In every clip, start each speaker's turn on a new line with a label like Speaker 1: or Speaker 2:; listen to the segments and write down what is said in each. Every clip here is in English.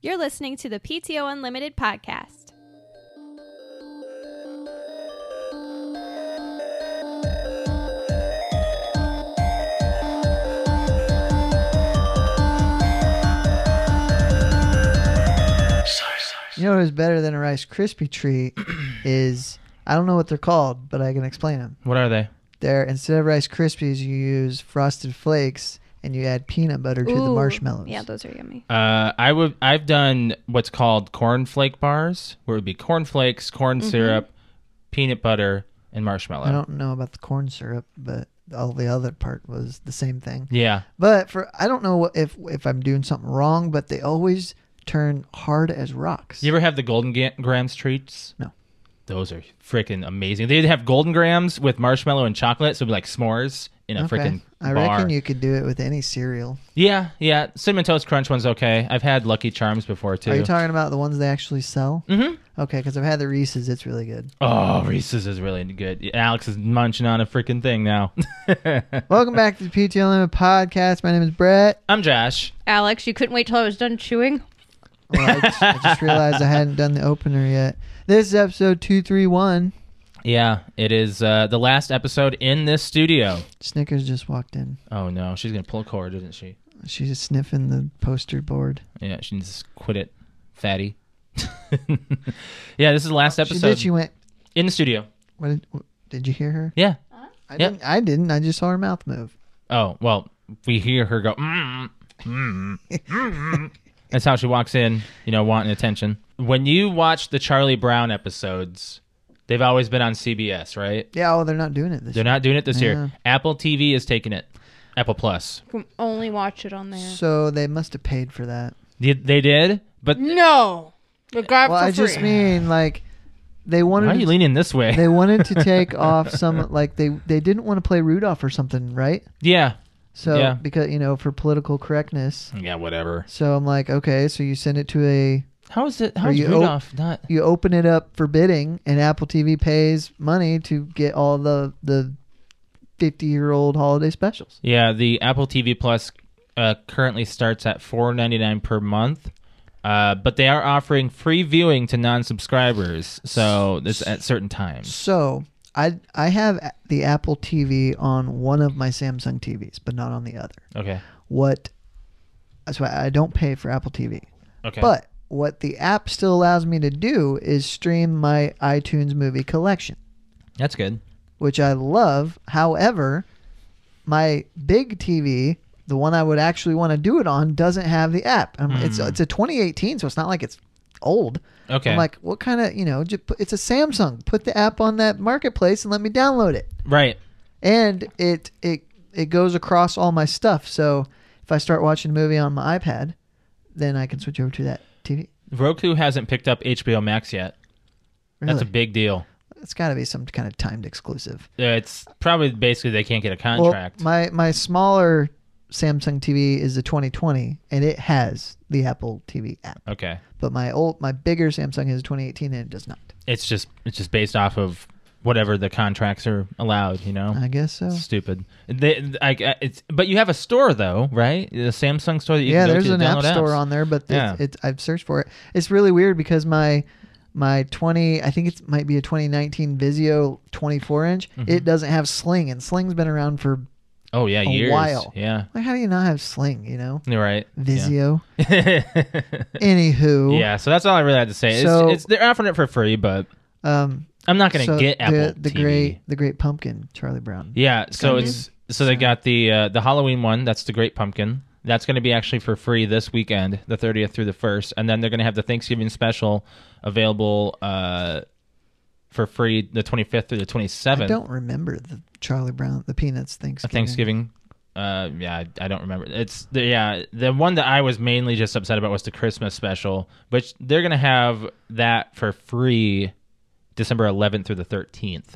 Speaker 1: You're listening to the PTO Unlimited podcast.
Speaker 2: You know what is better than a Rice Krispie treat is I don't know what they're called, but I can explain them.
Speaker 3: What are they?
Speaker 2: They're instead of Rice Krispies, you use Frosted Flakes and you add peanut butter to the
Speaker 1: Ooh.
Speaker 2: marshmallows.
Speaker 1: Yeah, those are yummy.
Speaker 3: Uh, I would. I've done what's called cornflake bars, where it would be cornflakes, corn
Speaker 2: Mm-hmm.
Speaker 3: syrup, peanut butter, and marshmallow.
Speaker 2: I don't know about the corn syrup, but all the other part was the same thing.
Speaker 3: yeah,
Speaker 2: But for I don't know what- if if I'm doing something wrong, but they always turn hard as rocks.
Speaker 3: you ever have the golden Ga- grams treats?
Speaker 2: No.
Speaker 3: Those are freaking amazing. They'd have golden grams with marshmallow and chocolate, so it'd be like s'mores in a freaking
Speaker 2: I
Speaker 3: bar.
Speaker 2: reckon you could do it with any cereal.
Speaker 3: yeah, yeah. Cinnamon toast crunch one's okay. I've had Lucky Charms before too.
Speaker 2: Are you talking about the ones they actually sell?
Speaker 3: Mhm.
Speaker 2: Okay, because I've had the Reese's. It's really good.
Speaker 3: oh, Reese's is really good. Alex is munching on a freaking thing now.
Speaker 2: Welcome back to the PTL Limit Podcast. My name is Brett.
Speaker 3: I'm Josh.
Speaker 1: Alex, you couldn't wait till I was done chewing?
Speaker 2: Well, I, just, I just realized I hadn't done the opener yet. This is episode 231.
Speaker 3: Yeah, it is uh, the last episode in this studio.
Speaker 2: Snickers just walked in.
Speaker 3: Oh no, she's gonna pull a cord, isn't she?
Speaker 2: She's sniffing the poster board.
Speaker 3: Yeah, she needs to quit it, fatty. yeah, this is the last
Speaker 2: She
Speaker 3: episode
Speaker 2: did. She went.
Speaker 3: in the studio.
Speaker 2: What did, what- did you hear her?
Speaker 3: Yeah.
Speaker 2: I
Speaker 3: Yeah.
Speaker 2: didn't. I didn't. I just saw her mouth move.
Speaker 3: Oh well, we hear her go. Mm, mm, mm." That's how she walks in, you know, wanting attention. When you watch the Charlie Brown episodes, they've always been on CBS, right?
Speaker 2: Yeah. Oh, they're not doing it this.
Speaker 3: They're not doing it this year.
Speaker 2: Yeah.
Speaker 3: Apple TV is taking it. Apple Plus.
Speaker 1: Can only watch it on
Speaker 2: year.
Speaker 1: there.
Speaker 2: So they must have paid for that.
Speaker 3: They, they did, but
Speaker 1: No. The grab
Speaker 2: well, I
Speaker 1: for free.
Speaker 2: just mean like they wanted.
Speaker 3: why are
Speaker 2: to-
Speaker 3: you leaning this way?
Speaker 2: they wanted to take off some like they they didn't want to play Rudolph or something, right?
Speaker 3: yeah.
Speaker 2: So
Speaker 3: Yeah.
Speaker 2: because you know for political correctness.
Speaker 3: Yeah, whatever.
Speaker 2: So I'm like, okay, so you send it to a
Speaker 3: How is it?
Speaker 2: Are
Speaker 3: How's
Speaker 2: you op-
Speaker 3: Rudolph not?
Speaker 2: you open it up for bidding and Apple TV pays money to get all the the 50-year-old holiday specials.
Speaker 3: Yeah, the Apple TV Plus uh, currently starts at four ninety nine per month, uh, but they are offering free viewing to non subscribers. So this at certain times.
Speaker 2: So, I I have a- the Apple TV on one of my Samsung TVs, but not on the other.
Speaker 3: Okay.
Speaker 2: What that's why I don't pay for Apple TV.
Speaker 3: Okay.
Speaker 2: But what the app still allows me to do is stream my iTunes movie collection,
Speaker 3: that's good.
Speaker 2: which I love. However, my big TV, the one I would actually want to do it on, doesn't have the app. Um, It's it's a 2018, so it's not like it's old.
Speaker 3: Hmm. Okay.
Speaker 2: I'm like, what kind of you know? Just put, it's a Samsung. Put the app on that marketplace and let me download it.
Speaker 3: right.
Speaker 2: And it it it goes across all my stuff. So if I start watching a movie on my iPad, then I can switch over to that TV.
Speaker 3: Roku hasn't picked up HBO Max yet. That's a
Speaker 2: Really?
Speaker 3: big deal.
Speaker 2: it's got to be some kind of timed exclusive.
Speaker 3: Uh, It's probably basically they can't get a
Speaker 2: Well,
Speaker 3: contract.
Speaker 2: my my smaller Samsung TV is the 2020, and it has the Apple TV app.
Speaker 3: okay.
Speaker 2: But my old, my bigger Samsung is 2018, and it does not.
Speaker 3: It's just it's just based off of whatever the contracts are allowed. You know.
Speaker 2: I guess so.
Speaker 3: Stupid. They, I, I- it's, but you have a store though, right? The Samsung store that you
Speaker 2: yeah,
Speaker 3: can go
Speaker 2: there's
Speaker 3: to
Speaker 2: an
Speaker 3: to
Speaker 2: app
Speaker 3: download apps.
Speaker 2: store on there, but
Speaker 3: Yeah.
Speaker 2: it's, it's, I've searched for it. It's really weird because my my 20, I think it might be a 2019 Vizio 24 inch.
Speaker 3: Mm-hmm.
Speaker 2: It doesn't have Sling, and Sling's been around for
Speaker 3: Oh yeah,
Speaker 2: a
Speaker 3: years.
Speaker 2: while.
Speaker 3: Yeah,
Speaker 2: like how do you not have Sling? You know,
Speaker 3: you're right.
Speaker 2: Vizio.
Speaker 3: Yeah.
Speaker 2: Anywho,
Speaker 3: Yeah, so that's all I really had to say.
Speaker 2: So-
Speaker 3: it's, it's they're offering it for free, but
Speaker 2: Um,
Speaker 3: I'm not gonna
Speaker 2: so
Speaker 3: get
Speaker 2: the,
Speaker 3: Apple
Speaker 2: the
Speaker 3: TV.
Speaker 2: great the great pumpkin Charlie Brown.
Speaker 3: Yeah, so
Speaker 2: Mhm.
Speaker 3: it's so they got the uh, the Halloween one. That's the Great Pumpkin. That's going to be actually for free this weekend, the 30th through the 1st, and then they're going to have the Thanksgiving special available uh, for free the 25th through the 27th.
Speaker 2: I don't remember the Charlie Brown, the Peanuts Thanksgiving.
Speaker 3: Thanksgiving. Uh, yeah, I, I don't remember. It's the, yeah, the one that I was mainly just upset about was the Christmas special, which they're gonna have that for free, December 11th through the 13th.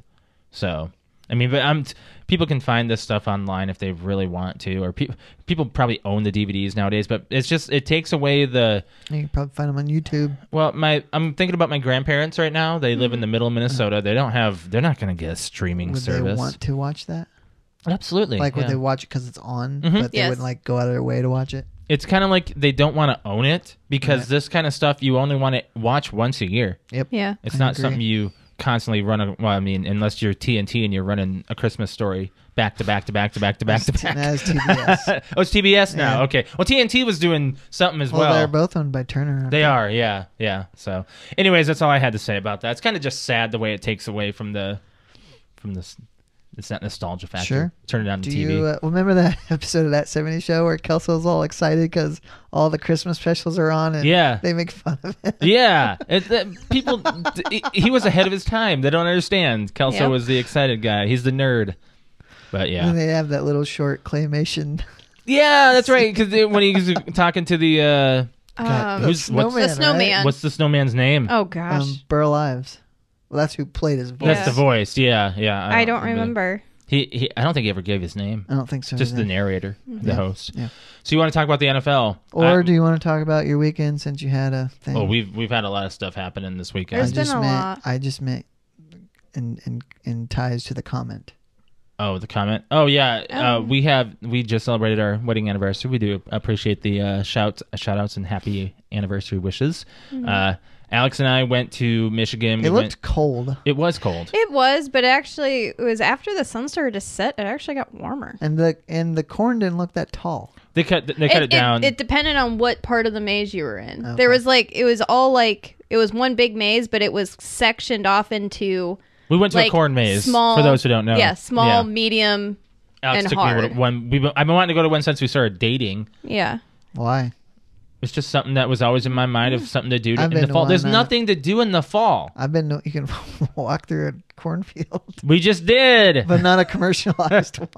Speaker 3: So, I mean, but I'm t- people can find this stuff online if they really want to, or people people probably own the DVDs nowadays. But it's just it takes away the
Speaker 2: You can probably find them on YouTube.
Speaker 3: well, my I'm thinking about my grandparents right now. They live in the middle of Minnesota. They don't have they're not gonna get a streaming
Speaker 2: Mm-hmm. Would they
Speaker 3: service.
Speaker 2: want to watch that?
Speaker 3: Absolutely,
Speaker 2: Like, would
Speaker 3: yeah. Mm-hmm.
Speaker 2: they watch it because it's on, but they
Speaker 1: Yes.
Speaker 2: wouldn't like go out of their way to watch it?
Speaker 3: it's kind of like they don't want to own it because this kind of stuff you only want to watch once a year.
Speaker 2: Yep.
Speaker 1: Yeah.
Speaker 3: It's
Speaker 2: I
Speaker 3: not
Speaker 2: agree.
Speaker 3: something you constantly run. a- Well, I mean, unless you're TNT and you're running a Christmas story back to back to back to back to back to back.
Speaker 2: That is TBS.
Speaker 3: oh, it's TBS now.
Speaker 2: Yeah.
Speaker 3: Okay. Well, TNT was doing something as
Speaker 2: well,
Speaker 3: well.
Speaker 2: they're both owned by Turner.
Speaker 3: They are, yeah, yeah. So, anyways, that's all I had to say about that. It's kind of just sad the way it takes away from the, from this. It's that nostalgia factor.
Speaker 2: Sure.
Speaker 3: Turn it on
Speaker 2: Do
Speaker 3: TV.
Speaker 2: you uh, remember that episode of that 70s show where Kelso's all excited because all the Christmas specials are on and
Speaker 3: Yeah.
Speaker 2: they make fun of him?
Speaker 3: yeah, it, that- people. d- he- he was ahead of his time. They don't understand. Kelso
Speaker 1: Yeah.
Speaker 3: was the excited guy. He's the nerd. But yeah,
Speaker 2: And they have that little short claymation.
Speaker 3: yeah, that's right. Because when he was talking to the, uh, God,
Speaker 1: Um,
Speaker 3: who's what's,
Speaker 2: snowman,
Speaker 1: the
Speaker 2: right?
Speaker 1: snowman.
Speaker 3: what's the snowman's name?
Speaker 1: Oh gosh,
Speaker 2: Um, Burl Ives. Well, that's who played his voice.
Speaker 3: That's
Speaker 1: Yeah.
Speaker 3: the voice. Yeah, yeah.
Speaker 1: I don't remember.
Speaker 3: He, he. I don't think he ever gave his name.
Speaker 2: I don't think so.
Speaker 3: Just the
Speaker 2: either.
Speaker 3: narrator, the
Speaker 2: Yeah,
Speaker 3: host.
Speaker 2: yeah.
Speaker 3: So you want to talk about the NFL?
Speaker 2: Or
Speaker 3: I-
Speaker 2: do you want to talk about your weekend since you had a thing?
Speaker 3: Oh, we've we've had a lot of stuff happening this
Speaker 2: I
Speaker 1: There's
Speaker 3: weekend.
Speaker 1: been
Speaker 2: just
Speaker 1: a
Speaker 2: meant,
Speaker 1: lot.
Speaker 2: I just meant in, in, in ties to the comment.
Speaker 3: Oh, the comment. Oh yeah, Uh,
Speaker 1: Oh.
Speaker 3: we have we just celebrated our wedding anniversary. We do appreciate the uh, shout shout outs and happy anniversary wishes.
Speaker 1: Mm-hmm.
Speaker 3: Uh, Alex and I went to Michigan. We
Speaker 2: It
Speaker 3: went,
Speaker 2: looked cold.
Speaker 3: it was cold.
Speaker 1: It was, but actually, it was after the sun started to set. It actually got warmer.
Speaker 2: And the and the corn didn't look that tall.
Speaker 3: They cut they cut it, down.
Speaker 1: It, depended on what part of the maze you were in.
Speaker 2: Okay.
Speaker 1: There was like it was all like it was one big maze, but it was sectioned off into
Speaker 3: we went to
Speaker 1: like
Speaker 3: a corn maze.
Speaker 1: Small,
Speaker 3: for those who don't know,
Speaker 1: yeah, small,
Speaker 3: Oh, Yeah.
Speaker 1: medium,
Speaker 3: Alex
Speaker 1: and
Speaker 3: took Me
Speaker 1: hard.
Speaker 3: to one. We've been, I've been wanting to go to one since we started dating.
Speaker 1: yeah.
Speaker 2: Why?
Speaker 3: It's just something that was always in my mind
Speaker 1: Mm.
Speaker 3: of something to do
Speaker 2: I've
Speaker 3: in the
Speaker 2: been to
Speaker 3: fall.
Speaker 2: one,
Speaker 3: There's
Speaker 2: uh,
Speaker 3: nothing to do in the fall.
Speaker 2: I've been you can walk through a cornfield,
Speaker 3: We just did.
Speaker 2: but not a commercialized one.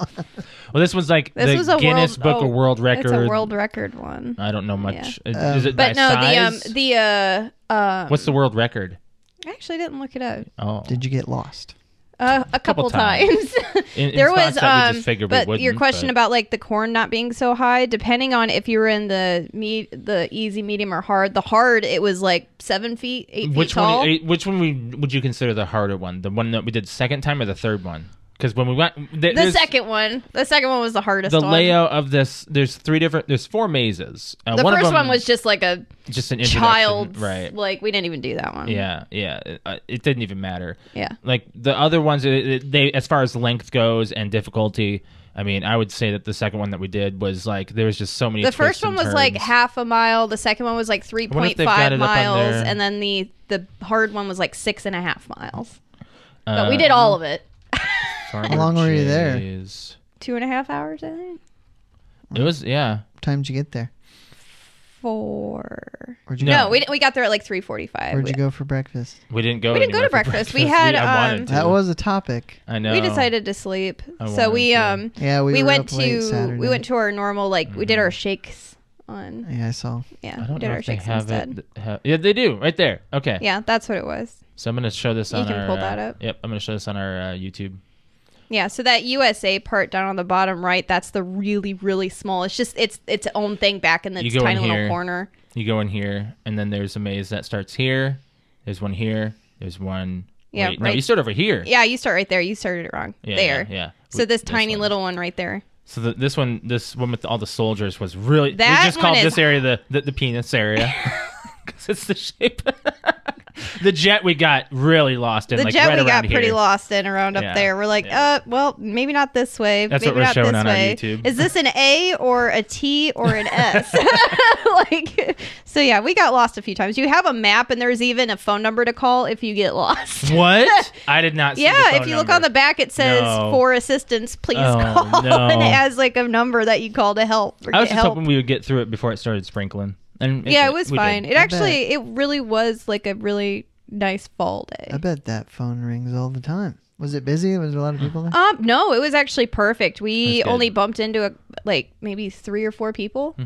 Speaker 3: Well, this one's like
Speaker 1: This
Speaker 3: the
Speaker 1: was a
Speaker 3: Guinness
Speaker 1: world-
Speaker 3: Book
Speaker 1: oh,
Speaker 3: of World
Speaker 1: It's
Speaker 3: Record.
Speaker 1: a world record one.
Speaker 3: I don't know much. Is it by
Speaker 1: But no,
Speaker 3: size?
Speaker 1: the um the uh um,
Speaker 3: What's the world record?
Speaker 1: I actually didn't look it up.
Speaker 3: Oh,
Speaker 2: Did you get lost?
Speaker 1: Uh, a couple,
Speaker 3: Couple
Speaker 1: times.
Speaker 3: In- in
Speaker 1: there
Speaker 3: spots
Speaker 1: was
Speaker 3: that we just
Speaker 1: um,
Speaker 3: figured we
Speaker 1: but your
Speaker 3: wouldn't,
Speaker 1: question
Speaker 3: but-
Speaker 1: about like the corn not being so high, depending on if you were in the me the easy, medium, or hard. The hard, it was like seven feet, eight feet
Speaker 3: which
Speaker 1: tall.
Speaker 3: one? eh, Which one we would you consider the harder one? The one that we did second time or the third one? Because when we went, there,
Speaker 1: the
Speaker 3: there's-
Speaker 1: second one, the second one was the hardest.
Speaker 3: the
Speaker 1: one.
Speaker 3: layout of this, there's three different, there's four mazes. Uh,
Speaker 1: The
Speaker 3: one of
Speaker 1: first
Speaker 3: them-
Speaker 1: one was just like a
Speaker 3: just an introduction,
Speaker 1: child.
Speaker 3: right?
Speaker 1: Like we didn't even do that one.
Speaker 3: Yeah, yeah. It, uh, it didn't even matter.
Speaker 1: Yeah.
Speaker 3: Like the other ones, it, it- they as far as length goes and difficulty. I mean, I would say that the second one that we did was like there was just so many.
Speaker 1: The
Speaker 3: twists
Speaker 1: first one
Speaker 3: and
Speaker 1: was like
Speaker 3: turns.
Speaker 1: half a mile. The second one was like three
Speaker 3: wonder if
Speaker 1: point
Speaker 3: they've got
Speaker 1: five
Speaker 3: it up on
Speaker 1: miles,
Speaker 3: their-
Speaker 1: and then the the hard one was like six and a half miles. But
Speaker 3: Uh,
Speaker 1: we did all of it.
Speaker 3: Farmer
Speaker 2: How long were you there?
Speaker 3: J's.
Speaker 1: Two and a half hours, I think.
Speaker 3: It was yeah.
Speaker 2: What time did you get there?
Speaker 1: Four.
Speaker 2: Where'd you
Speaker 1: No,
Speaker 3: No.
Speaker 1: we didn't, we got there at like three forty five.
Speaker 2: Where'd you go for breakfast?
Speaker 3: We didn't go.
Speaker 1: We didn't go
Speaker 3: anywhere
Speaker 1: to
Speaker 3: for
Speaker 1: breakfast. We had,
Speaker 3: I wanted
Speaker 1: um,
Speaker 3: to.
Speaker 2: That was a topic.
Speaker 3: I know.
Speaker 1: We decided to sleep,
Speaker 3: I
Speaker 1: so we
Speaker 3: wanted
Speaker 1: um
Speaker 2: Yeah, we,
Speaker 1: we,
Speaker 2: were
Speaker 1: went
Speaker 2: up late
Speaker 1: to
Speaker 2: Saturday.
Speaker 1: we went to our normal like we did our shakes on
Speaker 2: Yeah, I saw.
Speaker 1: yeah
Speaker 3: Mm-hmm. I
Speaker 1: we
Speaker 3: don't
Speaker 1: did
Speaker 3: know
Speaker 1: our
Speaker 3: if they
Speaker 1: shakes
Speaker 3: have
Speaker 1: instead.
Speaker 3: it. ha- yeah, they do right there. Okay.
Speaker 1: Yeah, that's what it was.
Speaker 3: So I'm gonna show this
Speaker 1: You
Speaker 3: on
Speaker 1: can
Speaker 3: our.
Speaker 1: pull
Speaker 3: uh,
Speaker 1: that up.
Speaker 3: Yep, I'm gonna show this on our uh, YouTube.
Speaker 1: Yeah, so that USA part down on the bottom right, that's the really really small. It's just it's its own thing back in this
Speaker 3: You go in
Speaker 1: tiny
Speaker 3: here.
Speaker 1: little corner.
Speaker 3: You go in here, and then there's a maze that starts here. There's one here. There's one.
Speaker 1: Yeah,
Speaker 3: wait, No,
Speaker 1: right-
Speaker 3: you start over here.
Speaker 1: Yeah, you start right there. You started it wrong.
Speaker 3: Yeah,
Speaker 1: there.
Speaker 3: Yeah. yeah.
Speaker 1: So this, tiny
Speaker 3: one.
Speaker 1: little one right there.
Speaker 3: So the, this one, this one with all the soldiers was really.
Speaker 1: That
Speaker 3: we just
Speaker 1: one
Speaker 3: called
Speaker 1: is-
Speaker 3: this area the the, the penis area because it's the shape. the jet we got really lost in.
Speaker 1: The
Speaker 3: like,
Speaker 1: jet
Speaker 3: right
Speaker 1: we got
Speaker 3: around
Speaker 1: pretty
Speaker 3: here.
Speaker 1: lost in around up
Speaker 3: Yeah,
Speaker 1: there. We're like,
Speaker 3: yeah.
Speaker 1: uh, well, maybe not this way.
Speaker 3: That's what
Speaker 1: maybe
Speaker 3: we're
Speaker 1: not
Speaker 3: showing
Speaker 1: this
Speaker 3: on our
Speaker 1: way.
Speaker 3: YouTube.
Speaker 1: Is this an A or a T or an S? like, so yeah, we got lost a few times. You have a map, and there's even a phone number to call if you get lost.
Speaker 3: What? I did not. See the
Speaker 1: Yeah,
Speaker 3: phone
Speaker 1: if you look
Speaker 3: number.
Speaker 1: on the back, it says
Speaker 3: No.
Speaker 1: for assistance, please
Speaker 3: Oh,
Speaker 1: call,
Speaker 3: no.
Speaker 1: and it has like a number that you call to help. Or
Speaker 3: I was
Speaker 1: get
Speaker 3: just
Speaker 1: help.
Speaker 3: hoping we would get through it before it started sprinkling. And
Speaker 1: yeah, it was
Speaker 3: we did.
Speaker 1: fine. It
Speaker 2: I
Speaker 1: actually, it really was like a really nice fall day.
Speaker 2: I bet that phone rings all the time. Was it busy? Was there a lot of people there?
Speaker 1: Um, no, it was actually perfect. We
Speaker 3: That's good.
Speaker 1: only bumped into a, like maybe three or four people.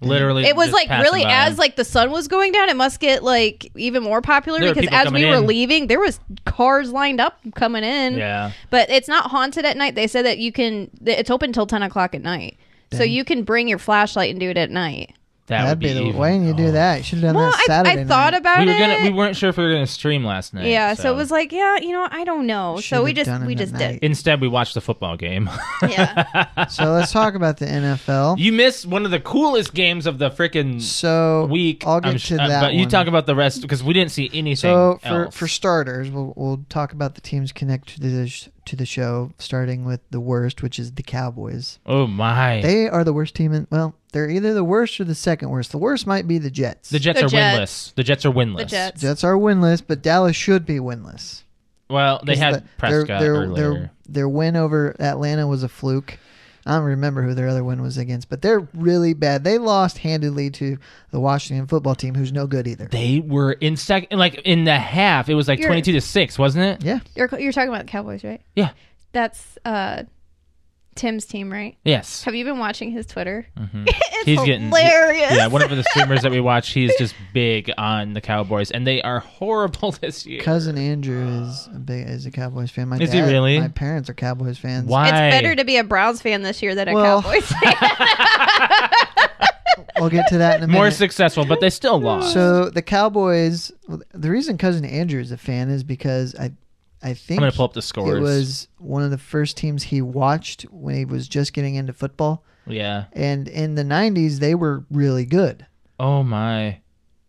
Speaker 3: Literally,
Speaker 1: It was
Speaker 3: Mm-hmm. just
Speaker 1: like
Speaker 3: passing
Speaker 1: really
Speaker 3: by.
Speaker 1: as like the sun was going down. It must get like even more popular
Speaker 3: There were
Speaker 1: because
Speaker 3: people
Speaker 1: as we
Speaker 3: coming
Speaker 1: were
Speaker 3: in.
Speaker 1: leaving, there was cars lined up coming in.
Speaker 3: Yeah.
Speaker 1: But it's not haunted at night. They said that you can. that It's open till ten o'clock at night, so you can bring your flashlight and do it at night.
Speaker 3: That
Speaker 2: That'd
Speaker 3: would be,
Speaker 2: be, the
Speaker 3: even-
Speaker 2: way you do
Speaker 3: oh.
Speaker 2: that. You should have done
Speaker 1: well,
Speaker 2: that
Speaker 1: I,
Speaker 2: Saturday.
Speaker 1: I thought
Speaker 2: night.
Speaker 1: about
Speaker 3: We were
Speaker 1: it.
Speaker 3: gonna. We weren't sure if we were gonna stream last night.
Speaker 1: yeah, so. it was like, yeah, you know, what, I don't know. so
Speaker 2: Should've
Speaker 1: we just
Speaker 2: done it
Speaker 1: we
Speaker 2: at
Speaker 1: just
Speaker 2: night.
Speaker 1: did.
Speaker 3: Instead, we watched the football game.
Speaker 1: Yeah.
Speaker 2: so let's talk about the NFL.
Speaker 3: you missed one of the coolest games of the freaking
Speaker 2: so
Speaker 3: week.
Speaker 2: I'll get
Speaker 3: I'm
Speaker 2: to
Speaker 3: sh- uh,
Speaker 2: that.
Speaker 3: But you
Speaker 2: one.
Speaker 3: talk about the rest because we didn't see anything.
Speaker 2: So for,
Speaker 3: else.
Speaker 2: for starters, we'll, we'll talk about the teams connected to the sh- to the show, starting with the worst, which is the Cowboys.
Speaker 3: oh my,
Speaker 2: They are the worst team in. Well, they're either the worst or the second worst. The worst might be the Jets.
Speaker 3: the Jets
Speaker 1: The
Speaker 3: are
Speaker 1: Jets.
Speaker 3: winless. The Jets are winless.
Speaker 1: The Jets.
Speaker 2: Jets are winless, but Dallas should be winless.
Speaker 3: Well, they
Speaker 2: 'Cause
Speaker 3: had
Speaker 2: the- their-
Speaker 3: Prescott
Speaker 2: their,
Speaker 3: earlier.
Speaker 2: Their, their win over Atlanta was a fluke. I don't remember who their other win was against, but they're really bad. They lost handedly to the Washington football team, who's no good either.
Speaker 3: they were in second, like in the half. It was like
Speaker 1: You're-
Speaker 3: twenty-two to six, wasn't it?
Speaker 2: yeah,
Speaker 1: You're you're talking about the Cowboys, right?
Speaker 3: Yeah.
Speaker 1: That's uh Tim's team, right?
Speaker 3: Yes.
Speaker 1: Have you been watching his Twitter?
Speaker 2: Mm-hmm.
Speaker 3: Mhm.
Speaker 1: it's
Speaker 3: He's getting-
Speaker 1: hilarious.
Speaker 3: Yeah, one of the streamers that we watch, he's just big on the Cowboys, and they are horrible this year.
Speaker 2: cousin Andrew is a big is a Cowboys fan. My
Speaker 3: Is he
Speaker 2: dad,
Speaker 3: really?
Speaker 2: My parents are Cowboys fans.
Speaker 3: Why?
Speaker 1: it's better to be a Browns fan this year than a
Speaker 2: Well-
Speaker 1: Cowboys fan.
Speaker 2: We'll get to that in a minute.
Speaker 3: more successful, but they still lost.
Speaker 2: so the Cowboys. The reason cousin Andrew is a fan is because I, I think
Speaker 3: I'm gonna pull up the scores.
Speaker 2: It was one of the first teams he watched when he was just getting into football.
Speaker 3: yeah.
Speaker 2: And in the 90s, they were really good.
Speaker 3: Oh my.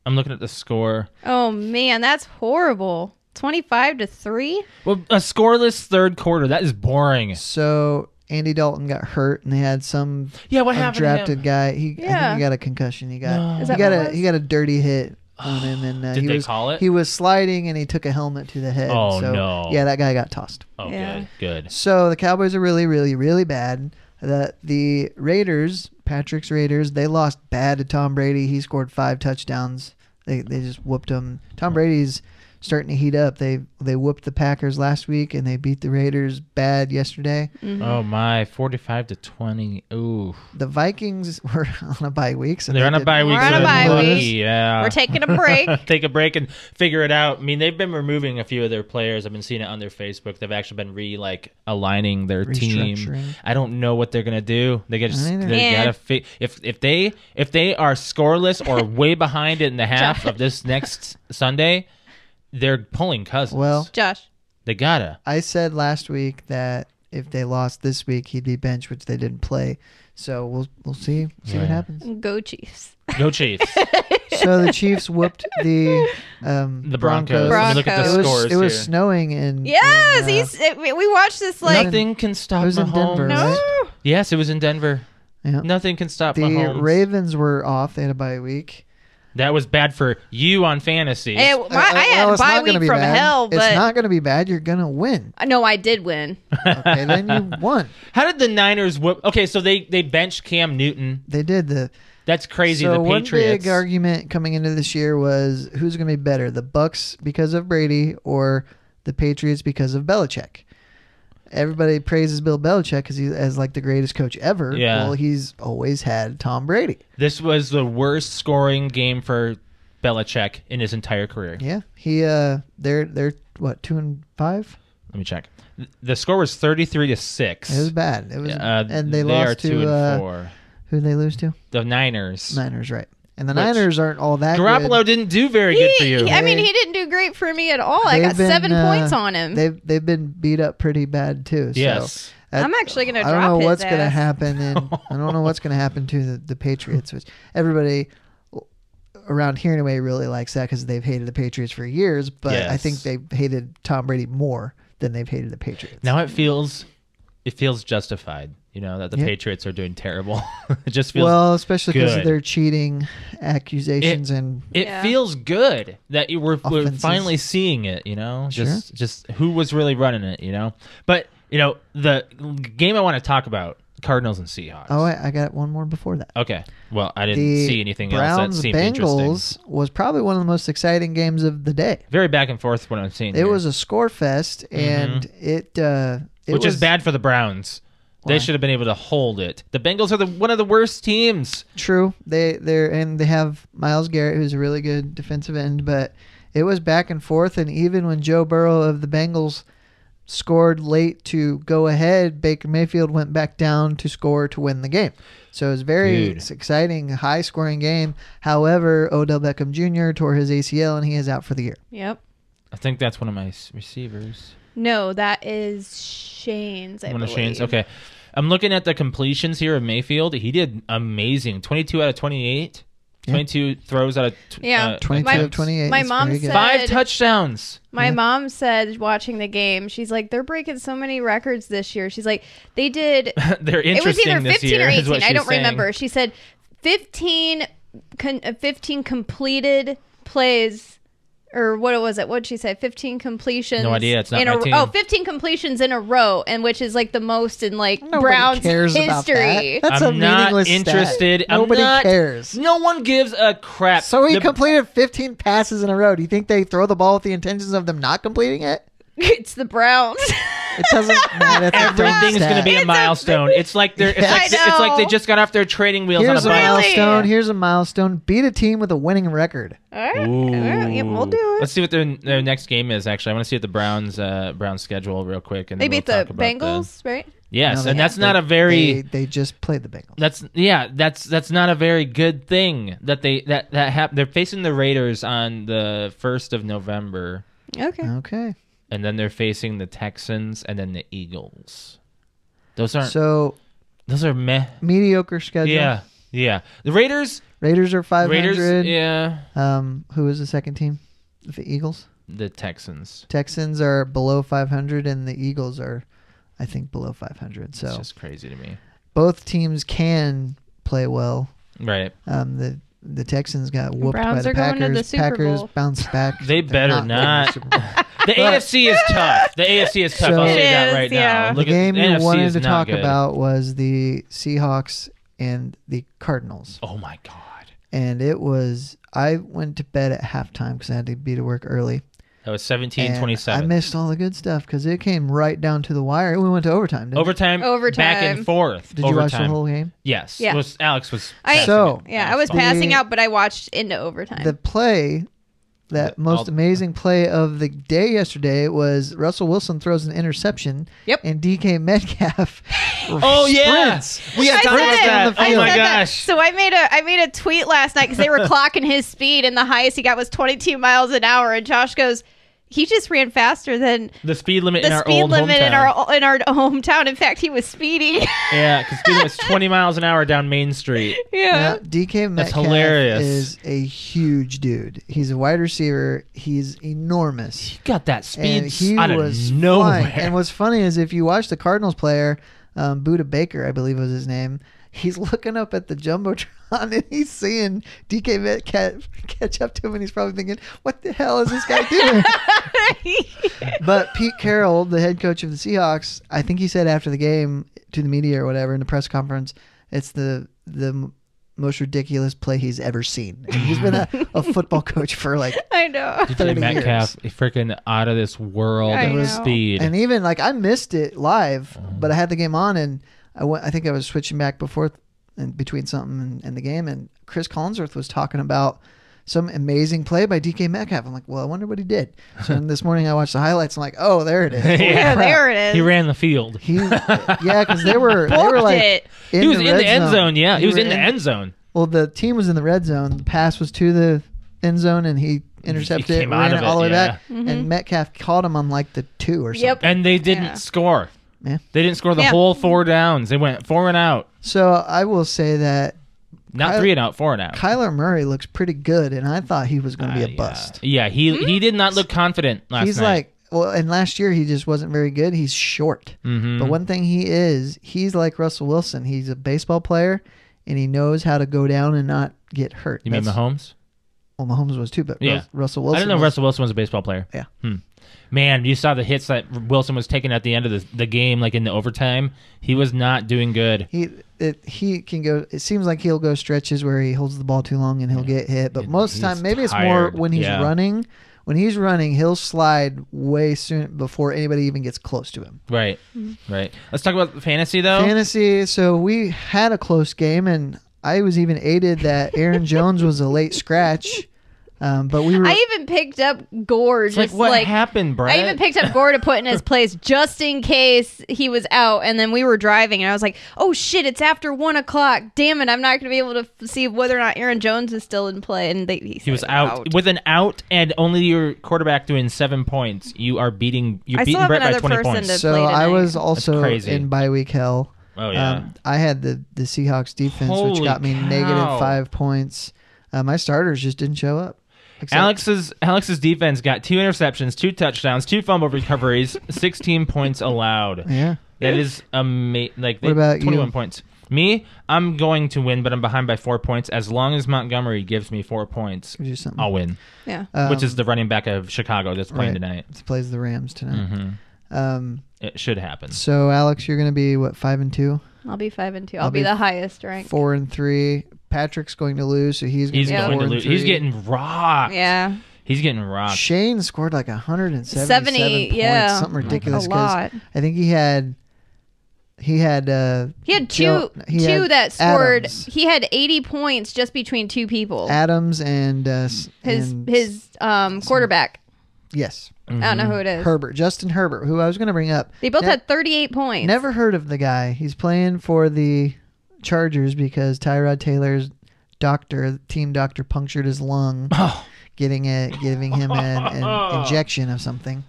Speaker 3: I'm looking at the score.
Speaker 1: oh man, that's horrible. Twenty five to three?
Speaker 3: Well, a scoreless third quarter. That is boring.
Speaker 2: So Andy Dalton got hurt, and they had some
Speaker 3: Yeah. What happened? To
Speaker 2: undrafted
Speaker 3: him?
Speaker 2: guy. He I think
Speaker 1: Yeah.
Speaker 2: he got a concussion. He got
Speaker 3: No.
Speaker 1: Is
Speaker 2: he
Speaker 1: that
Speaker 2: got
Speaker 1: what it
Speaker 2: a
Speaker 1: was?
Speaker 2: he got a dirty hit on him, and uh,
Speaker 3: Did
Speaker 2: he
Speaker 3: they
Speaker 2: was
Speaker 3: call it?
Speaker 2: he was sliding, and he took a helmet to the head.
Speaker 3: Oh,
Speaker 2: so,
Speaker 3: no.
Speaker 2: Yeah, that guy got tossed.
Speaker 3: oh,
Speaker 1: Yeah.
Speaker 3: good. Good.
Speaker 2: So the Cowboys are really, really, really bad. The the Raiders, Patrick's Raiders, they lost bad to Tom Brady. He scored five touchdowns. They they just whooped him. Tom Brady's starting to heat up. They they whooped the Packers last week and they beat the Raiders bad yesterday.
Speaker 3: Oh my. 45 to 20. Ooh.
Speaker 2: The Vikings were on a bye week, so
Speaker 3: They're
Speaker 2: they
Speaker 3: on a
Speaker 2: didn't-
Speaker 3: bye week.
Speaker 1: We're on
Speaker 3: so
Speaker 1: a bye
Speaker 3: they're
Speaker 1: week.
Speaker 3: lucky,
Speaker 2: Uh.
Speaker 3: Yeah.
Speaker 1: We're taking a break.
Speaker 3: Take a break and figure it out. I mean, they've been removing a few of their players. I've been seeing it on their Facebook. They've actually been re like aligning their team.
Speaker 2: Restructuring.
Speaker 3: I don't know what they're gonna do. They gotta just,
Speaker 2: I neither.
Speaker 3: they
Speaker 1: Yeah.
Speaker 3: gotta fi- if if they if they are scoreless or way behind in the half of this next Sunday, they're pulling cousins.
Speaker 2: Well-
Speaker 1: Josh.
Speaker 3: they gotta.
Speaker 2: I said last week that if they lost this week, he'd be benched, which they didn't play. So we'll we'll see see
Speaker 3: Yeah.
Speaker 2: what happens.
Speaker 1: Go Chiefs.
Speaker 3: Go Chiefs.
Speaker 2: So the Chiefs whooped the um,
Speaker 3: The Broncos.
Speaker 1: Broncos.
Speaker 3: Let me look at the
Speaker 2: It was
Speaker 3: scores
Speaker 2: it was
Speaker 3: here.
Speaker 2: snowing in
Speaker 1: Yes,
Speaker 2: in, uh,
Speaker 1: he's it, we- we watched this like
Speaker 3: Nothing can stop
Speaker 2: It was in
Speaker 3: Mahomes.
Speaker 2: Denver,
Speaker 1: no.
Speaker 2: right?
Speaker 3: Yes, it was in Denver.
Speaker 2: yeah.
Speaker 3: Nothing can stop
Speaker 2: the
Speaker 3: Mahomes.
Speaker 2: Ravens were off. They had a bye week.
Speaker 3: that was bad for you on fantasy.
Speaker 1: It- my- I had
Speaker 2: Uh, well,
Speaker 1: a
Speaker 2: it's
Speaker 1: bye
Speaker 2: not gonna
Speaker 1: week
Speaker 2: be
Speaker 1: from
Speaker 2: bad.
Speaker 1: hell, but
Speaker 2: it's not going to be bad. You're going to win.
Speaker 1: no, I did win.
Speaker 2: Okay, then you won.
Speaker 3: How did the Niners whoop? Okay, so they they bench Cam Newton.
Speaker 2: They did the
Speaker 3: That's crazy.
Speaker 2: So
Speaker 3: the
Speaker 2: one
Speaker 3: Patriots.
Speaker 2: big argument coming into this year was who's going to be better, the Bucks because of Brady or the Patriots because of Belichick. Everybody praises Bill Belichick because he's as like the greatest coach ever.
Speaker 3: Yeah.
Speaker 2: Well, he's always had Tom Brady.
Speaker 3: this was the worst scoring game for Belichick in his entire career.
Speaker 2: Yeah, he uh, they're they're what two and five.
Speaker 3: Let me check. Th- The score was thirty three to
Speaker 2: It was
Speaker 3: six.
Speaker 2: bad. It was,
Speaker 3: Uh,
Speaker 2: and they,
Speaker 3: are
Speaker 2: lost
Speaker 3: two
Speaker 2: to
Speaker 3: and
Speaker 2: uh,
Speaker 3: four.
Speaker 2: who they lose to
Speaker 3: The Niners.
Speaker 2: Niners, right? And the
Speaker 3: Which-
Speaker 2: Niners aren't all that.
Speaker 3: Garoppolo
Speaker 2: good.
Speaker 3: didn't do very good for
Speaker 1: He-
Speaker 3: you.
Speaker 1: I mean,
Speaker 2: They-
Speaker 1: he didn't do great for me at all. I
Speaker 2: They've
Speaker 1: got
Speaker 2: been,
Speaker 1: seven
Speaker 2: uh,
Speaker 1: points on him.
Speaker 2: They've they've been beat up pretty bad too. So.
Speaker 3: yes.
Speaker 2: That-
Speaker 1: I'm actually gonna
Speaker 2: I don't
Speaker 1: drop
Speaker 2: know
Speaker 1: his
Speaker 2: what's gonna
Speaker 1: ass.
Speaker 2: happen, and I don't know what's gonna happen to the, the Patriots, which everybody around here anyway really likes that because they've hated the Patriots for years. But I
Speaker 3: Yes.
Speaker 2: think they've hated Tom Brady more than they've hated the Patriots.
Speaker 3: Now it feels, it feels justified. You know that the
Speaker 2: Yeah.
Speaker 3: Patriots are doing terrible. it just feels
Speaker 2: well, especially because of
Speaker 3: good.
Speaker 2: their cheating accusations and
Speaker 3: It
Speaker 1: Yeah.
Speaker 3: feels good that you were, we're
Speaker 2: Offenses.
Speaker 3: finally seeing it, you know?
Speaker 2: Sure.
Speaker 3: Just just who was really running it, you know? But, you know, the game I want to talk about, Cardinals and Seahawks.
Speaker 2: oh, I, I got one more before that.
Speaker 3: okay. Well, I didn't
Speaker 2: The
Speaker 3: see anything else
Speaker 2: Browns
Speaker 3: that seemed interesting.
Speaker 2: Bengals was probably one of the most exciting games of the day.
Speaker 3: Very back and forth what I'm seeing.
Speaker 2: It
Speaker 3: here,
Speaker 2: was a score fest, and it, uh, it
Speaker 3: Mm-hmm. which
Speaker 2: was
Speaker 3: is bad for the Browns.
Speaker 2: Why?
Speaker 3: They should have been able to hold it. The Bengals are the one of the worst teams.
Speaker 2: True. They they're and they have Miles Garrett, who's a really good defensive end, but it was back and forth. And even when Joe Burrow of the Bengals scored late to go ahead. Baker Mayfield went back down to score to win the game. So it was very
Speaker 3: Dude.
Speaker 2: exciting, high scoring game. However, Odell Beckham Jr. tore his ACL and he is out for the year.
Speaker 1: Yep.
Speaker 3: I think that's one of my s- receivers.
Speaker 1: No, that is Shane's. I
Speaker 3: One of
Speaker 1: believe.
Speaker 3: Shane's. Okay. I'm looking at the completions here of Mayfield. He did amazing. 22 out of 28.
Speaker 2: Yeah.
Speaker 3: 22 throws out of tw-
Speaker 1: Yeah.
Speaker 3: uh,
Speaker 2: 22
Speaker 1: My-
Speaker 2: of 28.
Speaker 1: my
Speaker 2: is
Speaker 1: mom
Speaker 2: very good.
Speaker 1: said-
Speaker 3: Five
Speaker 1: Said-
Speaker 3: touchdowns.
Speaker 1: My
Speaker 2: Yeah.
Speaker 1: mom said watching the game, she's like, they're breaking so many records this year. She's like, they did.
Speaker 3: They're
Speaker 1: It was
Speaker 3: interesting
Speaker 1: either
Speaker 3: this
Speaker 1: 15
Speaker 3: year.
Speaker 1: or
Speaker 3: is
Speaker 1: 18.
Speaker 3: what
Speaker 1: I
Speaker 3: she's
Speaker 1: don't
Speaker 3: saying.
Speaker 1: remember. She said 15, con, uh, 15 completed plays. Or what was it? What'd she say? 15 completions.
Speaker 3: No idea. It's not
Speaker 1: in
Speaker 3: my
Speaker 1: a,
Speaker 3: team.
Speaker 1: Oh, 15 completions in a row, and which is like the most in like
Speaker 2: Nobody
Speaker 1: Browns
Speaker 2: cares about
Speaker 1: history.
Speaker 2: that. That's
Speaker 3: I'm
Speaker 2: a
Speaker 3: not
Speaker 2: meaningless stat.
Speaker 3: interested. I'm
Speaker 2: Nobody
Speaker 3: not-
Speaker 2: cares.
Speaker 3: No one gives a crap.
Speaker 2: So he
Speaker 3: The-
Speaker 2: completed 15 passes in a row. Do you think they throw the ball with the intentions of them not completing it?
Speaker 1: It's the Browns.
Speaker 2: It doesn't matter. That's a dumb
Speaker 3: Everything's
Speaker 2: stat.
Speaker 3: gonna be
Speaker 1: It's
Speaker 3: a
Speaker 1: a-
Speaker 3: milestone. It's like they're. It's
Speaker 2: I
Speaker 3: like, it's like they
Speaker 1: know.
Speaker 3: just got off their trading wheels
Speaker 2: Here's a
Speaker 3: on a bike.
Speaker 2: milestone. Here's a milestone. Beat a team with a winning record.
Speaker 1: All right. All right. Yeah, we'll do it.
Speaker 3: Let's see what their, their next game is. Actually, I want to see what the Browns uh, Browns schedule real quick. And
Speaker 1: they
Speaker 3: then
Speaker 1: beat
Speaker 3: we'll
Speaker 1: the
Speaker 3: talk about
Speaker 1: Bengals, right?
Speaker 3: yes,
Speaker 2: No, they-
Speaker 3: and that's
Speaker 2: they-
Speaker 3: not a very.
Speaker 2: They, they just played the Bengals.
Speaker 3: that's yeah. That's that's not a very good thing that they that that hap- They're facing the Raiders on the first of November,
Speaker 1: Okay.
Speaker 2: Okay.
Speaker 3: and then they're facing the Texans and then the Eagles. Those aren't.
Speaker 2: So
Speaker 3: those are meh.
Speaker 2: mediocre schedule.
Speaker 3: Yeah, yeah. The Raiders.
Speaker 2: Raiders are 500.
Speaker 3: Raiders. Yeah.
Speaker 2: Um, who is the second team? The Eagles.
Speaker 3: The Texans.
Speaker 2: Texans are below 500, and the Eagles are, I think, below 500. So
Speaker 3: It's just crazy to me.
Speaker 2: both teams can play well.
Speaker 3: Right.
Speaker 2: Um, the the Texans got whooped by
Speaker 1: Browns
Speaker 2: the
Speaker 1: are going
Speaker 2: Packers.
Speaker 1: to the Super
Speaker 2: Packers
Speaker 1: Bowl.
Speaker 2: bounced back.
Speaker 3: They
Speaker 2: They're
Speaker 3: better
Speaker 2: not winning the
Speaker 3: not.
Speaker 2: Super Bowl.
Speaker 3: The AFC is tough. The AFC is tough. I'll
Speaker 2: So-
Speaker 3: say
Speaker 2: It
Speaker 3: that
Speaker 1: is,
Speaker 3: right
Speaker 1: yeah.
Speaker 3: now.
Speaker 2: the
Speaker 3: Look
Speaker 2: game
Speaker 3: at,
Speaker 2: you
Speaker 3: the NFC
Speaker 2: wanted
Speaker 3: is
Speaker 2: to
Speaker 3: not
Speaker 2: talk
Speaker 3: good.
Speaker 2: about was the Seahawks and the Cardinals,
Speaker 3: Oh my god,
Speaker 2: and it was. I went to bed at halftime because I had to be to work early.
Speaker 3: that was 17
Speaker 2: and I
Speaker 3: 27.
Speaker 2: missed all the good stuff because it came right down to the wire. We went to overtime. Didn't
Speaker 3: Overtime, back
Speaker 1: Overtime.
Speaker 3: and forth.
Speaker 2: It? Did you
Speaker 3: overtime.
Speaker 2: watch the whole game?
Speaker 3: Yes.
Speaker 1: Yeah.
Speaker 3: Was, Alex was.
Speaker 1: I-
Speaker 3: passing
Speaker 2: So- Oh.
Speaker 3: it.
Speaker 1: Yeah, I was
Speaker 2: fine.
Speaker 1: passing
Speaker 2: The-
Speaker 1: out, but I watched into overtime.
Speaker 2: The play, that
Speaker 3: The-
Speaker 2: most
Speaker 3: all-
Speaker 2: amazing play of the day yesterday was Russell Wilson throws an interception.
Speaker 1: Yep.
Speaker 2: And DK Metcalf.
Speaker 3: Oh yeah,
Speaker 2: sprints.
Speaker 3: we
Speaker 1: I
Speaker 3: had talked
Speaker 1: said
Speaker 3: about
Speaker 1: it.
Speaker 3: that.
Speaker 2: I
Speaker 3: Oh
Speaker 2: said
Speaker 3: my
Speaker 1: said that.
Speaker 3: gosh.
Speaker 1: So I made a I made a tweet last night because they were clocking his speed, and the highest he got was 22 miles an hour. And Josh goes, he just ran faster than
Speaker 3: The speed limit in
Speaker 1: the
Speaker 3: our
Speaker 1: speed
Speaker 3: old
Speaker 1: limit
Speaker 3: hometown.
Speaker 1: in our in our hometown. In fact, he was speeding.
Speaker 3: yeah, because speed limit's 20 miles an hour down Main Street.
Speaker 2: Yeah,
Speaker 1: yeah.
Speaker 2: DK Metcalf
Speaker 3: That's hilarious.
Speaker 2: is a huge dude. He's a wide receiver. He's enormous.
Speaker 3: He got that speed
Speaker 2: and he
Speaker 3: out
Speaker 2: was
Speaker 3: of nowhere.
Speaker 2: flying. And what's funny is if you watch the Cardinals player, um, Buda Baker, I believe was his name, he's looking up at the jumbotron and he's seeing DK Metcalf catch up to him, and he's probably thinking, "What the hell is this guy doing?" but Pete Carroll, the head coach of the Seahawks, I think he said after the game to the media or whatever in the press conference, it's the the m- most ridiculous play he's ever seen. And he's been a, a football coach for like
Speaker 1: I know.
Speaker 3: DK
Speaker 2: 30
Speaker 3: Metcalf, freaking out of this world
Speaker 1: I
Speaker 3: of
Speaker 1: know.
Speaker 3: speed.
Speaker 2: And even like I missed it live,
Speaker 3: Mm-hmm.
Speaker 2: but I had the game on, and I went. I think I was switching back before and between something and, and the game, and Chris Collinsworth was talking about some amazing play by DK Metcalf. I'm like, well, I wonder what he did. So then this morning I watched the highlights. I'm like, oh, there it is. Holy
Speaker 1: Yeah,
Speaker 2: crap.
Speaker 1: there it is.
Speaker 3: he ran the field.
Speaker 2: He, yeah, because they were they were
Speaker 1: Booked
Speaker 2: like
Speaker 1: it.
Speaker 2: in
Speaker 3: he was in
Speaker 2: red
Speaker 3: the end zone. Yeah, he, was
Speaker 2: were
Speaker 3: in the end zone.
Speaker 2: Well, the team was in the red zone. The pass was to the end zone, and he intercepted it,
Speaker 3: came out
Speaker 2: ran
Speaker 3: of
Speaker 2: it all the
Speaker 3: it,
Speaker 2: way
Speaker 3: yeah.
Speaker 2: back, and Metcalf caught him on like the two or something.
Speaker 1: Mm-hmm. Yep.
Speaker 3: And they didn't
Speaker 1: Yeah.
Speaker 3: score.
Speaker 2: Yeah.
Speaker 3: They didn't score the
Speaker 1: Yeah.
Speaker 3: whole four downs. They went four and out.
Speaker 2: So I will say that
Speaker 3: Not
Speaker 2: Kyler-
Speaker 3: three and out, four and out.
Speaker 2: Kyler Murray looks pretty good, and I thought he was going to
Speaker 3: Uh,
Speaker 2: be a bust.
Speaker 3: Yeah, Yeah, he
Speaker 1: Hmm?
Speaker 3: he did not look confident last
Speaker 2: He's
Speaker 3: night.
Speaker 2: like, well, and last year he just wasn't very good. He's short,
Speaker 3: Mhm.
Speaker 2: but one thing he is, he's like Russell Wilson. He's a baseball player, and he knows how to go down and not get hurt.
Speaker 3: you mean
Speaker 2: That's-
Speaker 3: Mahomes?
Speaker 2: Well, Mahomes was too, but
Speaker 3: Yeah.
Speaker 2: Rus-
Speaker 3: I
Speaker 2: Russell Wilson.
Speaker 3: didn't know
Speaker 2: was-
Speaker 3: Russell Wilson was a baseball player.
Speaker 2: Yeah.
Speaker 3: Hmm. Man, you saw the hits that Wilson was taking at the end of the, the game, like in the overtime. He was not doing good.
Speaker 2: He it, he can go. It seems like he'll go stretches where he holds the ball too long and he'll get hit. But
Speaker 3: And
Speaker 2: most of the
Speaker 3: he's
Speaker 2: time, maybe it's more
Speaker 3: tired.
Speaker 2: when he's
Speaker 3: Yeah.
Speaker 2: running. When he's running, he'll slide way soon before anybody even gets close to him.
Speaker 3: Right.
Speaker 1: Hmm.
Speaker 3: Right. Let's talk about fantasy
Speaker 1: Oh.
Speaker 3: though.
Speaker 2: Fantasy. So we had a close game, and I was even aided that Aaron Jones was a late scratch. Um, but we were.
Speaker 1: I even picked up Gore.
Speaker 3: It's
Speaker 1: just
Speaker 3: like what happened, Brad?
Speaker 1: I even picked up Gore to put in his place just in case he was out. And then we were driving, and I was like, "Oh shit, it's after one o'clock. Damn it, I'm not going to be able to f- see whether or not Aaron Jones is still in play." And they, he,
Speaker 3: He was out. with an out and only your quarterback doing seven points. You are beating. You're
Speaker 1: I still
Speaker 3: beating
Speaker 1: have
Speaker 3: Brett by
Speaker 1: another
Speaker 3: twenty
Speaker 1: person
Speaker 3: points.
Speaker 1: to-
Speaker 2: so
Speaker 1: played
Speaker 2: I
Speaker 1: tonight.
Speaker 2: was also
Speaker 3: crazy.
Speaker 2: in bye week hell. Um,
Speaker 3: oh yeah.
Speaker 2: I had the the Seahawks defense, which
Speaker 3: Holy
Speaker 2: got me negative
Speaker 3: cow.
Speaker 2: five points. Uh, my starters just didn't show up. Except-
Speaker 3: Alex's Alex's defense got two interceptions, two touchdowns, two fumble recoveries, sixteen points allowed.
Speaker 2: Yeah.
Speaker 3: That is amazing. Like
Speaker 2: What about you?
Speaker 3: twenty-one points. Me, I'm going to win, but I'm behind by four points. As long as Montgomery gives me four points,
Speaker 2: Or do something.
Speaker 3: I'll win.
Speaker 1: yeah.
Speaker 3: Oh, Which is
Speaker 2: Um,
Speaker 3: the running back of Chicago that's playing
Speaker 2: right.
Speaker 3: tonight.
Speaker 2: It plays the Rams tonight.
Speaker 3: hmm
Speaker 2: Um,
Speaker 3: It should happen.
Speaker 2: so Alex, you're going to be what five and two,
Speaker 1: I'll be five and two.
Speaker 2: I'll
Speaker 1: will be,
Speaker 2: be
Speaker 1: the highest rank.
Speaker 2: four and three. Patrick's going to lose, so he's, gonna
Speaker 3: He's
Speaker 2: be
Speaker 1: Yeah.
Speaker 3: going
Speaker 2: four
Speaker 3: to
Speaker 2: and
Speaker 3: lose. He's
Speaker 2: three.
Speaker 3: getting rocked.
Speaker 1: Yeah,
Speaker 3: He's getting rocked.
Speaker 2: Shane scored like 177
Speaker 1: 70,
Speaker 2: points,
Speaker 1: Uh, yeah.
Speaker 2: something
Speaker 1: a
Speaker 2: ridiculous. 'cause
Speaker 1: lot.
Speaker 2: I think he had he had uh
Speaker 1: He had two,
Speaker 2: Joe- he
Speaker 1: two
Speaker 2: had
Speaker 1: that scored.
Speaker 2: Adams.
Speaker 1: He had eighty points just between two people.
Speaker 2: Adams and uh, s-
Speaker 1: his
Speaker 2: and-
Speaker 1: his um quarterback.
Speaker 2: yes
Speaker 1: I don't know
Speaker 3: Mm-hmm.
Speaker 1: who it is.
Speaker 2: Herbert Justin Herbert, who I was going to bring up.
Speaker 1: They both
Speaker 2: Ne-
Speaker 1: had thirty eight points.
Speaker 2: never heard of the guy. He's playing for the Chargers because Tyrod Taylor's doctor, team doctor, punctured his lung,
Speaker 3: Oh.
Speaker 2: getting a giving him an, an injection of something.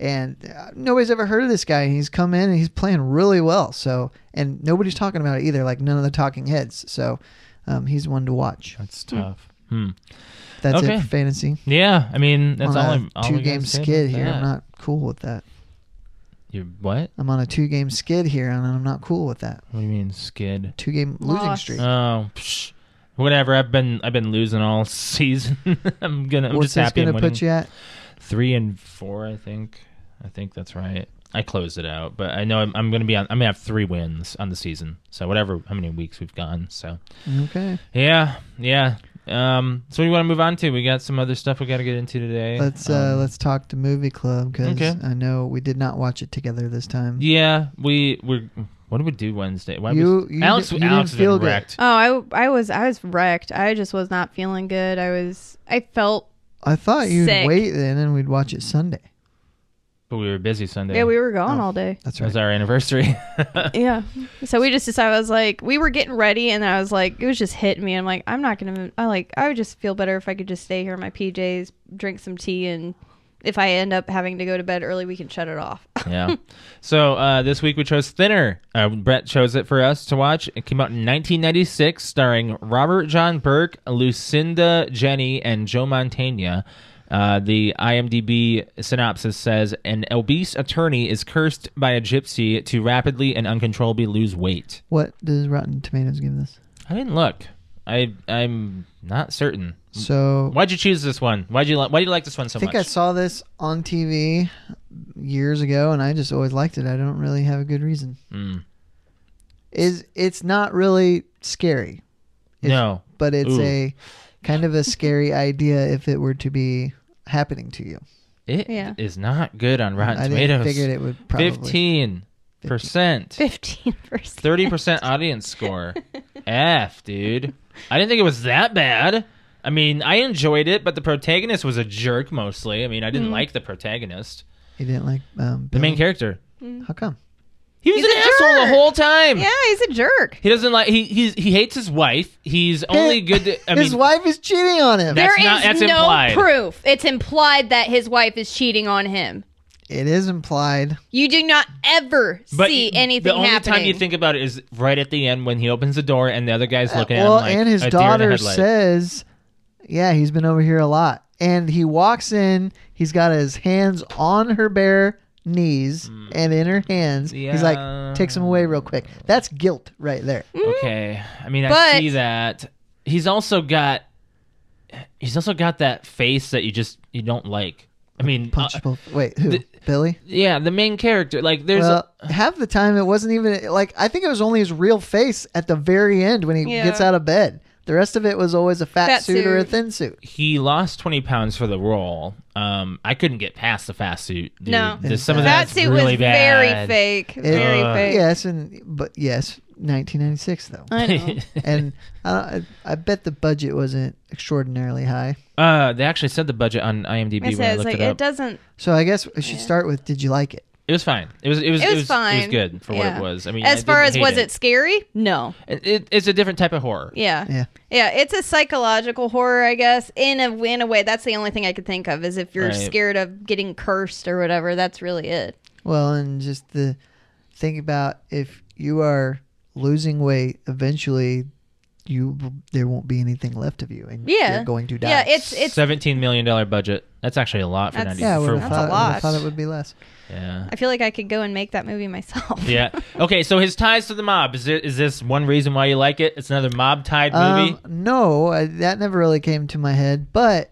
Speaker 2: And uh, nobody's ever heard of this guy, and he's come in and he's playing really well. So, and nobody's talking about it either, like none of the talking heads. So, um, he's one to watch.
Speaker 3: That's tough. Hmm.
Speaker 2: That's
Speaker 3: Okay.
Speaker 2: it for fantasy.
Speaker 3: Yeah, I mean that's
Speaker 2: on
Speaker 3: all.
Speaker 2: a
Speaker 3: I'm, all I
Speaker 2: two
Speaker 3: gotta
Speaker 2: game
Speaker 3: say about
Speaker 2: skid here.
Speaker 3: that.
Speaker 2: I'm not cool with that.
Speaker 3: You're what?
Speaker 2: I'm on a two game skid here, and I'm not cool with that.
Speaker 3: What do you mean skid?
Speaker 2: Two game losing
Speaker 1: Loss.
Speaker 2: streak.
Speaker 3: Oh, psh, whatever. I've been I've been losing all season. I'm gonna. I'm just
Speaker 2: What's this
Speaker 3: happy.
Speaker 2: going
Speaker 3: I'm
Speaker 2: to
Speaker 3: winning.
Speaker 2: put you at?
Speaker 3: Three and four, I think. I think that's right. I closed it out, but I know I'm, I'm gonna be on. I'm gonna have three wins on the season. So whatever, how many weeks we've gone. So
Speaker 2: Okay.
Speaker 3: yeah, yeah. Um, so we want to move on to. We got some other stuff we got to get into today.
Speaker 2: Let's uh,
Speaker 3: Um,
Speaker 2: let's talk to movie club because
Speaker 3: Okay.
Speaker 2: I know we did not watch it together this time.
Speaker 3: Yeah, we we. What did we do Wednesday? Why
Speaker 2: You-
Speaker 3: was,
Speaker 2: you
Speaker 3: Alex,
Speaker 2: di- you didn't
Speaker 3: Alex has been
Speaker 2: feel good.
Speaker 3: wrecked.
Speaker 1: Oh, I, I was I was wrecked. I just was not feeling good. I was I felt
Speaker 2: I thought you'd
Speaker 1: Sick.
Speaker 2: wait then and we'd watch it Sunday.
Speaker 3: But we were busy Sunday.
Speaker 1: yeah we were gone
Speaker 2: Oh.
Speaker 1: all day.
Speaker 2: That's
Speaker 3: It
Speaker 2: right.
Speaker 3: was our anniversary.
Speaker 1: Yeah, so we just decided I was like we were getting ready and I was like it was just hitting me. I'm like I'm not gonna I like I would just feel better if I could just stay here in my PJs, drink some tea, and if I end up having to go to bed early, we can shut it off.
Speaker 3: yeah. So uh, this week we chose Thinner. Uh, Brett chose it for us to watch. It came out in 1996, starring Robert John Burke, Lucinda Jenny, and Joe Montana. Uh, the IMDb synopsis says an obese attorney is cursed by a gypsy to rapidly and uncontrollably lose weight.
Speaker 2: What does Rotten Tomatoes give this?
Speaker 3: I didn't look. I I'm not certain.
Speaker 2: So
Speaker 3: Why'd you choose this one? Why'd you li- why do you like this one Mm, so
Speaker 2: I think
Speaker 3: much?
Speaker 2: I saw this on TV years ago, and I just always liked it. I don't really have a good reason.
Speaker 3: Mm.
Speaker 2: Is it's not really scary, If-
Speaker 3: no.
Speaker 2: but it's
Speaker 3: Ooh.
Speaker 2: a kind of a scary idea if it were to be happening to you.
Speaker 3: It
Speaker 1: Yeah.
Speaker 3: is not good on Rotten
Speaker 2: I
Speaker 3: Tomatoes.
Speaker 2: didn't figured it would probably.
Speaker 3: Fifteen percent,
Speaker 1: Fifteen percent.
Speaker 3: thirty percent audience score. F, dude. I didn't think it was that bad. I mean, I enjoyed it, but the protagonist was a jerk mostly. I mean, I didn't like the protagonist,
Speaker 2: You didn't like um,
Speaker 3: the main
Speaker 2: Billy?
Speaker 3: character.
Speaker 2: How come?
Speaker 3: He was
Speaker 1: He's
Speaker 3: an
Speaker 1: a
Speaker 3: asshole
Speaker 1: jerk.
Speaker 3: the whole time.
Speaker 1: Yeah, he's a jerk.
Speaker 3: He doesn't like he he's, he hates his wife. He's only good. To, I
Speaker 2: his
Speaker 3: mean,
Speaker 2: wife is cheating on him.
Speaker 3: That-
Speaker 1: There
Speaker 3: That's
Speaker 1: is
Speaker 3: not- that's
Speaker 1: no
Speaker 3: implied.
Speaker 1: proof. It's implied that his wife is cheating on him.
Speaker 2: it is implied.
Speaker 1: You do not ever
Speaker 3: but
Speaker 1: see
Speaker 3: y-
Speaker 1: anything
Speaker 3: The only
Speaker 1: happening.
Speaker 3: time you think about it is right at the end when he opens the door and the other guy's looking
Speaker 2: Uh, well,
Speaker 3: at him like
Speaker 2: and his
Speaker 3: a deer in the
Speaker 2: daughter
Speaker 3: headlight.
Speaker 2: says, "Yeah, he's been over here a lot." And he walks in. He's got his hands on her bare knees and in her hands. He's
Speaker 3: Hmm. Yeah. Hmm.
Speaker 2: like, takes him away real quick. That's guilt right there.
Speaker 3: Okay. I mean, I
Speaker 1: Mm-hmm. But-
Speaker 3: see that. He's also got he's also got that face that you just you don't like. I mean, uh,
Speaker 2: Punchable. Wait, who?
Speaker 3: the-
Speaker 2: Billy.
Speaker 3: yeah, the main character. Like there's
Speaker 2: Well, half the time it wasn't even like I think it was only his real face at the very end when he
Speaker 1: Yeah.
Speaker 2: gets out of bed. The rest of it was always a fat,
Speaker 1: Fat
Speaker 2: suit or a
Speaker 1: suit.
Speaker 2: thin suit.
Speaker 3: a, he lost 20 pounds for the role. Um I couldn't get past the fast suit. dude.
Speaker 1: No.
Speaker 3: The- some of
Speaker 1: that
Speaker 3: that's
Speaker 1: suit
Speaker 3: really
Speaker 1: was very
Speaker 3: bad.
Speaker 1: fake.
Speaker 2: It-
Speaker 1: very
Speaker 3: Uh,
Speaker 1: fake.
Speaker 2: Yes, and but yes, 1996 though,
Speaker 1: I know.
Speaker 2: and I, I bet the budget wasn't extraordinarily high.
Speaker 3: uh, they actually said the budget on IMDb
Speaker 1: I
Speaker 3: when I
Speaker 1: said, it's
Speaker 3: looked
Speaker 1: like,
Speaker 3: it up.
Speaker 1: it doesn't.
Speaker 2: So I guess we should
Speaker 1: Yeah.
Speaker 2: start with did you like it?
Speaker 3: It was fine. It was it was
Speaker 1: It was
Speaker 3: It was
Speaker 1: fine.
Speaker 3: good for what
Speaker 1: Yeah.
Speaker 3: it was. I mean,
Speaker 1: As
Speaker 3: I
Speaker 1: far
Speaker 3: didn't
Speaker 1: as
Speaker 3: hate
Speaker 1: was it. scary? No.
Speaker 3: It, it- it's a different type of horror.
Speaker 1: Yeah.
Speaker 2: Yeah.
Speaker 1: Yeah, it's a psychological horror, I guess. In a in a way, that's the only thing I could think of is if you're
Speaker 3: Right.
Speaker 1: scared of getting cursed or whatever. That's really it.
Speaker 2: Well, and just the think about if you are losing weight, eventually you there won't be anything left of you, and
Speaker 1: Yeah.
Speaker 2: you're going to die.
Speaker 1: Yeah, it's it's.
Speaker 3: Seventeen million dollar budget. That's actually a lot for
Speaker 1: That's-
Speaker 3: ninety.
Speaker 2: yeah. I
Speaker 3: for,
Speaker 2: would've
Speaker 1: That's a
Speaker 2: thought, I would've
Speaker 1: lot.
Speaker 2: thought it would be less.
Speaker 3: yeah.
Speaker 1: I feel like I could go and make that movie myself.
Speaker 3: Yeah. Okay. So his ties to the mob is it, is this one reason why you like it? It's another mob tied movie.
Speaker 2: Um, no, I, that never really came to my head, but.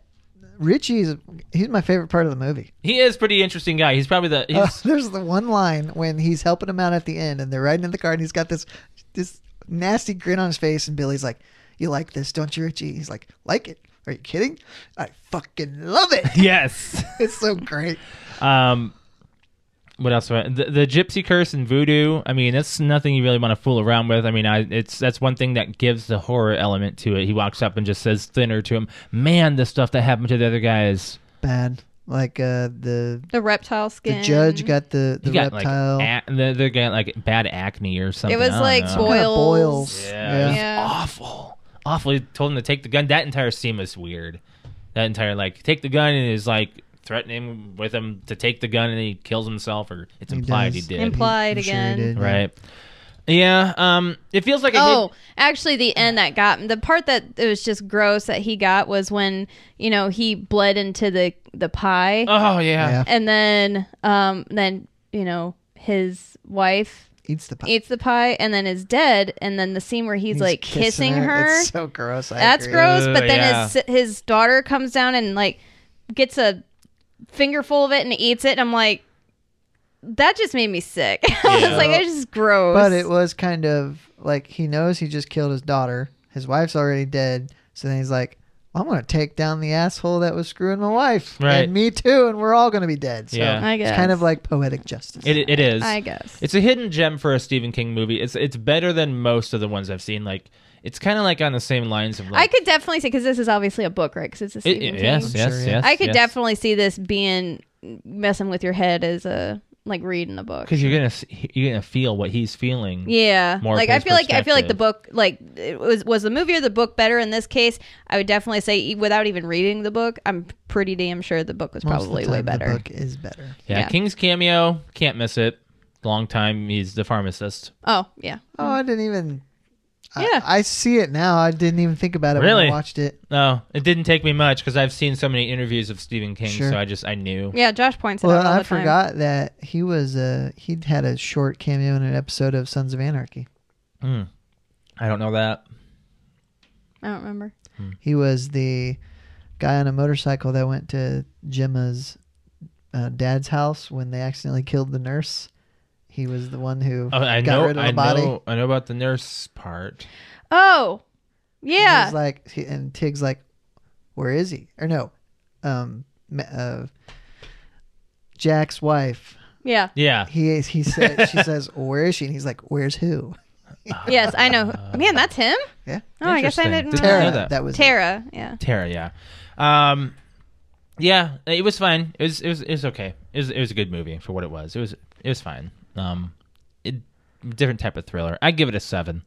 Speaker 2: Richie's he's my favorite part of the movie.
Speaker 3: he is pretty interesting guy. He's probably the
Speaker 2: Uh,
Speaker 3: he's,
Speaker 2: there's the one line when he's helping him out at the end and they're riding in the car and he's got this this nasty grin on his face and Billy's like, You like this, don't you, Richie? He's like, Like it? Are you kidding? I fucking love it.
Speaker 3: yes.
Speaker 2: it's so great.
Speaker 3: Um, what else? do I- The, the gypsy curse and voodoo. I mean, that's nothing you really want to fool around with. I mean, I it's that's one thing that gives the horror element to it. He walks up and just says thinner to him. Man, the stuff that happened to the other guy is
Speaker 2: Bad. Like uh the
Speaker 1: The reptile
Speaker 2: the
Speaker 1: skin.
Speaker 2: judge got the, the
Speaker 3: he got
Speaker 2: reptile.
Speaker 3: like ac- the other guy had, like bad acne or something.
Speaker 1: It was
Speaker 3: I don't
Speaker 1: like
Speaker 3: know.
Speaker 2: Some kind of
Speaker 1: boils.
Speaker 2: boils.
Speaker 3: Yeah, it was
Speaker 1: Yeah.
Speaker 3: awful, awful. He told him to take the gun. That entire scene was weird. That entire like take the gun and is like threatening him with him to take the gun and he kills himself or it's
Speaker 2: He
Speaker 3: implied
Speaker 2: does.
Speaker 3: he did.
Speaker 1: Implied
Speaker 2: I'm sure he
Speaker 1: again.
Speaker 2: did, yeah.
Speaker 3: Right. Yeah. Um. It feels like.
Speaker 1: oh,
Speaker 3: It
Speaker 1: actually, the end that got the part that it was just gross that he got was when you know he bled into the the pie,
Speaker 3: did, oh yeah.
Speaker 2: Yeah.
Speaker 1: and then um then you know his wife
Speaker 2: Eats the pie.
Speaker 1: eats the pie and then is dead, and then the scene where he's, like kissing, her.
Speaker 2: It's so gross. I
Speaker 1: That's
Speaker 2: agree.
Speaker 1: gross.
Speaker 3: Ugh,
Speaker 1: But then
Speaker 3: yeah.
Speaker 1: his his daughter comes down and like gets a fingerful of it and eats it. And I'm like, that just made me sick. I
Speaker 3: Yeah.
Speaker 1: was like, it's just gross.
Speaker 2: But it was kind of like he knows he just killed his daughter. His wife's already dead. So then he's like, well, I'm going to take down the asshole that was screwing my wife.
Speaker 3: Right.
Speaker 2: And me too. And we're all going to be dead. So
Speaker 3: Yeah.
Speaker 1: I
Speaker 2: it's
Speaker 1: guess.
Speaker 2: kind of like poetic justice.
Speaker 3: It, it is.
Speaker 1: I guess.
Speaker 3: It's a hidden gem for a Stephen King movie. It's it's better than most of the ones I've seen. Like it's kind of like on the same lines of
Speaker 1: I
Speaker 3: like.
Speaker 1: could definitely see because this is obviously a book, right? Because it's a
Speaker 3: it-
Speaker 1: Stephen
Speaker 3: it-
Speaker 1: King.
Speaker 3: yes,
Speaker 2: I'm
Speaker 3: yes,
Speaker 2: sure, yeah.
Speaker 3: yes.
Speaker 1: I could
Speaker 3: yes.
Speaker 1: definitely see this being messing with your head as a like reading a book.
Speaker 3: because you're gonna s- you're gonna feel what he's feeling.
Speaker 1: Yeah,
Speaker 3: more
Speaker 1: like
Speaker 3: of
Speaker 1: I
Speaker 3: his
Speaker 1: feel like I feel like the
Speaker 3: perspective.
Speaker 1: book, like it was was the movie or the book better in this case? I would definitely say e- without even reading the book, I'm pretty damn sure the book was
Speaker 2: Most of the
Speaker 1: probably
Speaker 2: time,
Speaker 1: way
Speaker 2: The
Speaker 1: better.
Speaker 2: book is better.
Speaker 3: Yeah,
Speaker 1: Yeah.
Speaker 3: King's cameo can't miss it. Long time he's the pharmacist.
Speaker 1: Oh yeah,
Speaker 2: Oh, I didn't even. I-
Speaker 1: Yeah.
Speaker 2: I, see it now. I didn't even think about it when
Speaker 3: Really?
Speaker 2: I watched it.
Speaker 3: No, it didn't take me much because I've seen so many interviews of Stephen King,
Speaker 2: Sure.
Speaker 3: so I just I knew.
Speaker 1: yeah. Josh points it
Speaker 2: Well,
Speaker 1: out all
Speaker 2: I
Speaker 1: the time.
Speaker 2: forgot that he was uh he'd had a short cameo in an episode of Sons of Anarchy.
Speaker 3: Mm. I don't know that.
Speaker 1: I don't remember.
Speaker 2: He was the guy on a motorcycle that went to Gemma's uh, dad's house when they accidentally killed the nurse. He was the one who
Speaker 3: Oh, I
Speaker 2: got
Speaker 3: know.
Speaker 2: rid of the
Speaker 3: I
Speaker 2: body.
Speaker 3: know. I know about the nurse part.
Speaker 1: Oh,
Speaker 2: He
Speaker 1: yeah.
Speaker 2: was like, he- and Tig's like, where is he? Or no, um, Ma- uh, Jack's wife.
Speaker 1: yeah.
Speaker 3: Yeah.
Speaker 2: He he said she says where is she? And he's like, where's who?
Speaker 1: Yes, I know.
Speaker 3: Uh,
Speaker 1: Man, that's him.
Speaker 2: Yeah.
Speaker 1: Oh, I guess I
Speaker 3: Interesting.
Speaker 1: didn't.
Speaker 3: Didn't
Speaker 1: Remember.
Speaker 3: know
Speaker 2: Tara.
Speaker 3: that.
Speaker 2: That. was it.
Speaker 1: Tara. Yeah.
Speaker 3: Tara, yeah. Um yeah, it was fine. It was it was it was okay. It was it was a good movie for what it was. It was it was fine. Um it, different type of thriller. I give it a 7.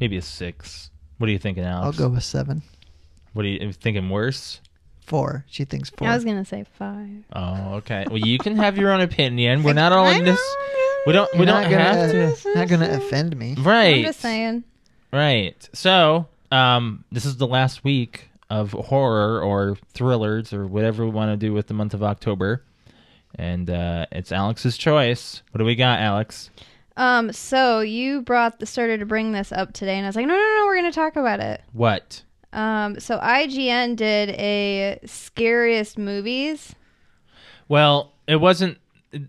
Speaker 3: Maybe a 6. What are you thinking,
Speaker 2: I'll
Speaker 3: Alex?
Speaker 2: go with seven,
Speaker 3: What are you thinking worse?
Speaker 2: four. She thinks four.
Speaker 1: I was gonna say five.
Speaker 3: Oh, okay. Well, you can have your own opinion. We're not all in this. We don't we
Speaker 2: You're
Speaker 3: don't
Speaker 2: not gonna,
Speaker 3: have to.
Speaker 2: Not gonna offend me.
Speaker 3: Right.
Speaker 1: I'm just saying.
Speaker 3: Right. So, um, this is the last week of horror or thrillers or whatever we want to do with the month of October. And uh, it's Alex's choice. What do we got, Alex?
Speaker 1: Um. So you brought the started to bring this up today, and I was like, no, no, no. We're gonna talk about it.
Speaker 3: What?
Speaker 1: Um, so IGN did a scariest movies.
Speaker 3: Well, it wasn't.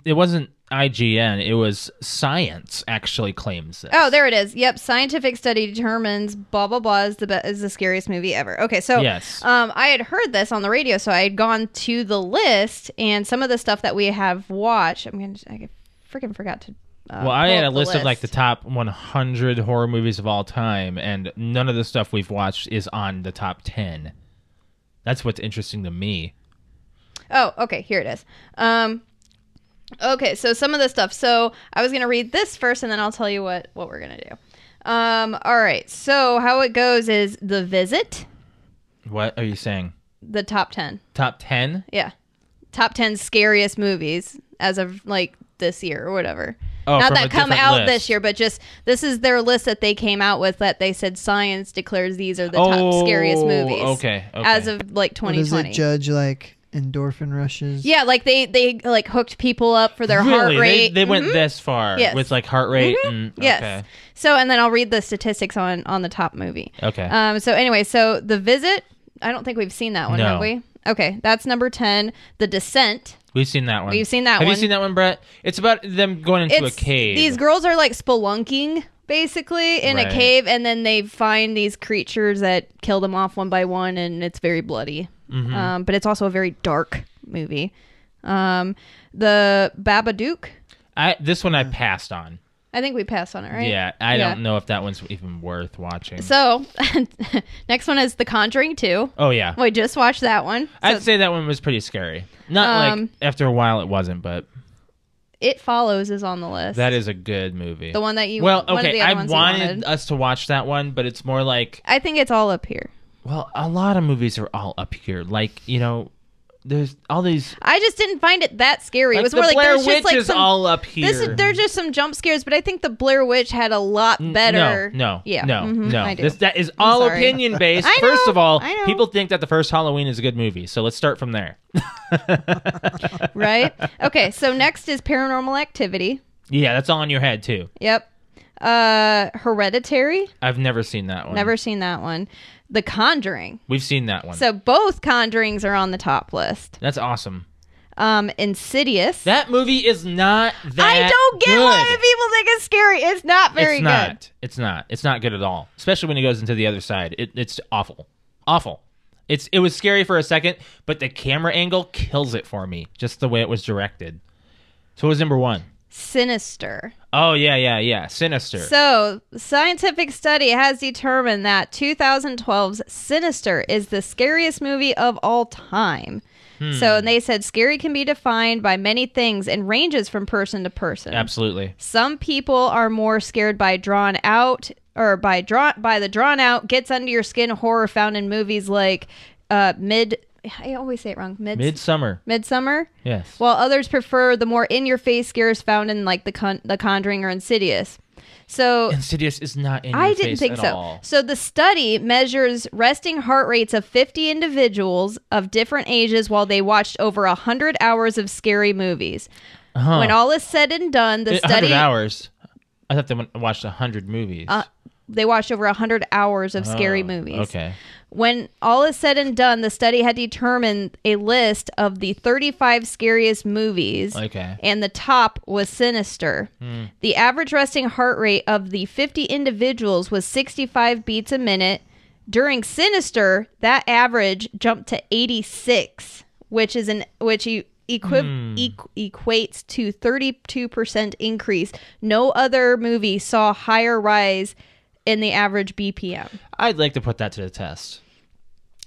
Speaker 3: It wasn't IGN. It was Science actually claims this.
Speaker 1: Oh, there it is. Yep, scientific study determines blah blah blah is the be- is the scariest movie ever. Okay, so
Speaker 3: Yes.
Speaker 1: um, I had heard this on the radio, so I had gone to the list and some of the stuff that we have watched. I'm gonna I freaking forgot to Uh,
Speaker 3: Well, I
Speaker 1: pull
Speaker 3: had a
Speaker 1: up the
Speaker 3: list, of like the top 100 horror movies of all time, and none of the stuff we've watched is on the top 10. That's what's interesting to me.
Speaker 1: Oh, okay. Here it is. Um, okay, so some of the stuff. So I was gonna read this first, and then I'll tell you what what we're gonna do. Um, all right. So how it goes is the visit,
Speaker 3: What are you saying?
Speaker 1: the top ten.
Speaker 3: Top 10?
Speaker 1: Yeah, top ten scariest movies as of like this year or whatever.
Speaker 3: Oh,
Speaker 1: Not
Speaker 3: from
Speaker 1: that
Speaker 3: a
Speaker 1: come
Speaker 3: different
Speaker 1: out
Speaker 3: list.
Speaker 1: this year, but just this is their list that they came out with that they said science declares these are the top scariest
Speaker 3: Oh,
Speaker 1: movies
Speaker 3: Okay, okay.
Speaker 1: as of like
Speaker 2: What
Speaker 1: 2020.
Speaker 2: does it judge like endorphin rushes?
Speaker 1: Yeah, like they they like hooked people up for their
Speaker 3: really?
Speaker 1: heart
Speaker 3: They-
Speaker 1: rate.
Speaker 3: They, went
Speaker 1: Mhm.
Speaker 3: this far
Speaker 1: Yes. Mm-hmm.
Speaker 3: with like heart rate. And,
Speaker 1: Yes. So and then I'll read the statistics on on the top movie.
Speaker 3: Okay. okay.
Speaker 1: Um. So anyway, so the visit. I don't think we've seen that one,
Speaker 3: No.
Speaker 1: have we? Okay, that's number ten. The descent.
Speaker 3: we've seen that one.
Speaker 1: We've seen that
Speaker 3: Have
Speaker 1: one.
Speaker 3: you seen that one, Brett? It's about them going into
Speaker 1: It's
Speaker 3: a cave.
Speaker 1: these girls are like spelunking basically in a
Speaker 3: Right.
Speaker 1: cave, and then they find these creatures that kill them off one by one, and it's very bloody.
Speaker 3: Mm-hmm.
Speaker 1: Um, but it's also a very dark movie. Um, the Babadook.
Speaker 3: I, this one I passed on.
Speaker 1: I think we passed on it, right?
Speaker 3: Yeah, I
Speaker 1: Yeah.
Speaker 3: don't know if that one's even worth watching.
Speaker 1: So, next one is The Conjuring 2.
Speaker 3: oh yeah,
Speaker 1: We just watched that one. So
Speaker 3: I'd say that one was pretty scary. Not
Speaker 1: Um,
Speaker 3: like after a while it wasn't, but
Speaker 1: It Follows is on the list.
Speaker 3: that is a good movie.
Speaker 1: the one that you
Speaker 3: well,
Speaker 1: one of
Speaker 3: okay,
Speaker 1: the other
Speaker 3: I
Speaker 1: ones
Speaker 3: wanted, uh,
Speaker 1: you
Speaker 3: us to watch that one, but it's more like
Speaker 1: I think it's all up here.
Speaker 3: well, a lot of movies are all up here. Like you know, there's all these.
Speaker 1: I just didn't find it that scary.
Speaker 3: Like,
Speaker 1: it was
Speaker 3: the
Speaker 1: more like
Speaker 3: Blair
Speaker 1: there's
Speaker 3: Witch
Speaker 1: just like
Speaker 3: is
Speaker 1: some
Speaker 3: all up here.
Speaker 1: this is there's just some jump scares, but I think the Blair Witch had a lot
Speaker 3: N-
Speaker 1: better.
Speaker 3: No, no,
Speaker 1: yeah,
Speaker 3: no,
Speaker 1: mhm,
Speaker 3: no.
Speaker 1: I do.
Speaker 3: This, that is all
Speaker 1: sorry.
Speaker 3: opinion based.
Speaker 1: I
Speaker 3: First
Speaker 1: know,
Speaker 3: of all,
Speaker 1: I know.
Speaker 3: people think that the first Halloween is a good movie, so let's start from there.
Speaker 1: right? Okay, so next is Paranormal Activity.
Speaker 3: Yeah, that's all in your head too.
Speaker 1: Yep. Uh, Hereditary.
Speaker 3: I've never seen that one.
Speaker 1: Never seen that one. The Conjuring.
Speaker 3: We've seen that one.
Speaker 1: So both Conjurings are on the top list.
Speaker 3: that's awesome.
Speaker 1: Um, Insidious.
Speaker 3: That movie is not that.
Speaker 1: I don't get
Speaker 3: good.
Speaker 1: why people think it's scary. It's not very
Speaker 3: it's
Speaker 1: good.
Speaker 3: not. It's not. It's not good at all. Especially when it goes into the other side. It, it's awful. Awful. It's it was scary for a second, but the camera angle kills it for me. Just the way it was directed. So it was number one.
Speaker 1: Sinister.
Speaker 3: Oh yeah, yeah, yeah. Sinister.
Speaker 1: So, scientific study has determined that 2012's Sinister is the scariest movie of all time.
Speaker 3: Hmm.
Speaker 1: So, and they said scary can be defined by many things and ranges from person to person.
Speaker 3: Absolutely.
Speaker 1: Some people are more scared by drawn out or by drawn by the drawn out gets under your skin horror found in movies like uh, mid. I always say it wrong. Mid.
Speaker 3: Midsummer.
Speaker 1: Midsummer.
Speaker 3: Yes.
Speaker 1: While others prefer the more in your face scares found in like the con- the Conjuring or Insidious. So
Speaker 3: Insidious is not in.
Speaker 1: I
Speaker 3: your
Speaker 1: didn't
Speaker 3: face
Speaker 1: think
Speaker 3: at
Speaker 1: so.
Speaker 3: all.
Speaker 1: So the study measures resting heart rates of 50 individuals of different ages while they watched over 100 hours of scary movies.
Speaker 3: Huh.
Speaker 1: When all is said and done, the
Speaker 3: Uh-huh. A hundred
Speaker 1: study
Speaker 3: hours. I thought they went, watched hundred movies.
Speaker 1: Uh, they watched over 100 hours of scary
Speaker 3: Oh,
Speaker 1: movies.
Speaker 3: Okay.
Speaker 1: When all is said and done, the study had determined a list of the 35 scariest movies.
Speaker 3: Okay.
Speaker 1: and the top was sinister. The average resting heart rate of the 50 individuals was 65 beats a minute. During sinister, that average jumped to 86, which is an which e- equi- equ- equates to 32% increase. No other movie saw higher rise in the average BPM.
Speaker 3: I'd like to put that to the test.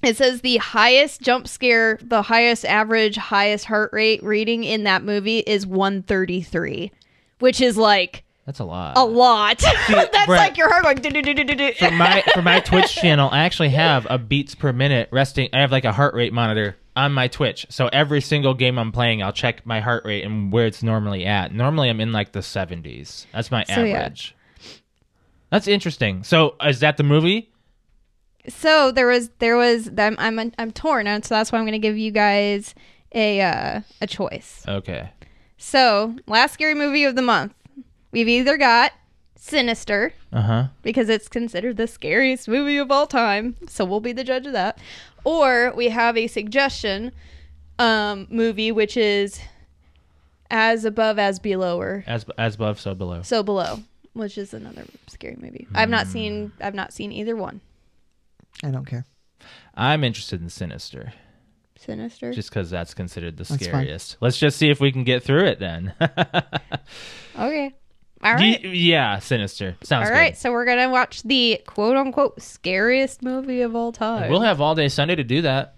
Speaker 1: It says the highest jump scare, the highest average, highest heart rate reading in that movie is 133, which is like
Speaker 3: That's a lot.
Speaker 1: a lot. That's
Speaker 3: Brett-
Speaker 1: like your heart going. "Do-do-do-do-do-do."
Speaker 3: for my for my Twitch channel, I actually have a beats per minute resting. I have like a heart rate monitor on my Twitch, so every single game I'm playing, I'll check my heart rate and where it's normally at. Normally, I'm in like the 70s. That's my
Speaker 1: So, yeah.
Speaker 3: average. That's interesting. So, is that the movie?
Speaker 1: So there was, there was. I'm, I'm, I'm torn, and so that's why I'm going to give you guys a uh, a choice.
Speaker 3: Okay.
Speaker 1: So last scary movie of the month, we've either got Sinister
Speaker 3: Uh huh.
Speaker 1: because it's considered the scariest movie of all time, so we'll be the judge of that, or we have a suggestion um, movie which is as above as below or
Speaker 3: As as above, so below.
Speaker 1: So Below, which is another scary movie. I've not seen
Speaker 3: Hmm.
Speaker 1: I've not seen either one.
Speaker 2: I don't care.
Speaker 3: I'm interested in Sinister,
Speaker 1: Sinister.
Speaker 3: just because that's considered the
Speaker 2: That's fine.
Speaker 3: scariest. Let's just see if we can get through it then.
Speaker 1: okay. All
Speaker 3: Ye-
Speaker 1: right.
Speaker 3: yeah, sinister. Sounds
Speaker 1: All
Speaker 3: good.
Speaker 1: right. So we're going to watch the quote unquote scariest movie of all time.
Speaker 3: We'll have all day Sunday to do that.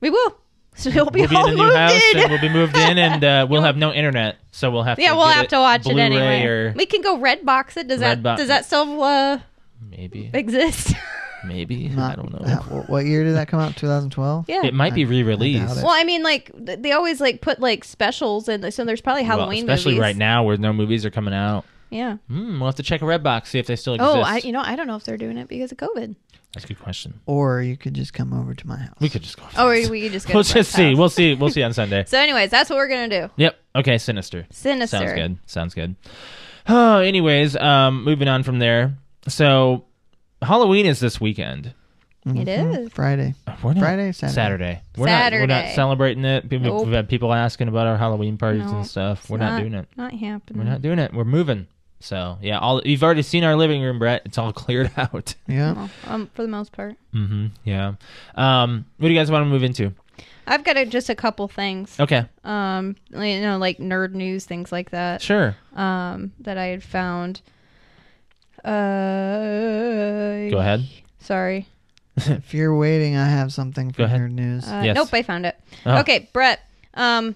Speaker 1: We will. So we'll be
Speaker 3: we'll be
Speaker 1: all
Speaker 3: in a new
Speaker 1: moved
Speaker 3: house
Speaker 1: in.
Speaker 3: and we'll be moved in, and uh, we'll have no internet, so we'll have
Speaker 1: yeah,
Speaker 3: to
Speaker 1: we'll
Speaker 3: get
Speaker 1: have to watch it
Speaker 3: Blu-ray
Speaker 1: anyway.
Speaker 3: or
Speaker 1: We can go red box it. Does that
Speaker 3: Red box-
Speaker 1: does that still uh,
Speaker 3: maybe,
Speaker 1: exist?
Speaker 3: maybe I
Speaker 2: Not-
Speaker 3: don't know.
Speaker 2: uh, wh- what year did that come out? 2012.
Speaker 1: yeah.
Speaker 3: It might be re-released.
Speaker 2: it.
Speaker 1: well, I mean, like th- they always like put like specials and so there's probably
Speaker 3: Well,
Speaker 1: Halloween
Speaker 3: especially
Speaker 1: movies.
Speaker 3: right now where no movies are coming out.
Speaker 1: Yeah.
Speaker 3: Hmm, we'll have to check Redbox see if they still exist.
Speaker 1: Oh, I you know I don't know if they're doing it because of COVID.
Speaker 3: That's a good question.
Speaker 2: Or you could just come over to my house.
Speaker 3: We could just go.
Speaker 1: Oh, or we could just go. to
Speaker 3: we'll
Speaker 1: Brett's
Speaker 3: just see.
Speaker 1: house.
Speaker 3: We'll see. We'll see on Sunday.
Speaker 1: So, anyways, that's what we're gonna do.
Speaker 3: Yep. Okay. Sinister.
Speaker 1: Sinister.
Speaker 3: Sounds good. Sounds good. Oh, anyways, um, moving on from there. So, Halloween is this weekend.
Speaker 1: It
Speaker 2: Mhm.
Speaker 1: is.
Speaker 2: Friday.
Speaker 3: We're not,
Speaker 2: Friday, Saturday.
Speaker 3: Saturday. We're Not, we're
Speaker 1: Saturday.
Speaker 3: not celebrating it. People,
Speaker 1: Nope.
Speaker 3: We've had people asking about our Halloween parties
Speaker 1: No,
Speaker 3: and stuff.
Speaker 1: it's
Speaker 3: We're not, doing it.
Speaker 1: Not Mm.
Speaker 3: We're
Speaker 1: happening.
Speaker 3: not doing it. We're moving. So yeah, all you've already seen our living room, Brett. It's all cleared out.
Speaker 2: Yeah.
Speaker 1: Well, um, for the most part,
Speaker 3: hmm Yeah. Um, what do you guys want to move into?
Speaker 1: I've got a, just a couple things.
Speaker 3: Okay.
Speaker 1: Um, you know, like nerd news, things like that.
Speaker 3: Sure.
Speaker 1: um, that I had found. Uh,
Speaker 3: Go ahead.
Speaker 1: Sorry.
Speaker 2: If you're waiting, I have something for
Speaker 3: Go ahead.
Speaker 2: your news.
Speaker 1: Uh,
Speaker 3: Yes.
Speaker 1: Nope, I found it.
Speaker 3: Oh.
Speaker 1: Okay, Brett. Um,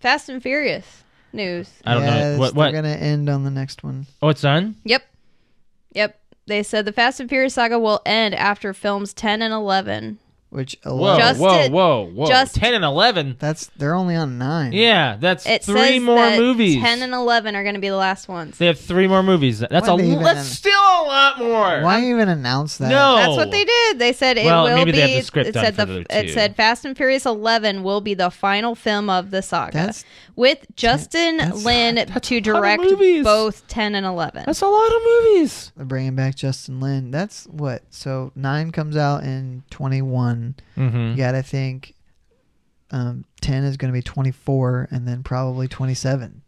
Speaker 1: Fast and Furious news.
Speaker 3: I don't
Speaker 2: yes,
Speaker 3: know what. What?
Speaker 2: We're gonna end on the next one.
Speaker 3: Oh, it's done.
Speaker 1: Yep. Yep. They said the Fast and Furious saga will end after films 10 and 11.
Speaker 2: Which
Speaker 3: Whoa,
Speaker 1: Just
Speaker 3: whoa,
Speaker 1: it-
Speaker 3: whoa, whoa!
Speaker 1: just-
Speaker 3: Ten and eleven.
Speaker 2: that's they're only on nine.
Speaker 3: Yeah, that's
Speaker 1: It
Speaker 3: three
Speaker 1: says
Speaker 3: more
Speaker 1: that
Speaker 3: movies.
Speaker 1: 10 and 11 are going to be the last ones.
Speaker 3: They have three more movies. That's
Speaker 2: Why
Speaker 3: a.
Speaker 2: they even-
Speaker 3: That's still a lot more.
Speaker 2: Why even announce that?
Speaker 3: No.
Speaker 1: That's what they did. They said it
Speaker 3: Well,
Speaker 1: will
Speaker 3: maybe
Speaker 1: be.
Speaker 3: they have the script
Speaker 1: it
Speaker 3: done
Speaker 1: said
Speaker 3: for
Speaker 1: the,
Speaker 3: the
Speaker 1: it
Speaker 3: two.
Speaker 1: said Fast and Furious 11 will be the final film of the saga
Speaker 2: That's-
Speaker 1: with Justin
Speaker 2: that's-
Speaker 1: Lin
Speaker 3: that's
Speaker 1: to
Speaker 3: a lot of
Speaker 1: direct
Speaker 3: movies.
Speaker 1: both 10 and 11.
Speaker 3: That's a lot of movies.
Speaker 2: They're bringing back Justin Lin. That's what. So nine comes out in twenty one.
Speaker 3: Mm-hmm.
Speaker 2: You gotta think. Um, ten is gonna be twenty four, and then probably twenty seven.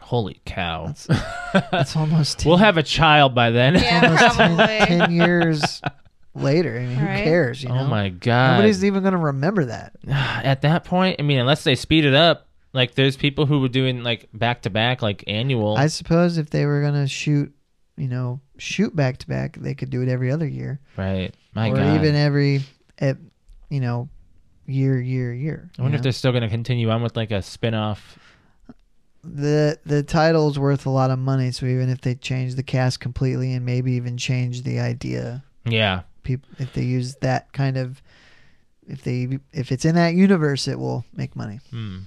Speaker 3: Holy cow!
Speaker 2: That's, that's almost. 10,
Speaker 3: We'll have a child by then.
Speaker 1: yeah,
Speaker 2: almost 10
Speaker 1: probably.
Speaker 2: ten years later. I mean, who
Speaker 1: Right.
Speaker 2: cares? You know.
Speaker 3: oh my god!
Speaker 2: Nobody's even gonna remember that.
Speaker 3: At that point, I mean, unless they speed it up, like there's people who were doing like back to back, like annual.
Speaker 2: I suppose if they were gonna shoot, you know, shoot back to back, they could do it every other year,
Speaker 3: right? My
Speaker 2: or
Speaker 3: god!
Speaker 2: even every, at, you know, year, year, year.
Speaker 3: I wonder
Speaker 2: you
Speaker 3: if
Speaker 2: know?
Speaker 3: they're still going to continue on with like a spin off.
Speaker 2: the the title's worth a lot of money, so even if they change the cast completely and maybe even change the idea,
Speaker 3: Yeah.
Speaker 2: people if they use that kind of, if they if it's in that universe, it will make money.
Speaker 3: Hmm.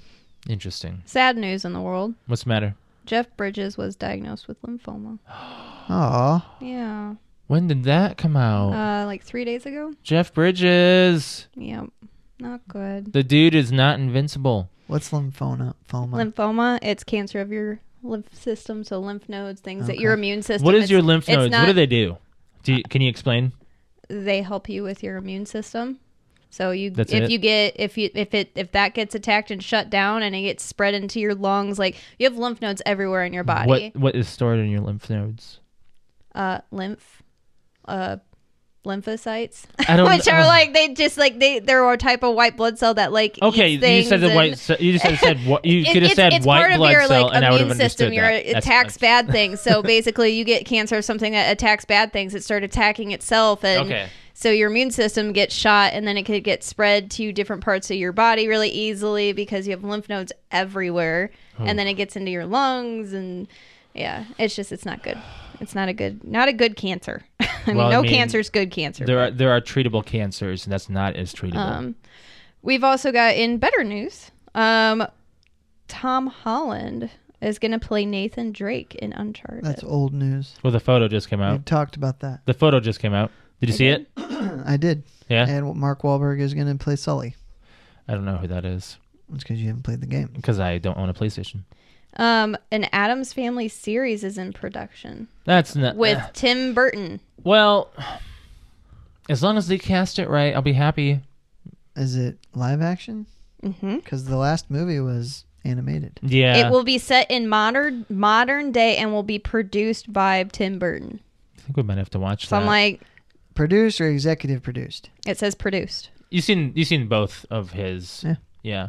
Speaker 3: Interesting.
Speaker 1: Sad news in the world.
Speaker 3: What's the matter?
Speaker 1: Jeff Bridges was diagnosed with lymphoma.
Speaker 2: Oh,
Speaker 1: Yeah.
Speaker 3: When did that come out?
Speaker 1: Uh, like three days ago.
Speaker 3: Jeff Bridges.
Speaker 1: Yep. Not good.
Speaker 3: The dude is not invincible.
Speaker 2: what's lymphoma? Lymphoma.
Speaker 1: Lymphoma, it's cancer of your lymph system, so lymph nodes, things that
Speaker 2: Okay.
Speaker 1: your immune system.
Speaker 3: what is
Speaker 1: it's-
Speaker 3: your lymph
Speaker 1: it's
Speaker 3: nodes?
Speaker 1: Not,
Speaker 3: what do they do? do you, can you explain?
Speaker 1: they help you with your immune system. So you
Speaker 3: That's
Speaker 1: if
Speaker 3: it?
Speaker 1: you get if you if it if that gets attacked and shut down and it gets spread into your lungs, like you have lymph nodes everywhere in your body.
Speaker 3: What what is stored in your lymph nodes?
Speaker 1: Uh lymph uh lymphocytes.
Speaker 3: I don't-
Speaker 1: which are
Speaker 3: uh.
Speaker 1: like they just like they they're a type of white blood cell that like
Speaker 3: Okay,
Speaker 1: eats
Speaker 3: you said
Speaker 1: things
Speaker 3: the white.
Speaker 1: and-
Speaker 3: ce- You just said- said what? You
Speaker 1: It-
Speaker 3: could have
Speaker 1: it's-
Speaker 3: said
Speaker 1: it's
Speaker 3: white
Speaker 1: part of
Speaker 3: blood
Speaker 1: your,
Speaker 3: cell,
Speaker 1: like,
Speaker 3: and I would have
Speaker 1: immune system,
Speaker 3: understood
Speaker 1: your-
Speaker 3: that.
Speaker 1: It
Speaker 3: That's-
Speaker 1: attacks
Speaker 3: that's-
Speaker 1: bad things. So basically, you get cancer of something that attacks bad things. It starts attacking itself, and
Speaker 3: Okay.
Speaker 1: so your immune system gets shot, and then it could get spread to different parts of your body really easily because you have lymph nodes everywhere, and then it gets into your lungs, and yeah, it's just it's not good. It's not a good not a good cancer. I mean,
Speaker 3: Well, I
Speaker 1: no
Speaker 3: mean,
Speaker 1: cancer's good cancer.
Speaker 3: There are there are treatable cancers, and that's not as treatable.
Speaker 1: Um, we've also got in better news. Um, Tom Holland is going to play Nathan Drake in Uncharted.
Speaker 2: That's old news.
Speaker 3: well, the photo just came out.
Speaker 2: We've talked about that.
Speaker 3: The photo just came out. Did you see it?
Speaker 2: I did.
Speaker 3: Yeah.
Speaker 2: And Mark Wahlberg is going to play Sully.
Speaker 3: I don't know who that is
Speaker 2: It's because you haven't played the game.
Speaker 3: because I don't own a PlayStation.
Speaker 1: um, an Adams Family series is in production
Speaker 3: That's not
Speaker 1: with Tim Burton.
Speaker 3: well. As long as they cast it right, I'll be happy.
Speaker 2: Is it live action?
Speaker 1: Mm-hmm.
Speaker 2: Because the last movie was animated.
Speaker 3: Yeah,
Speaker 1: It will be set in modern modern day and will be produced by Tim Burton.
Speaker 3: I think we might have to watch
Speaker 1: So
Speaker 3: that.
Speaker 1: I'm like,
Speaker 2: Produced or executive produced?
Speaker 1: it says produced.
Speaker 3: you seen you seen both of his.
Speaker 2: Yeah.
Speaker 3: Yeah.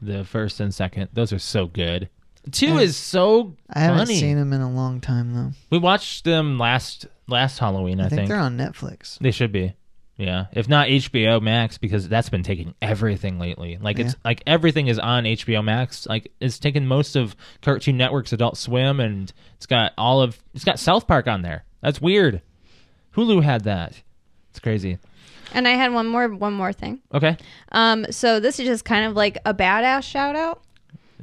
Speaker 3: The first and second. Those are so good. Two is so
Speaker 2: I haven't
Speaker 3: funny.
Speaker 2: seen them in a long time though.
Speaker 3: We watched them last last Halloween. I,
Speaker 2: I, think,
Speaker 3: think,
Speaker 2: they're on Netflix.
Speaker 3: they should be. Yeah, if not HBO Max, because that's been taking everything lately. Like it's like everything is on HBO Max. Like it's taken most of Cartoon Network's Adult Swim, and it's got all of it's got South Park on there. That's weird. Hulu had that. It's crazy.
Speaker 1: And I had one more one more thing.
Speaker 3: Okay.
Speaker 1: Um, so this is just kind of like a badass shout out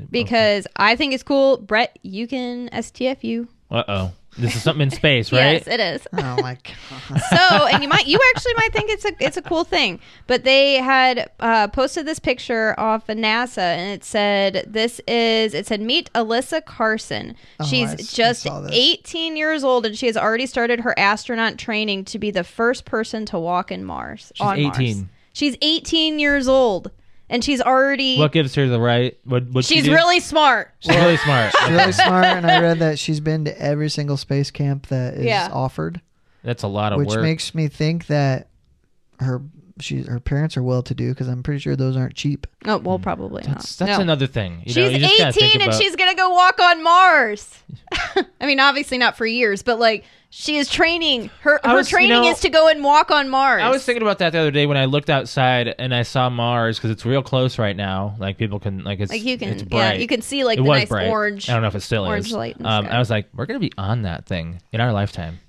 Speaker 1: because I think it's cool. Brett, you can STFU.
Speaker 3: Uh oh. This is something in space, right?
Speaker 1: Yes, it is.
Speaker 2: Oh my god.
Speaker 1: so and you might you actually might think it's a it's a cool thing but they had uh, posted this picture off of nasa and it said this is it said meet alyssa carson
Speaker 2: Oh,
Speaker 1: she's
Speaker 2: I s- I
Speaker 1: just
Speaker 2: saw this.
Speaker 1: 18 years old and she has already started her astronaut training to be the first person to walk in mars
Speaker 3: She's
Speaker 1: on
Speaker 3: 18.
Speaker 1: mars she's 18 years old and she's already
Speaker 3: What gives her the right? What? what she
Speaker 1: she's
Speaker 3: do?
Speaker 1: really smart
Speaker 3: She's really smart.
Speaker 2: She's really smart, and I read that she's been to every single space camp that is
Speaker 1: Yeah.
Speaker 2: offered,
Speaker 3: That's a lot of
Speaker 2: which
Speaker 3: work.
Speaker 2: makes me think that her she's her parents are well to do because I'm pretty sure those aren't cheap.
Speaker 1: oh well probably
Speaker 3: that's
Speaker 1: not
Speaker 3: that's
Speaker 1: No.
Speaker 3: another thing. You know,
Speaker 1: She's
Speaker 3: you just gotta
Speaker 1: 18
Speaker 3: think
Speaker 1: and
Speaker 3: about-
Speaker 1: she's going to go walk on Mars. I mean, obviously not for years, but like she is training. Her
Speaker 3: I
Speaker 1: her
Speaker 3: was- you
Speaker 1: training
Speaker 3: know,
Speaker 1: is to go and walk on Mars.
Speaker 3: I was thinking about that the other day when I looked outside and I saw Mars because it's real close right now. Like people can like it's
Speaker 1: like you can
Speaker 3: it's
Speaker 1: yeah,
Speaker 3: bright.
Speaker 1: you can see like
Speaker 3: it
Speaker 1: the
Speaker 3: was
Speaker 1: nice
Speaker 3: bright.
Speaker 1: orange.
Speaker 3: I don't know if it still
Speaker 1: orange
Speaker 3: is.
Speaker 1: light in the
Speaker 3: um,
Speaker 1: sky.
Speaker 3: I was like, we're gonna be on that thing in our lifetime.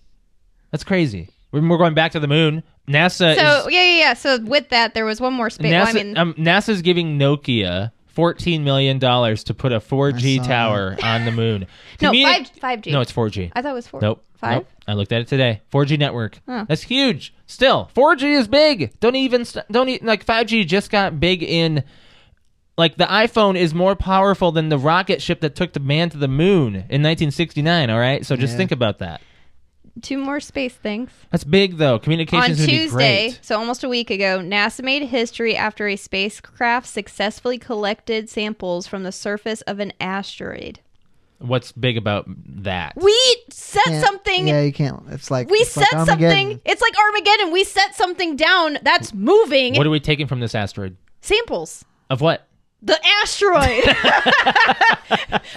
Speaker 3: That's crazy. We're, we're going back to the moon. NASA is
Speaker 1: So yeah, yeah, yeah. So with that, there was one more space.
Speaker 3: NASA,
Speaker 1: Well, I mean,
Speaker 3: um, NASA's giving Nokia fourteen million dollars to put a four G
Speaker 2: I saw
Speaker 3: tower on the moon. To
Speaker 1: no,
Speaker 3: me,
Speaker 1: five
Speaker 3: it-
Speaker 1: five G.
Speaker 3: No, it's four G.
Speaker 1: I thought it was four.
Speaker 3: Nope.
Speaker 1: Five.
Speaker 3: Nope. I looked at it today. 4G network.
Speaker 1: Oh.
Speaker 3: That's huge. Still, 4G is big. Don't even st- don't e- like 5G just got big in like the iPhone is more powerful than the rocket ship that took the man to the moon in 1969, all right? So just
Speaker 2: Yeah.
Speaker 3: think about that.
Speaker 1: Two more space things.
Speaker 3: That's big though.
Speaker 1: On
Speaker 3: Communications is gonna be
Speaker 1: Tuesday,
Speaker 3: great.
Speaker 1: so almost a week ago, NASA made history after a spacecraft successfully collected samples from the surface of an asteroid.
Speaker 3: What's big about that?
Speaker 1: We set
Speaker 2: Can't-
Speaker 1: something.
Speaker 2: Yeah, you can't. It's like
Speaker 1: We
Speaker 2: it's
Speaker 1: set
Speaker 2: like Armageddon.
Speaker 1: something. It's like Armageddon. We set something down that's moving.
Speaker 3: What are we taking from this asteroid?
Speaker 1: Samples.
Speaker 3: Of what?
Speaker 1: The asteroid.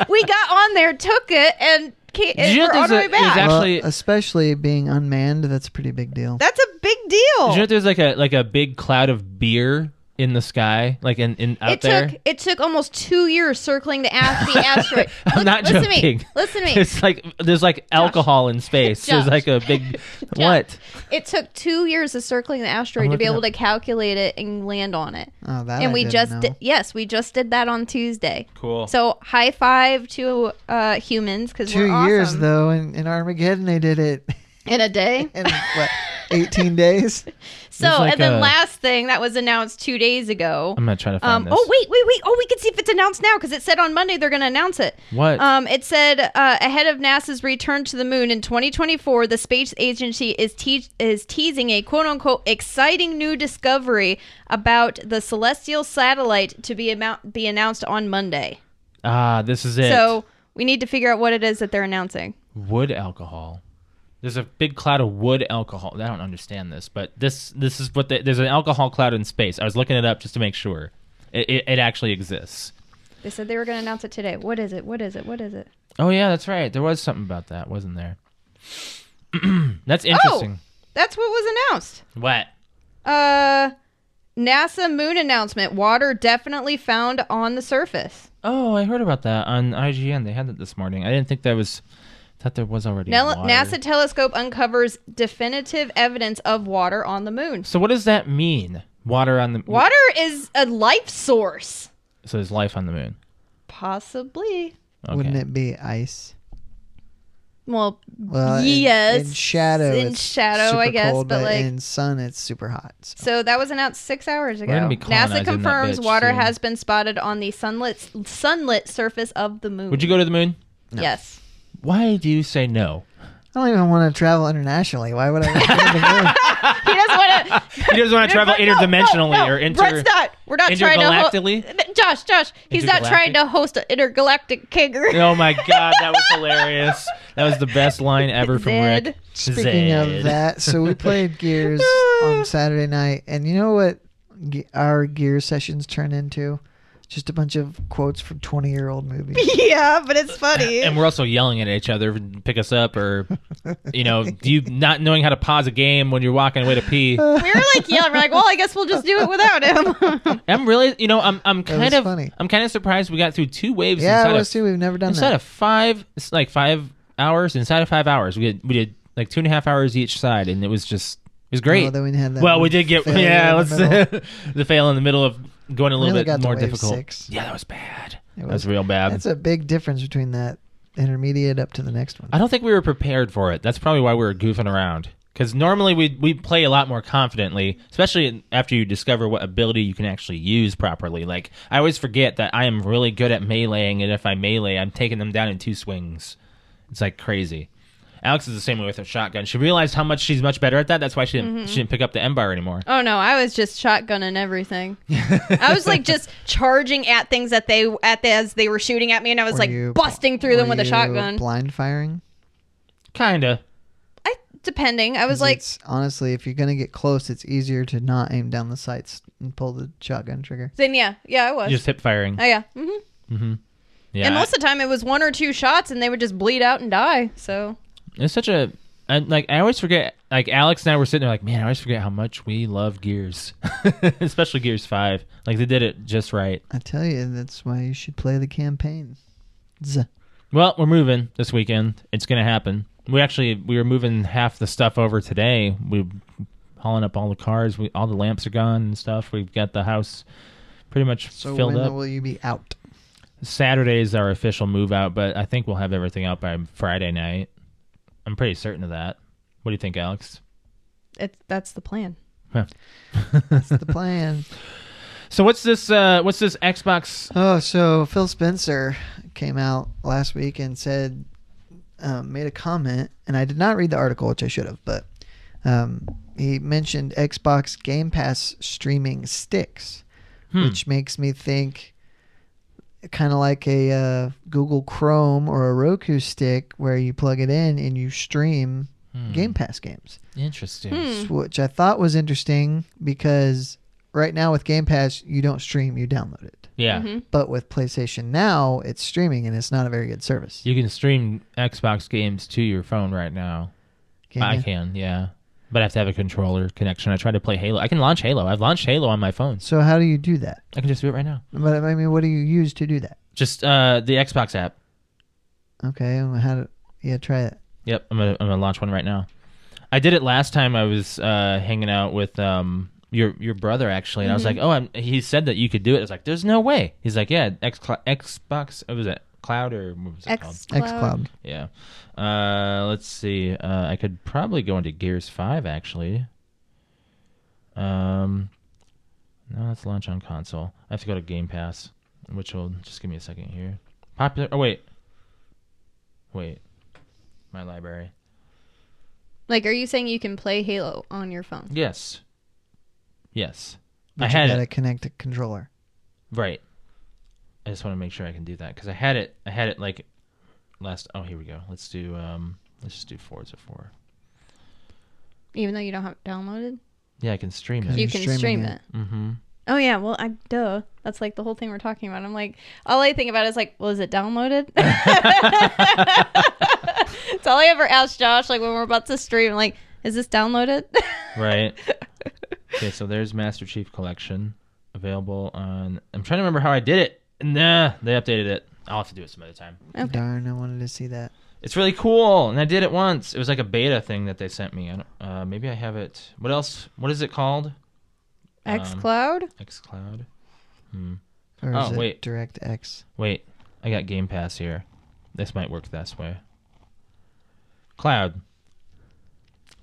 Speaker 1: we got on there, took it, and ca-
Speaker 3: Did
Speaker 1: and
Speaker 3: you know
Speaker 1: we're on our
Speaker 3: there's
Speaker 1: way
Speaker 3: a- there's
Speaker 1: back.
Speaker 3: act-
Speaker 2: Well,
Speaker 3: Actually-
Speaker 2: especially being unmanned, that's a pretty big deal.
Speaker 1: that's a big
Speaker 3: Did
Speaker 1: deal.
Speaker 3: you know there's like a like a big cloud of beer in the sky, like in, in out
Speaker 1: it
Speaker 3: there?
Speaker 1: took it took almost two years circling the, ast- the asteroid.
Speaker 3: I'm
Speaker 1: Look-
Speaker 3: not
Speaker 1: listen
Speaker 3: joking.
Speaker 1: to me. Listen to me.
Speaker 3: It's like there's like alcohol in space. There's
Speaker 1: Josh.
Speaker 3: like a big what?
Speaker 1: It took two years of circling the asteroid to be
Speaker 3: looking
Speaker 1: able to calculate it and land on it.
Speaker 2: Oh, that
Speaker 1: and
Speaker 2: I
Speaker 1: we
Speaker 2: didn't
Speaker 1: just
Speaker 2: know.
Speaker 1: did, yes, we just did that on Tuesday.
Speaker 3: Cool.
Speaker 1: So high five to uh, humans because
Speaker 2: 2
Speaker 1: we're awesome.
Speaker 2: years though, in, in Armageddon they did it
Speaker 1: in a day.
Speaker 2: in what, eighteen days?
Speaker 1: So
Speaker 3: There's like
Speaker 1: and then
Speaker 3: a-
Speaker 1: last thing that was announced two days ago.
Speaker 3: I'm gonna try to
Speaker 1: Um,
Speaker 3: find this.
Speaker 1: oh wait, wait, wait! Oh, we can see if it's announced now because it said on Monday they're going to announce it.
Speaker 3: What?
Speaker 1: Um, it said uh, ahead of NASA's return to the moon in 2024, the space agency is te- is teasing a quote unquote exciting new discovery about the celestial satellite to be amount- be announced on Monday.
Speaker 3: ah, this is it.
Speaker 1: So we need to figure out what it is that they're announcing.
Speaker 3: wood alcohol. There's a big cloud of wood alcohol. I don't understand this, but this this is what the, there's an alcohol cloud in space. I was looking it up just to make sure it, it, it actually exists.
Speaker 1: They said they were going to announce it today. What is it? What is it? What is it?
Speaker 3: Oh yeah, that's right. There was something about that, wasn't there?
Speaker 1: Oh!
Speaker 3: that's interesting.
Speaker 1: That's what was announced.
Speaker 3: What?
Speaker 1: Uh, NASA moon announcement. Water definitely found on the surface.
Speaker 3: Oh, I heard about that on IGN. They had it this morning. I didn't think that was. Thought there was already.
Speaker 1: Nel-
Speaker 3: water.
Speaker 1: NASA telescope uncovers definitive evidence of water on the moon.
Speaker 3: So what does that mean? Water on the
Speaker 1: Water is a life source.
Speaker 3: So there's life on the moon.
Speaker 1: Possibly.
Speaker 3: Okay.
Speaker 2: Wouldn't it be ice?
Speaker 1: Well,
Speaker 2: Well, in-
Speaker 1: yes.
Speaker 2: In, shadow,
Speaker 1: In
Speaker 2: it's
Speaker 1: shadow, I
Speaker 2: super
Speaker 1: guess,
Speaker 2: cold,
Speaker 1: but, like-
Speaker 2: in sun, it's super hot. So
Speaker 1: so that was announced six hours
Speaker 3: gonna
Speaker 1: ago.
Speaker 3: be
Speaker 1: NASA
Speaker 3: colonizing that
Speaker 1: confirms
Speaker 3: bitch
Speaker 1: water
Speaker 3: soon.
Speaker 1: has been spotted on the sunlit sunlit surface of the moon.
Speaker 3: Would you go to the moon?
Speaker 1: Yes.
Speaker 3: Why do you say no?
Speaker 2: I don't even want to travel internationally. Why would I? want to go to the moon?
Speaker 1: He doesn't want to.
Speaker 3: He doesn't want to travel
Speaker 1: No, no, no,
Speaker 3: interdimensionally or
Speaker 1: Brett's
Speaker 3: inter.
Speaker 1: not. We're not trying to.
Speaker 3: intergalactically?
Speaker 1: Josh, Josh, he's not trying
Speaker 3: Intergalactic?
Speaker 1: to host an intergalactic kegger.
Speaker 3: oh my god, that was hilarious. That was the best line ever from
Speaker 1: Zed.
Speaker 3: Rick.
Speaker 2: Speaking
Speaker 3: Zed.
Speaker 2: of that, so we played Gears on Saturday night, and you know what ge- our Gear sessions turn into? just a bunch of quotes from 20 year old movies.
Speaker 1: yeah, but it's funny.
Speaker 3: And we're also yelling at each other, pick us up, or you know, do you not knowing how to pause a game when you're walking away to
Speaker 1: we
Speaker 3: pee?
Speaker 1: were like, yeah, we're like, well, I guess we'll just do it without him.
Speaker 3: I'm really, you know, I'm I'm kind
Speaker 2: was
Speaker 3: of
Speaker 2: funny.
Speaker 3: I'm kind of surprised we got through two waves.
Speaker 2: yeah,
Speaker 3: inside
Speaker 2: it was
Speaker 3: of,
Speaker 2: too. We've never done
Speaker 3: inside
Speaker 2: that.
Speaker 3: of five, it's like five hours. Inside of five hours, we did we did like two and a half hours each side, and it was just it was great.
Speaker 2: Oh, then we had that
Speaker 3: well,
Speaker 2: one
Speaker 3: we did get
Speaker 2: failure
Speaker 3: yeah.
Speaker 2: in
Speaker 3: Let's
Speaker 2: the middle.
Speaker 3: the fail in the middle of going a little bit
Speaker 2: Really got to
Speaker 3: more
Speaker 2: wave
Speaker 3: difficult.
Speaker 2: six.
Speaker 3: Yeah, that was bad.
Speaker 2: It
Speaker 3: That
Speaker 2: was-
Speaker 3: was real bad.
Speaker 2: That's a big difference between that intermediate up to the next one.
Speaker 3: I don't think we were prepared for it. That's probably why we were goofing around. Because normally we we play a lot more confidently, especially in- after you discover what ability you can actually use properly. Like I always forget that I am really good at meleeing, and if I melee, I'm taking them down in two swings. It's like crazy. Alex is the same way with her shotgun. She realized how much she's much better at that. That's why she didn't,
Speaker 1: Mm-hmm.
Speaker 3: she didn't pick up the M bar anymore.
Speaker 1: oh no, I was just shotgunning everything. I was like just charging at things that they at the, as they were shooting at me, and I was
Speaker 2: Were
Speaker 1: like
Speaker 2: you-
Speaker 1: busting through them
Speaker 2: were
Speaker 1: with a
Speaker 2: you
Speaker 1: shotgun.
Speaker 2: Blind firing.
Speaker 3: Kinda.
Speaker 1: I depending, I was
Speaker 2: 'Cause
Speaker 1: like,
Speaker 2: it's- honestly, if you're gonna get close, it's easier to not aim down the sights and pull the shotgun trigger.
Speaker 1: then yeah, yeah, I was.
Speaker 3: Just hip firing.
Speaker 1: oh yeah. hmm
Speaker 3: Yeah.
Speaker 1: And most of the time, it was one or two shots, and they would just bleed out and die. So
Speaker 3: It's such a and like I always forget. Like Alex and I were sitting there, like, man, I always forget how much we love Gears, especially Gears Five. Like they did it just right.
Speaker 2: I tell you, that's why you should play the campaign. Z-
Speaker 3: Well, we're moving this weekend. It's gonna happen. We actually we were moving half the stuff over today. We hauling up all the cars. We all the lamps are gone and stuff. We've got the house pretty much
Speaker 2: So
Speaker 3: filled
Speaker 2: when
Speaker 3: up.
Speaker 2: will you be out?
Speaker 3: Saturday is our official move out, but I think we'll have everything out by Friday night. I'm pretty certain of that. What do you think, Alex?
Speaker 1: it, that's the plan.
Speaker 2: That's the plan.
Speaker 3: So what's this? Uh, what's this Xbox
Speaker 2: Oh, so Phil Spencer came out last week and said, um, made a comment, and I did not read the article, which I should have, but um, he mentioned Xbox Game Pass streaming sticks,
Speaker 3: Hmm.
Speaker 2: which makes me think kind of like a uh, Google Chrome or a Roku stick where you plug it in and you stream
Speaker 3: Hmm.
Speaker 2: Game Pass games.
Speaker 3: Interesting.
Speaker 1: Hmm.
Speaker 2: s- which I thought was interesting because right now with Game Pass, you don't stream, you download it.
Speaker 3: Yeah.
Speaker 1: Mhm.
Speaker 2: But with PlayStation Now, it's streaming and it's not a very good service.
Speaker 3: You can stream Xbox games to your phone right now.
Speaker 2: Can
Speaker 3: I
Speaker 2: ya?
Speaker 3: can, yeah. But I have to have a controller connection. I try to play Halo. I can launch Halo. I've launched Halo on my phones.
Speaker 2: So how do you do that?
Speaker 3: I can just do it right now.
Speaker 2: But I mean, what do you use to do that?
Speaker 3: Just uh, the Xbox app.
Speaker 2: Okay, and how do yeah try it?
Speaker 3: Yep, I'm gonna, I'm gonna launch one right now. I did it last time. I was uh, hanging out with um, your your brother actually, and I was
Speaker 1: Mm-hmm.
Speaker 3: like, oh, I'm, he said that you could do it. I was like, there's no way. He's like, yeah, X Xbox. What was it? Cloud or what was it called?
Speaker 1: X
Speaker 2: X Cloud.
Speaker 3: Yeah. Uh, let's see. Uh, I could probably go into Gears Five actually. Um, no, let's launch on console. I have to go to Game Pass, which will just give me a second here. Popular. Oh wait, wait, my library.
Speaker 1: Like, are you saying you can play Halo on your phone?
Speaker 3: Yes. Yes.
Speaker 2: But
Speaker 3: I had
Speaker 2: you gotta
Speaker 3: it
Speaker 2: connect a controller.
Speaker 3: right. I just want to make sure I can do that because I had it. I had it like last. Oh, here we go. Let's do. Um, let's just do Forza Four.
Speaker 1: Even though you don't have it downloaded,
Speaker 3: Yeah, I can stream
Speaker 2: Okay.
Speaker 3: it.
Speaker 1: you
Speaker 2: you're
Speaker 1: can
Speaker 2: streaming
Speaker 1: stream
Speaker 2: it.
Speaker 1: it.
Speaker 3: Mm-hmm.
Speaker 1: Oh yeah, well, I duh. That's like the whole thing we're talking about. I'm like, all I think about is like, well, is it downloaded? it's all I ever ask Josh. Like when we're about to stream, like, is this downloaded?
Speaker 3: Right. okay, so there's Master Chief Collection available on. I'm trying to remember how I did it. Nah, they updated it. I'll have to do it some other time.
Speaker 1: Okay.
Speaker 2: Darn, I wanted to see that.
Speaker 3: It's really cool, and I did it once. It was like a beta thing that they sent me. I don't, uh, maybe I have it. What else? What is it called?
Speaker 1: X
Speaker 3: Um,
Speaker 1: Cloud.
Speaker 3: XCloud. Hmm.
Speaker 2: Or
Speaker 3: Oh,
Speaker 2: is it
Speaker 3: wait.
Speaker 2: Direct X.
Speaker 3: Wait, I got Game Pass here. This might work this way. Cloud.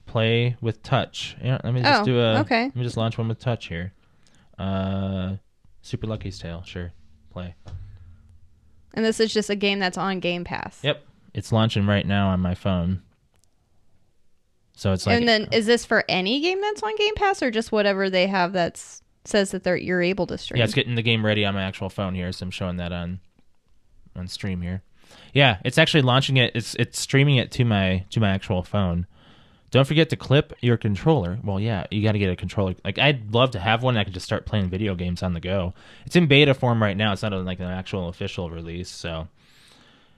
Speaker 3: Play with touch. Yeah, let me just
Speaker 1: Oh,
Speaker 3: do a.
Speaker 1: okay.
Speaker 3: Let me just launch one with touch here. Uh, Super Lucky's Tale. Sure, play.
Speaker 1: And this is just a game that's on Game Pass.
Speaker 3: Yep, it's launching right now on my phone. So it's like
Speaker 1: and then is this for any game that's on Game Pass or just whatever they have that's says that they're you're able to stream?
Speaker 3: Yeah, it's getting the game ready on my actual phone here, so I'm showing that on on stream here. Yeah, it's actually launching it. It's it's streaming it to my to my actual phone. Don't forget to clip your controller. Well, yeah, you got to get a controller. Like I'd love to have one. I could just start playing video games on the go. It's in beta form right now. It's not on, like an actual official release. So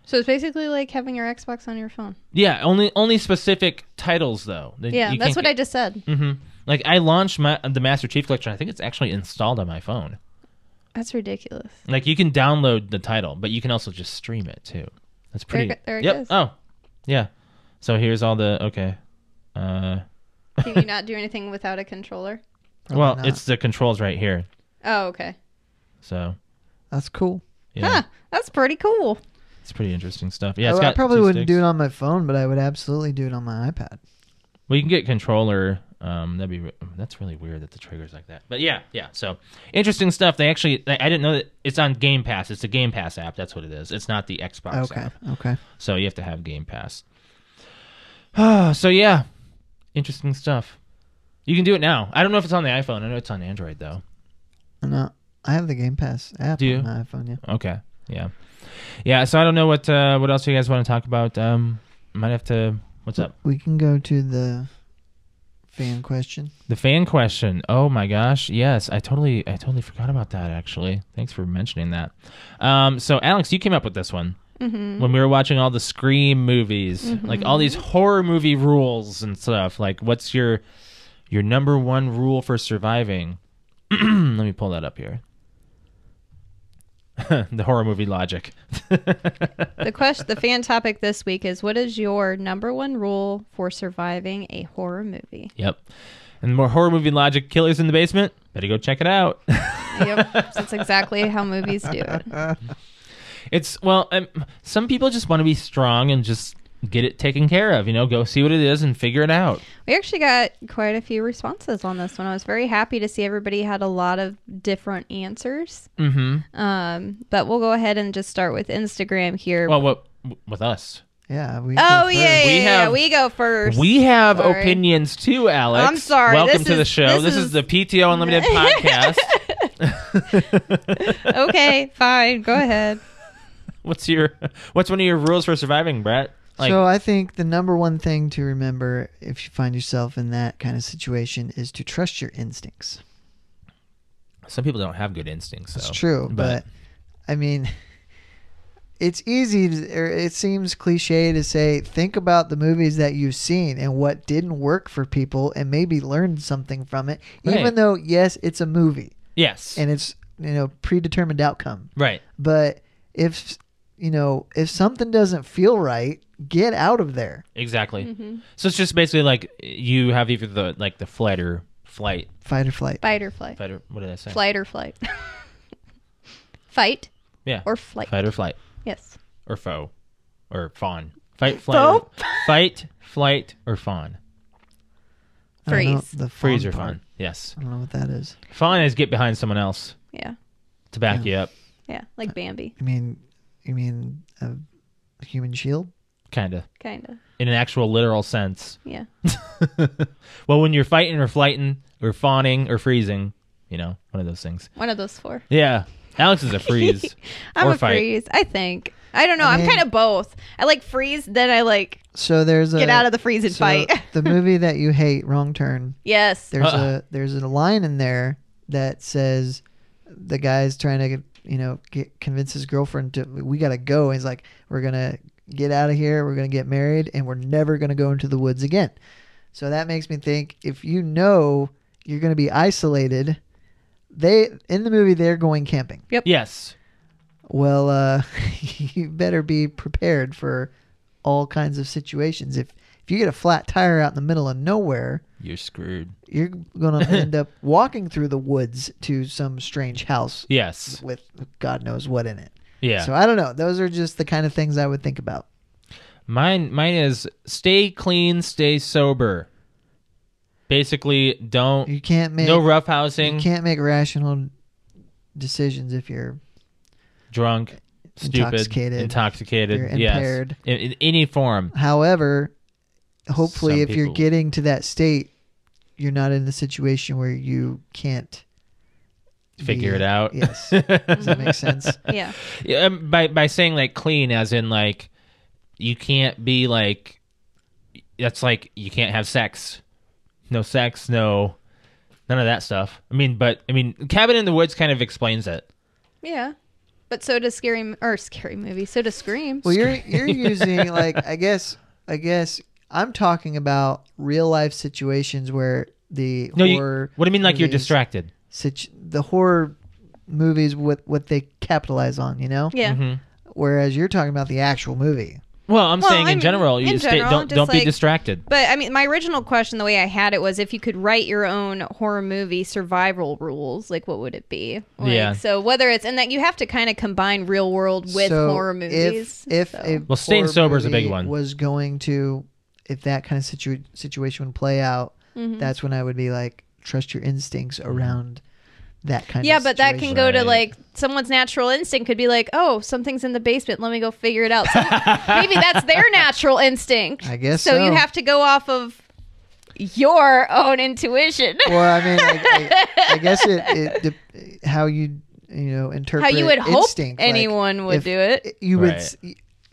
Speaker 1: So it's basically like having your Xbox on your phone.
Speaker 3: yeah, only only specific titles though.
Speaker 1: Yeah, that's what I just said.
Speaker 3: I. hmm Like I launched my the Master Chief Collection. I think it's actually installed on my phone.
Speaker 1: That's ridiculous.
Speaker 3: Like you can download the title, but you can also just stream it too.
Speaker 1: There
Speaker 3: That's
Speaker 1: it
Speaker 3: pretty.
Speaker 1: go- there it
Speaker 3: yep.
Speaker 1: goes.
Speaker 3: Oh, yeah. So here's all the okay. Uh,
Speaker 1: Can you not do anything without a controller?
Speaker 2: Probably
Speaker 3: well,
Speaker 2: not.
Speaker 3: it's the controls right here.
Speaker 1: Oh, okay.
Speaker 3: So
Speaker 2: that's cool.
Speaker 3: yeah,
Speaker 1: Huh. That's pretty cool.
Speaker 3: it's pretty interesting stuff. Yeah,
Speaker 2: I,
Speaker 3: it's
Speaker 2: Oh, I
Speaker 3: got
Speaker 2: probably
Speaker 3: two
Speaker 2: wouldn't do
Speaker 3: sticks.
Speaker 2: it on my phone, but I would absolutely do it on my iPad.
Speaker 3: We can get controller. Um, that'd be re- that's really weird that the triggers like that. But yeah, yeah. So interesting stuff. They actually, I I didn't know that it's on Game Pass. It's the Game Pass app. That's what it is. It's not the Xbox
Speaker 2: Okay.
Speaker 3: app.
Speaker 2: Okay.
Speaker 3: So you have to have Game Pass. so yeah, interesting stuff. You can do it now. I don't know if it's on the iPhone. I know it's on Android though.
Speaker 2: No, I have the Game Pass app
Speaker 3: Do you?
Speaker 2: on my iPhone. Yeah.
Speaker 3: Okay. Yeah. Yeah. So I don't know what uh, what else you guys want to talk about. Um, might have to. What's up?
Speaker 2: We can go to the fan question.
Speaker 3: The fan question. Oh my gosh. Yes, I totally I totally forgot about that actually. Thanks for mentioning that. Um, so Alex, you came up with this one
Speaker 1: Mm-hmm.
Speaker 3: when we were watching all the Scream movies, like all these horror movie rules and stuff. Like what's your your number one rule for surviving? Let me pull that up here. the horror movie logic.
Speaker 1: The question, the fan topic this week is: What is your number one rule for surviving a horror movie?
Speaker 3: Yep. And more horror movie logic, killers in the basement. Better go check it out.
Speaker 1: yep, that's exactly how movies do it.
Speaker 3: It's well, um, some people just want to be strong and just get it taken care of. You know, go see what it is and figure it out.
Speaker 1: We actually got quite a few responses on this one. I was very happy to see everybody had a lot of different answers.
Speaker 3: Mm-hmm.
Speaker 1: Um, but we'll go ahead and just start with Instagram here.
Speaker 3: Well, what with us?
Speaker 2: Yeah. We
Speaker 1: oh yeah, yeah,
Speaker 2: go
Speaker 3: We
Speaker 2: first.
Speaker 1: yeah, yeah,
Speaker 3: have-
Speaker 1: we go first.
Speaker 3: We have
Speaker 1: Sorry.
Speaker 3: opinions too, Alex.
Speaker 1: I'm sorry,
Speaker 3: Welcome
Speaker 1: this
Speaker 3: to the
Speaker 1: is-
Speaker 3: show. This,
Speaker 1: this
Speaker 3: is,
Speaker 1: is-
Speaker 3: the PTO Unlimited podcast.
Speaker 1: okay, fine. Go ahead.
Speaker 3: What's your What's one of your rules for surviving, Brett? Like,
Speaker 2: so I think the number one thing to remember if you find yourself in that kind of situation is to trust your instincts.
Speaker 3: some people don't have good instincts.
Speaker 2: That's
Speaker 3: so-
Speaker 2: true, but, I mean, it's easy. To, or it seems cliche to say think about the movies that you've seen and what didn't work for people, and maybe learn something from it.
Speaker 3: Right.
Speaker 2: Even though, yes, it's a movie
Speaker 3: yes,
Speaker 2: and it's you know predetermined outcome.
Speaker 3: right.
Speaker 2: But if you know if something doesn't feel right, get out of there.
Speaker 3: Exactly. So it's just basically like you have either the like the flight or flight,
Speaker 2: Fight or flight.
Speaker 1: Fight or flight.
Speaker 3: fight or what did I say?
Speaker 1: Flight or flight. Fight
Speaker 3: Yeah,
Speaker 1: or flight.
Speaker 3: fight or flight
Speaker 1: Yes.
Speaker 3: or foe or fawn. Fight, flight, or- fight, flight or fawn.
Speaker 2: I don't know
Speaker 1: Freeze.
Speaker 2: The fawn
Speaker 3: Freeze or
Speaker 2: part.
Speaker 3: fawn. Yes,
Speaker 2: I don't know what that is.
Speaker 3: fawn is get behind someone else
Speaker 1: Yeah.
Speaker 3: to back you up,
Speaker 1: Yeah. Like Bambi.
Speaker 2: You mean you mean a human shield?
Speaker 3: kind of
Speaker 1: Kind of.
Speaker 3: in an actual literal sense.
Speaker 1: Yeah.
Speaker 3: Well, when you're fighting or flighting or fawning or freezing, you know, one of those things.
Speaker 1: One of those four.
Speaker 3: Yeah, Alex is a freeze.
Speaker 1: I'm
Speaker 3: Or
Speaker 1: a
Speaker 3: fight.
Speaker 1: freeze, I think. I don't know. I
Speaker 2: I
Speaker 1: am
Speaker 2: mean-
Speaker 1: kind of both. I like freeze, then I like
Speaker 2: So there's a
Speaker 1: get out of the freeze and
Speaker 2: so
Speaker 1: fight.
Speaker 2: the movie that you hate, Wrong Turn.
Speaker 1: yes.
Speaker 2: There's
Speaker 3: Uh-uh.
Speaker 2: a there's a line in there that says the guy's trying to you know get, convince his girlfriend to we gotta go. he's like we're gonna get out of here. We're gonna get married, and we're never gonna go into the woods again. So that makes me think if you know you're gonna be isolated, they in the movie they're going camping.
Speaker 3: yes,
Speaker 2: Well, uh, you better be prepared for all kinds of situations. If if you get a flat tire out in the middle of nowhere,
Speaker 3: you're screwed.
Speaker 2: you're gonna end up walking through the woods to some strange house
Speaker 3: Yes,
Speaker 2: with God knows what in it.
Speaker 3: yeah.
Speaker 2: So I don't know. Those are just the kind of things I would think about.
Speaker 3: Mine mine is stay clean, stay sober. Basically, don't
Speaker 2: You can't make
Speaker 3: no
Speaker 2: you
Speaker 3: roughhousing,
Speaker 2: can't make rational decisions if you're
Speaker 3: drunk, stupid,
Speaker 2: Intoxicated.
Speaker 3: intoxicated,
Speaker 2: You're
Speaker 3: yes.
Speaker 2: impaired.
Speaker 3: In, in any form.
Speaker 2: However, hopefully,
Speaker 3: Some
Speaker 2: if you're
Speaker 3: people-
Speaker 2: getting to that state, you're not in the situation where you can't
Speaker 3: Figure
Speaker 2: be-
Speaker 3: it out.
Speaker 2: Yes, does that make sense?
Speaker 1: yeah.
Speaker 3: Yeah, um, by by saying like clean, as in like you can't be like that's like you can't have sex, no sex, no none of that stuff. I mean, but I mean, Cabin in the Woods kind of explains it.
Speaker 1: Yeah. But so does scary M- or scary movie. So does Scream.
Speaker 2: Well, you're you're using like I guess I guess I'm talking about real life situations where the
Speaker 3: No, you,
Speaker 2: horror
Speaker 3: what do you mean like you're
Speaker 2: movies-
Speaker 3: distracted?
Speaker 2: situ- the horror movies with what they capitalize on, you know?
Speaker 1: yeah.
Speaker 2: Whereas you're talking about the actual movie.
Speaker 3: Well, I'm
Speaker 1: Well,
Speaker 3: saying
Speaker 1: I
Speaker 3: in
Speaker 1: mean,
Speaker 3: general, you
Speaker 1: in
Speaker 3: stay,
Speaker 1: general,
Speaker 3: don't
Speaker 1: just
Speaker 3: don't be
Speaker 1: like-
Speaker 3: distracted.
Speaker 1: But I mean, my original question, the way I had it was, if you could write your own horror movie survival rules, like what would it be? Like,
Speaker 3: Yeah.
Speaker 1: So whether it's and that you have to kind of combine real world with
Speaker 2: So
Speaker 1: horror
Speaker 2: if-
Speaker 1: movies.
Speaker 2: If,
Speaker 1: so.
Speaker 2: a
Speaker 3: Well, staying
Speaker 2: horror
Speaker 3: sober is a big
Speaker 2: movie
Speaker 3: one.
Speaker 2: Was going to, if that kind of situ- situation would play out,
Speaker 1: Mm-hmm.
Speaker 2: that's when I would be like, trust your instincts around that kind
Speaker 1: yeah,
Speaker 2: of
Speaker 1: but that can
Speaker 2: situation.
Speaker 1: go to
Speaker 3: Right.
Speaker 1: like someone's natural instinct could be like, oh, something's in the basement. Let me go figure it out. So maybe that's their natural instinct.
Speaker 2: I guess
Speaker 1: so. You
Speaker 2: so.
Speaker 1: have to go off of your own intuition.
Speaker 2: Well, I mean, I, I, I guess it, it de- how you you know interpret
Speaker 1: would hope
Speaker 2: instinct, like,
Speaker 1: anyone would
Speaker 2: if-
Speaker 1: do it.
Speaker 2: You would,
Speaker 3: Right.
Speaker 2: s-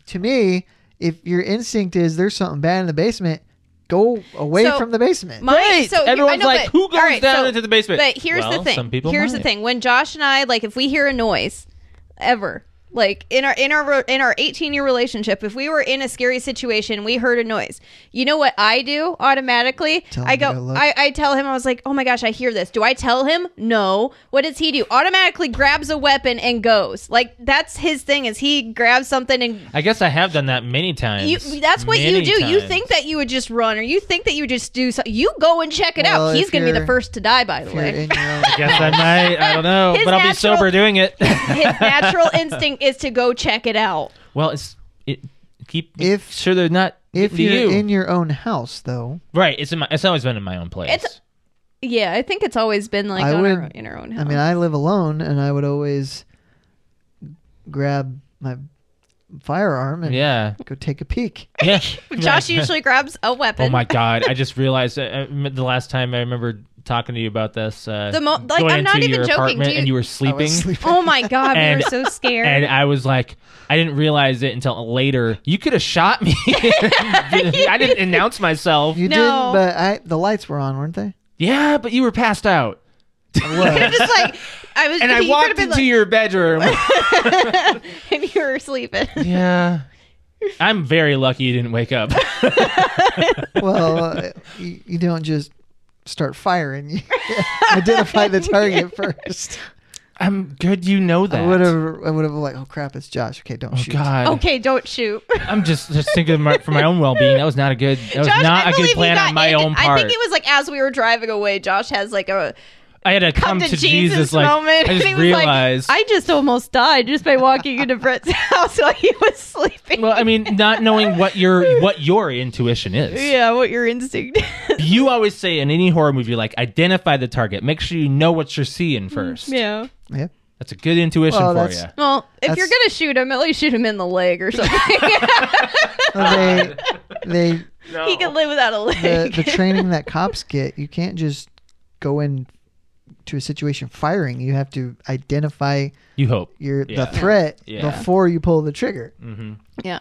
Speaker 2: to me, if your instinct is there's something bad in the basement, go away
Speaker 1: So,
Speaker 2: from the basement.
Speaker 1: My-
Speaker 3: Right.
Speaker 1: so here- I
Speaker 3: Everyone's
Speaker 1: know,
Speaker 3: like,
Speaker 1: but-
Speaker 3: who goes
Speaker 1: all right,
Speaker 3: down
Speaker 1: so-
Speaker 3: into the basement?
Speaker 1: But here's
Speaker 3: Well,
Speaker 1: the thing.
Speaker 3: Some people
Speaker 1: here's the
Speaker 3: might.
Speaker 1: thing. When Josh and I like, if we hear a noise, ever like in our in our in our 18 year relationship, if we were in a scary situation, we heard a noise. You know what I do automatically?
Speaker 2: Tell him
Speaker 1: I
Speaker 2: to
Speaker 1: go.
Speaker 2: go look.
Speaker 1: I, I tell him. I was like, oh my gosh, I hear this. Do I tell him? No. What does he do? Automatically grabs a weapon and goes. Like that's his thing. Is he grabs something and
Speaker 3: I guess I have done that many times.
Speaker 1: you, that's what you
Speaker 3: Many
Speaker 1: do. You
Speaker 3: times.
Speaker 1: think that you would just run, or you think that you would just do something. You go and check it
Speaker 2: Well,
Speaker 1: out.
Speaker 2: if
Speaker 1: He's going to be the
Speaker 2: you're-
Speaker 1: first to die, by the
Speaker 2: If you're
Speaker 1: way.
Speaker 2: in your own-
Speaker 3: Guess I might. I don't know,
Speaker 1: His
Speaker 3: but I'll be
Speaker 1: natural-
Speaker 3: sober doing it.
Speaker 1: his natural instinct is to go check it out.
Speaker 3: well, it's it, keep
Speaker 2: If-
Speaker 3: sure they're not
Speaker 2: if
Speaker 3: to
Speaker 2: you're
Speaker 3: you.
Speaker 2: in your own house, though,
Speaker 3: right, it's in my. It's always been in my own place.
Speaker 1: It's- Yeah, I think it's always been like
Speaker 2: I
Speaker 1: on our,
Speaker 2: would-
Speaker 1: in our own
Speaker 2: I
Speaker 1: house.
Speaker 2: mean, I live alone, and I would always grab my firearm and
Speaker 3: yeah,
Speaker 2: go take a peek.
Speaker 3: yeah.
Speaker 1: Josh usually grabs a weapon.
Speaker 3: Oh my god! I just realized uh, uh, the last time I remember talking to you about this. Uh,
Speaker 1: The mo- like,
Speaker 3: going
Speaker 1: I'm not
Speaker 3: into
Speaker 1: even
Speaker 3: your
Speaker 1: joking,
Speaker 3: apartment
Speaker 1: dude.
Speaker 3: and you were
Speaker 2: I
Speaker 3: sleeping.
Speaker 2: was sleeping.
Speaker 1: Oh my god, we
Speaker 3: And-
Speaker 1: were so scared.
Speaker 3: and I was like, I didn't realize it until later. You could have shot me. I didn't announce myself.
Speaker 2: You
Speaker 1: No.
Speaker 2: didn't, but I the lights were on, weren't they?
Speaker 3: Yeah, but you were passed out.
Speaker 1: You're just like I was,
Speaker 3: and I
Speaker 1: you
Speaker 3: walked
Speaker 1: could've
Speaker 3: into
Speaker 1: been like,
Speaker 3: your bedroom.
Speaker 1: and you were sleeping.
Speaker 3: yeah. I'm very lucky you didn't wake up.
Speaker 2: Well, uh, you, you don't just start firing. You identify the target first.
Speaker 3: I'm good you know that.
Speaker 2: I would have. I would have like, oh crap, it's Josh. Okay, don't
Speaker 3: Oh
Speaker 2: shoot.
Speaker 3: god.
Speaker 1: Okay, don't shoot.
Speaker 3: I'm just just thinking of my, for my own well-being. That was not a good that was
Speaker 1: Josh,
Speaker 3: not
Speaker 1: I
Speaker 3: a
Speaker 1: believe
Speaker 3: good
Speaker 1: you
Speaker 3: plan
Speaker 1: got
Speaker 3: on my
Speaker 1: in-
Speaker 3: own
Speaker 1: I
Speaker 3: part.
Speaker 1: think it was like as we were driving away, Josh has like a
Speaker 3: I had to come, to, Jesus, like
Speaker 1: moment.
Speaker 3: I
Speaker 1: And
Speaker 3: just
Speaker 1: he was like,
Speaker 3: realized
Speaker 1: I just almost died just by walking into Brett's house while he was sleeping.
Speaker 3: well, I mean, not knowing what your what your intuition is.
Speaker 1: yeah, what your instinct is.
Speaker 3: You always say in any horror movie, like identify the target. Make sure you know what you're seeing first.
Speaker 1: Mm, yeah.
Speaker 2: Yeah.
Speaker 3: That's a good intuition
Speaker 2: Well,
Speaker 3: for
Speaker 2: that's-
Speaker 3: you.
Speaker 1: Well, if
Speaker 2: That's-
Speaker 1: you're gonna shoot him, at least shoot him in the leg or something.
Speaker 2: Well, they they
Speaker 1: he can live without a
Speaker 2: the,
Speaker 1: leg.
Speaker 2: the training that cops get, you can't just go in to a situation firing. You have to identify
Speaker 3: You hope.
Speaker 2: your
Speaker 3: Yeah.
Speaker 2: the threat
Speaker 3: Yeah.
Speaker 2: before you pull the trigger.
Speaker 3: Mm-hmm.
Speaker 1: yeah.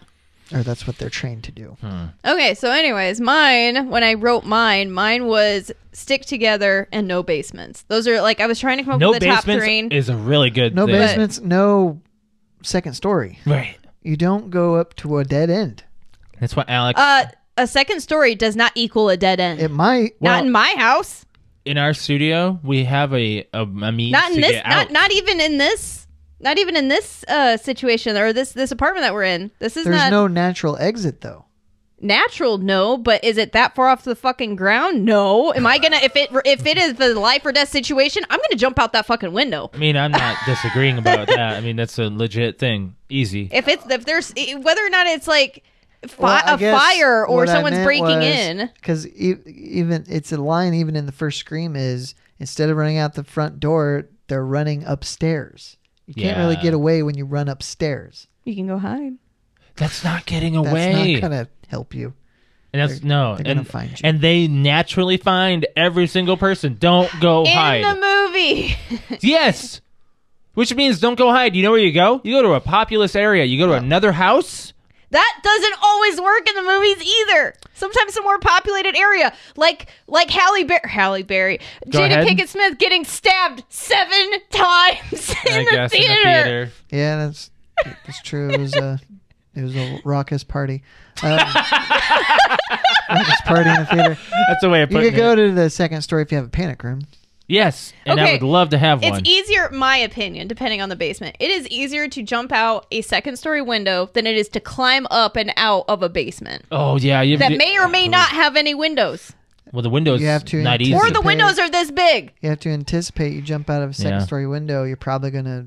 Speaker 2: Or that's what they're trained to do.
Speaker 1: Okay. So, anyways, mine when I wrote mine, mine was stick together and no basements. Those are like I was trying to come up
Speaker 3: No
Speaker 1: with the top
Speaker 3: basements
Speaker 1: three.
Speaker 3: is a really good
Speaker 2: No
Speaker 3: thing.
Speaker 2: basements, no second story.
Speaker 3: Right.
Speaker 2: You don't go up to a dead end.
Speaker 3: That's what Alex
Speaker 1: uh, a second story does not equal a dead end.
Speaker 2: It might.
Speaker 3: well-
Speaker 1: not in my house.
Speaker 3: in our studio we have a a, a means
Speaker 1: Not in
Speaker 3: to
Speaker 1: this.
Speaker 3: get out.
Speaker 1: Not not even in this. Not even in this uh, situation or this this apartment that we're in. This is
Speaker 2: There's
Speaker 1: not
Speaker 2: no natural exit though.
Speaker 1: natural no but is it that far off the fucking ground no am i gonna if it if it is the life or death situation i'm gonna jump out that fucking window
Speaker 3: I mean, I'm not disagreeing about that. I mean, that's a legit thing. Easy.
Speaker 1: if it's if there's whether or not it's like fi-
Speaker 2: Well, I
Speaker 1: a
Speaker 2: guess
Speaker 1: fire or
Speaker 2: what I
Speaker 1: someone's
Speaker 2: meant
Speaker 1: breaking
Speaker 2: was-
Speaker 1: in
Speaker 2: Because e- even it's a line. Even in the first scream, is instead of running out the front door, they're running upstairs. You can't really
Speaker 3: Yeah.
Speaker 2: get away when you run upstairs.
Speaker 1: you can go hide
Speaker 3: That's not getting
Speaker 2: That's
Speaker 3: away.
Speaker 2: not gonna help you.
Speaker 3: and that's no.
Speaker 2: they're gonna
Speaker 3: and,
Speaker 2: find you.
Speaker 3: and they naturally find every single person. Don't go hide.
Speaker 1: in the movie
Speaker 3: Yes. Which means don't go hide. You know where you go? You go to a populous area. You go to another house.
Speaker 1: that doesn't always work in the movies either Sometimes a more populated area, like like Halle Berry, Halle Berry,
Speaker 3: Go
Speaker 1: Jada
Speaker 3: ahead.
Speaker 1: Pinkett Smith getting stabbed seven times in,
Speaker 3: I
Speaker 1: the
Speaker 3: guess in the
Speaker 1: theater.
Speaker 3: theater.
Speaker 2: Yeah, that's that's true. It was a it was a raucous party. Um, raucous party in the theater.
Speaker 3: That's the way of
Speaker 2: You
Speaker 3: putting
Speaker 2: could
Speaker 3: it.
Speaker 2: go to the second story if you have a panic room.
Speaker 3: yes, and I
Speaker 1: Okay.
Speaker 3: would love to have
Speaker 1: It's e-
Speaker 3: one.
Speaker 1: easier, my opinion, depending on the basement. It is easier to jump out a second story window than it is to climb up and out of a basement
Speaker 3: oh yeah, you
Speaker 1: that
Speaker 3: you-
Speaker 1: may or may not have any windows,
Speaker 3: Well, the windows
Speaker 2: You have to
Speaker 3: not easy.
Speaker 2: Is
Speaker 1: or
Speaker 2: it
Speaker 1: the
Speaker 2: big?
Speaker 1: windows are this big.
Speaker 2: You have to anticipate. You jump out of a second
Speaker 3: Yeah.
Speaker 2: story window, you're probably gonna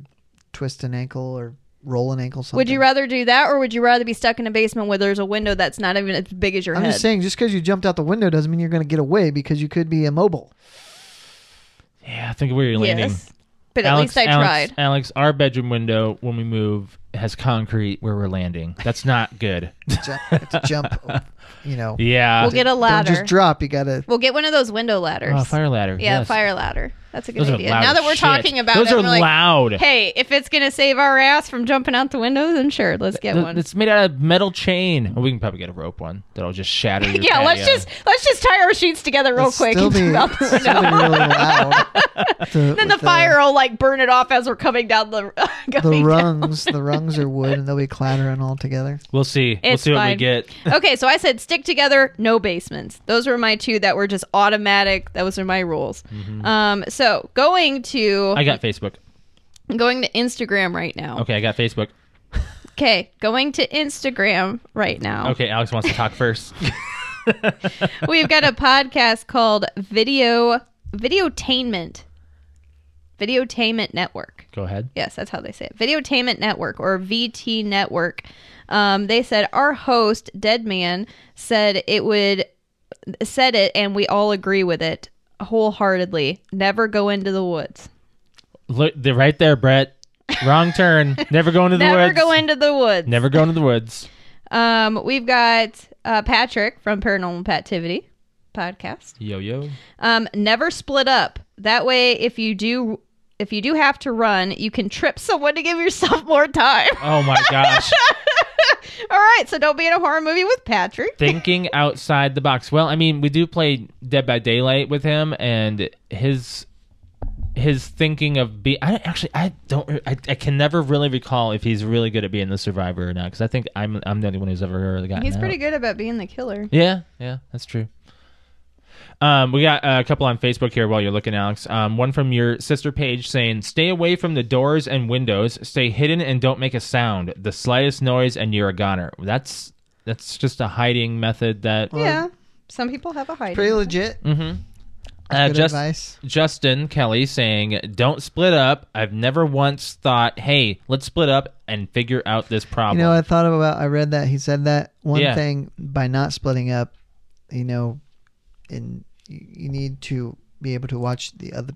Speaker 2: twist an ankle or roll an ankle. Something.
Speaker 1: Would you rather do that, or would you rather be stuck in a basement where there's a window that's not even as big as your
Speaker 2: I'm
Speaker 1: head?
Speaker 2: just saying, just because you jumped out the window doesn't mean you're going to get away because you could be immobile.
Speaker 3: yeah, think of where you're landing.
Speaker 1: Yes, but at
Speaker 3: Alex,
Speaker 1: least I
Speaker 3: Alex-
Speaker 1: tried.
Speaker 3: Alex, our bedroom window when we move has concrete where we're landing. That's not good.
Speaker 2: Ju- have to jump, you know.
Speaker 3: yeah.
Speaker 1: We'll get a
Speaker 2: Don't
Speaker 1: ladder.
Speaker 2: just drop. You got to.
Speaker 1: We'll get one of those window ladders.
Speaker 3: Oh, fire ladder.
Speaker 1: yeah,
Speaker 3: yes.
Speaker 1: fire ladder. That's a good
Speaker 3: Those are
Speaker 1: idea.
Speaker 3: loud
Speaker 1: Now that we're
Speaker 3: as shit.
Speaker 1: talking about
Speaker 3: those
Speaker 1: it,
Speaker 3: are
Speaker 1: we're like,
Speaker 3: loud.
Speaker 1: hey, if it's gonna save our ass from jumping out the window, then sure, let's get
Speaker 3: Th-
Speaker 1: one.
Speaker 3: It's made out of metal chain. Well, we can probably get a rope one that'll just shatter. Your
Speaker 1: yeah, let's
Speaker 3: patio.
Speaker 1: just let's just tie our sheets together real
Speaker 2: It'll
Speaker 1: quick
Speaker 2: still
Speaker 1: and
Speaker 2: be,
Speaker 1: jump out the
Speaker 2: still be
Speaker 1: window.
Speaker 2: really loud. The-
Speaker 1: Then the
Speaker 2: with uh,
Speaker 1: fire will like burn it off as we're coming down the
Speaker 2: The,
Speaker 1: coming down.
Speaker 2: rungs, the rungs are wood, and they'll be clattering all together.
Speaker 3: We'll see. we'll
Speaker 1: It's
Speaker 3: see what we
Speaker 1: fine.
Speaker 3: get.
Speaker 1: okay, so I said stick together, no basements. Those were my two that were just automatic. Those are my rules. Um, so going to
Speaker 3: Mm-hmm. I got Facebook.
Speaker 1: going to Instagram right now.
Speaker 3: Okay, I got Facebook.
Speaker 1: Okay, going to Instagram right now.
Speaker 3: Okay, Alex wants to talk first.
Speaker 1: We've got a podcast called Video Videotainment. Videotainment Network.
Speaker 3: Go ahead.
Speaker 1: Yes, that's how they say it. Videotainment Network or VT Network. Um, they said our host Deadman said it would said it, and we all agree with it wholeheartedly. Never go into the woods.
Speaker 3: Look, they're right there, Brett. Wrong turn. Never go into the
Speaker 1: Never
Speaker 3: woods.
Speaker 1: go into the woods.
Speaker 3: Never go into the woods.
Speaker 1: Um, we've got uh, Patrick from Paranormal Pativity podcast.
Speaker 3: Yo yo.
Speaker 1: Um, never split up. That way, if you do. If you do have to run, you can trip someone to give yourself more time.
Speaker 3: Oh my gosh.
Speaker 1: All right, so don't be in a horror movie with Patrick.
Speaker 3: Thinking outside the box. Well, I mean, we do play Dead by Daylight with him, and his his thinking of be. I don't- actually I don't. I, I can never really recall if he's really good at being the survivor or not. Because I think I'm I'm the only one who's ever really gotten.
Speaker 1: He's
Speaker 3: out.
Speaker 1: pretty good about being the killer.
Speaker 3: Yeah, yeah, that's true. Um, we got uh, a couple on Facebook here while you're looking, Alex. Um, one from your sister Paige saying, "Stay away from the doors and windows. Stay hidden and don't make a sound. The slightest noise and you're a goner." That's that's just a hiding method that.
Speaker 1: yeah. Some people have a hiding.
Speaker 2: Pretty legit.
Speaker 3: hmm Uh,
Speaker 2: Good
Speaker 3: just,
Speaker 2: advice.
Speaker 3: Justin Kelly saying, "Don't split up." I've never once thought, "Hey, let's split up and figure out this problem."
Speaker 2: You know, I thought about. I read that he said that one
Speaker 3: Yeah.
Speaker 2: thing by not splitting up. You know, and you you need to be able to watch the other.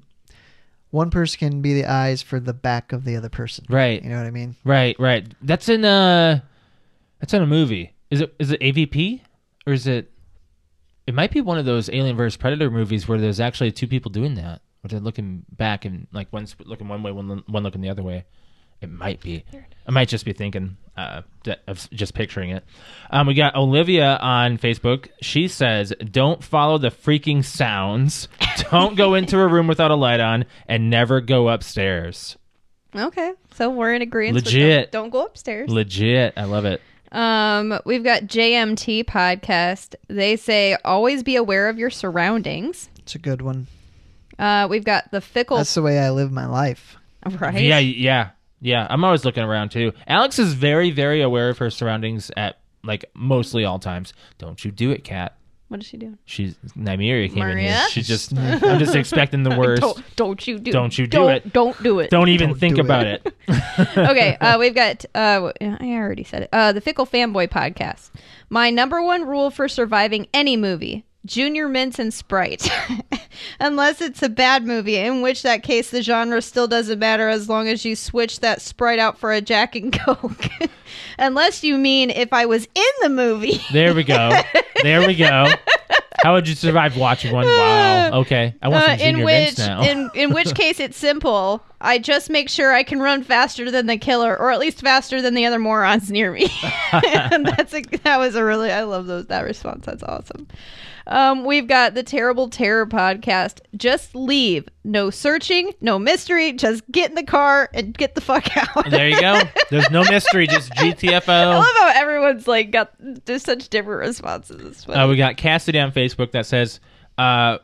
Speaker 2: One person can be the eyes for the back of the other person.
Speaker 3: right?
Speaker 2: You know what I mean?
Speaker 3: Right, right. That's in uh that's in a movie. Is it is it AVP or is it it might be one of those Alien vs Predator movies where there's actually two people doing that, where they're looking back and like one's looking one way, one one looking the other way. It might be. I might just be thinking uh, that- of s- just picturing it. Um, we got Olivia on Facebook. She says, "Don't follow the freaking sounds. Don't go into a room without a light on, and never go upstairs."
Speaker 1: Okay. So we're in agreement.
Speaker 3: Legit.
Speaker 1: Don't, don't go upstairs.
Speaker 3: Legit, I love it.
Speaker 1: Um, we've got JMT podcast. They say always be aware of your surroundings.
Speaker 2: It's a good one.
Speaker 1: Uh, we've got the fickle
Speaker 2: That's the way I live my life.
Speaker 1: right.
Speaker 3: Yeah, yeah, yeah. I'm always looking around too. Alex is very, very aware of her surroundings at like mostly all times. Don't you do it, Kat?
Speaker 1: What is she doing?
Speaker 3: She's Nymeria came in here.
Speaker 1: Maria?
Speaker 3: She's just I'm just expecting the worst. Don't,
Speaker 1: Don't, don't you do
Speaker 3: Don't you do it.
Speaker 1: Don't do it.
Speaker 3: even
Speaker 2: Don't
Speaker 3: think
Speaker 2: do
Speaker 3: about it.
Speaker 1: okay, uh, we've got. Uh, I already said it. Uh, the Fickle Fanboy podcast. My number one rule for surviving any movie: Junior Mints and Sprite, unless it's a bad movie, in which that case the genre still doesn't matter as long as you switch that Sprite out for a Jack and Coke. unless you mean if I was in the movie.
Speaker 3: There we go. There we go. How would you survive watching one? Wow. Okay. I want
Speaker 1: Uh,
Speaker 3: some
Speaker 1: in
Speaker 3: junior
Speaker 1: which
Speaker 3: mints now.
Speaker 1: in in which case it's simple. I just make sure I can run faster than the killer, or at least faster than the other morons near me. That's a, that was a really I love those that response. That's awesome. Um, we've got the Terrible Terror podcast. Just leave. No searching. No mystery. Just get in the car and get the fuck out.
Speaker 3: there you go. There's no mystery. Just
Speaker 1: I
Speaker 3: GTFO.
Speaker 1: love how everyone's like got just such different responses. It's funny.
Speaker 3: Uh, we got Cassidy on Facebook that says uh,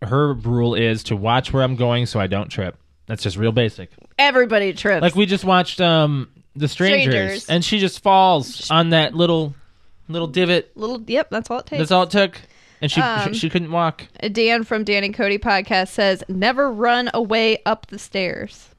Speaker 3: her rule is to watch where I'm going so I don't trip. That's just real basic.
Speaker 1: Everybody trips.
Speaker 3: Like we just watched um, The Strangers,
Speaker 1: Strangers.
Speaker 3: and she just falls on that little little divot.
Speaker 1: little. Yep, that's all it takes.
Speaker 3: That's all it took, and she
Speaker 1: Um,
Speaker 3: she, she couldn't walk.
Speaker 1: Dan from Dan and Cody podcast says, "Never run away up the stairs."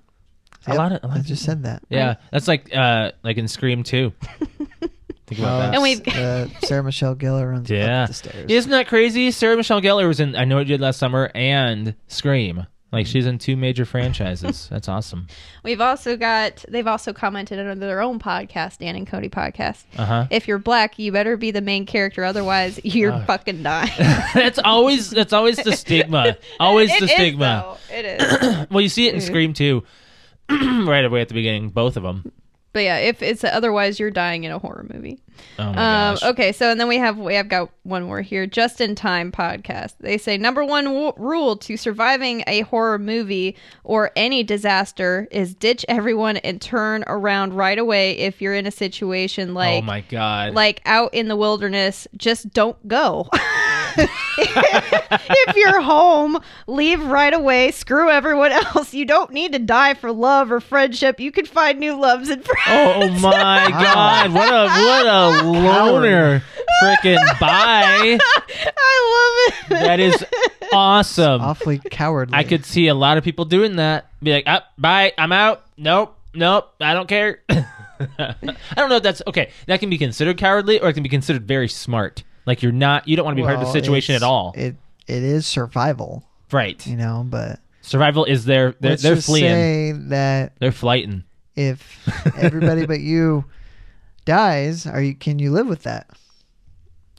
Speaker 3: A lot of- a lot
Speaker 2: I
Speaker 3: of
Speaker 2: just said that.
Speaker 3: Yeah, that's like uh, like in Scream too. Think about that.
Speaker 1: And we've-
Speaker 2: uh, Sarah Michelle Gellar runs
Speaker 3: Yeah.
Speaker 2: up the stairs.
Speaker 3: Isn't that crazy? Sarah Michelle Gellar was in I Know What You Did Last Summer and Scream. Like she's in two major franchises. That's awesome.
Speaker 1: We've also got they've also commented under their own podcast, Dan and Cody podcast.
Speaker 3: Uh huh.
Speaker 1: If you're black, you better be the main character, otherwise you're
Speaker 3: Ugh.
Speaker 1: fucking dying.
Speaker 3: that's always that's always the stigma. Always
Speaker 1: It
Speaker 3: the
Speaker 1: is,
Speaker 3: stigma.
Speaker 1: though. Mm. It is.
Speaker 3: Well, you see it in Scream too, right away at the beginning. Both of them.
Speaker 1: but yeah, if it's otherwise you're dying in a horror movie.
Speaker 3: Oh my
Speaker 1: Um,
Speaker 3: gosh.
Speaker 1: okay, so and then we have we have got one more here, just in time podcast. They say number one w- rule to surviving a horror movie or any disaster is ditch everyone and turn around right away if you're in a situation
Speaker 3: oh
Speaker 1: like
Speaker 3: my god.
Speaker 1: like out in the wilderness. Just don't go. if you're home, leave right away. Screw everyone else. You don't need to die for love or friendship. You can find new loves and friends.
Speaker 3: oh, oh my god. What a what a loner. Freaking bye.
Speaker 1: I love it.
Speaker 3: That is awesome.
Speaker 2: Awfully cowardly.
Speaker 3: I could see a lot of people doing that. Be like, ah, bye, I'm out. Nope, nope, I don't care. I don't know if that's okay. That can be considered cowardly or it can be considered very smart. Like you're not, you don't want to be part of
Speaker 2: Well,
Speaker 3: the situation at
Speaker 2: it's-
Speaker 3: all, right?
Speaker 2: It it is survival, you know, but
Speaker 3: Survival is their, they're,
Speaker 2: let's
Speaker 3: they're
Speaker 2: just
Speaker 3: fleeing.
Speaker 2: say that
Speaker 3: They're flighting.
Speaker 2: if everybody but you dies, are you can you live with that?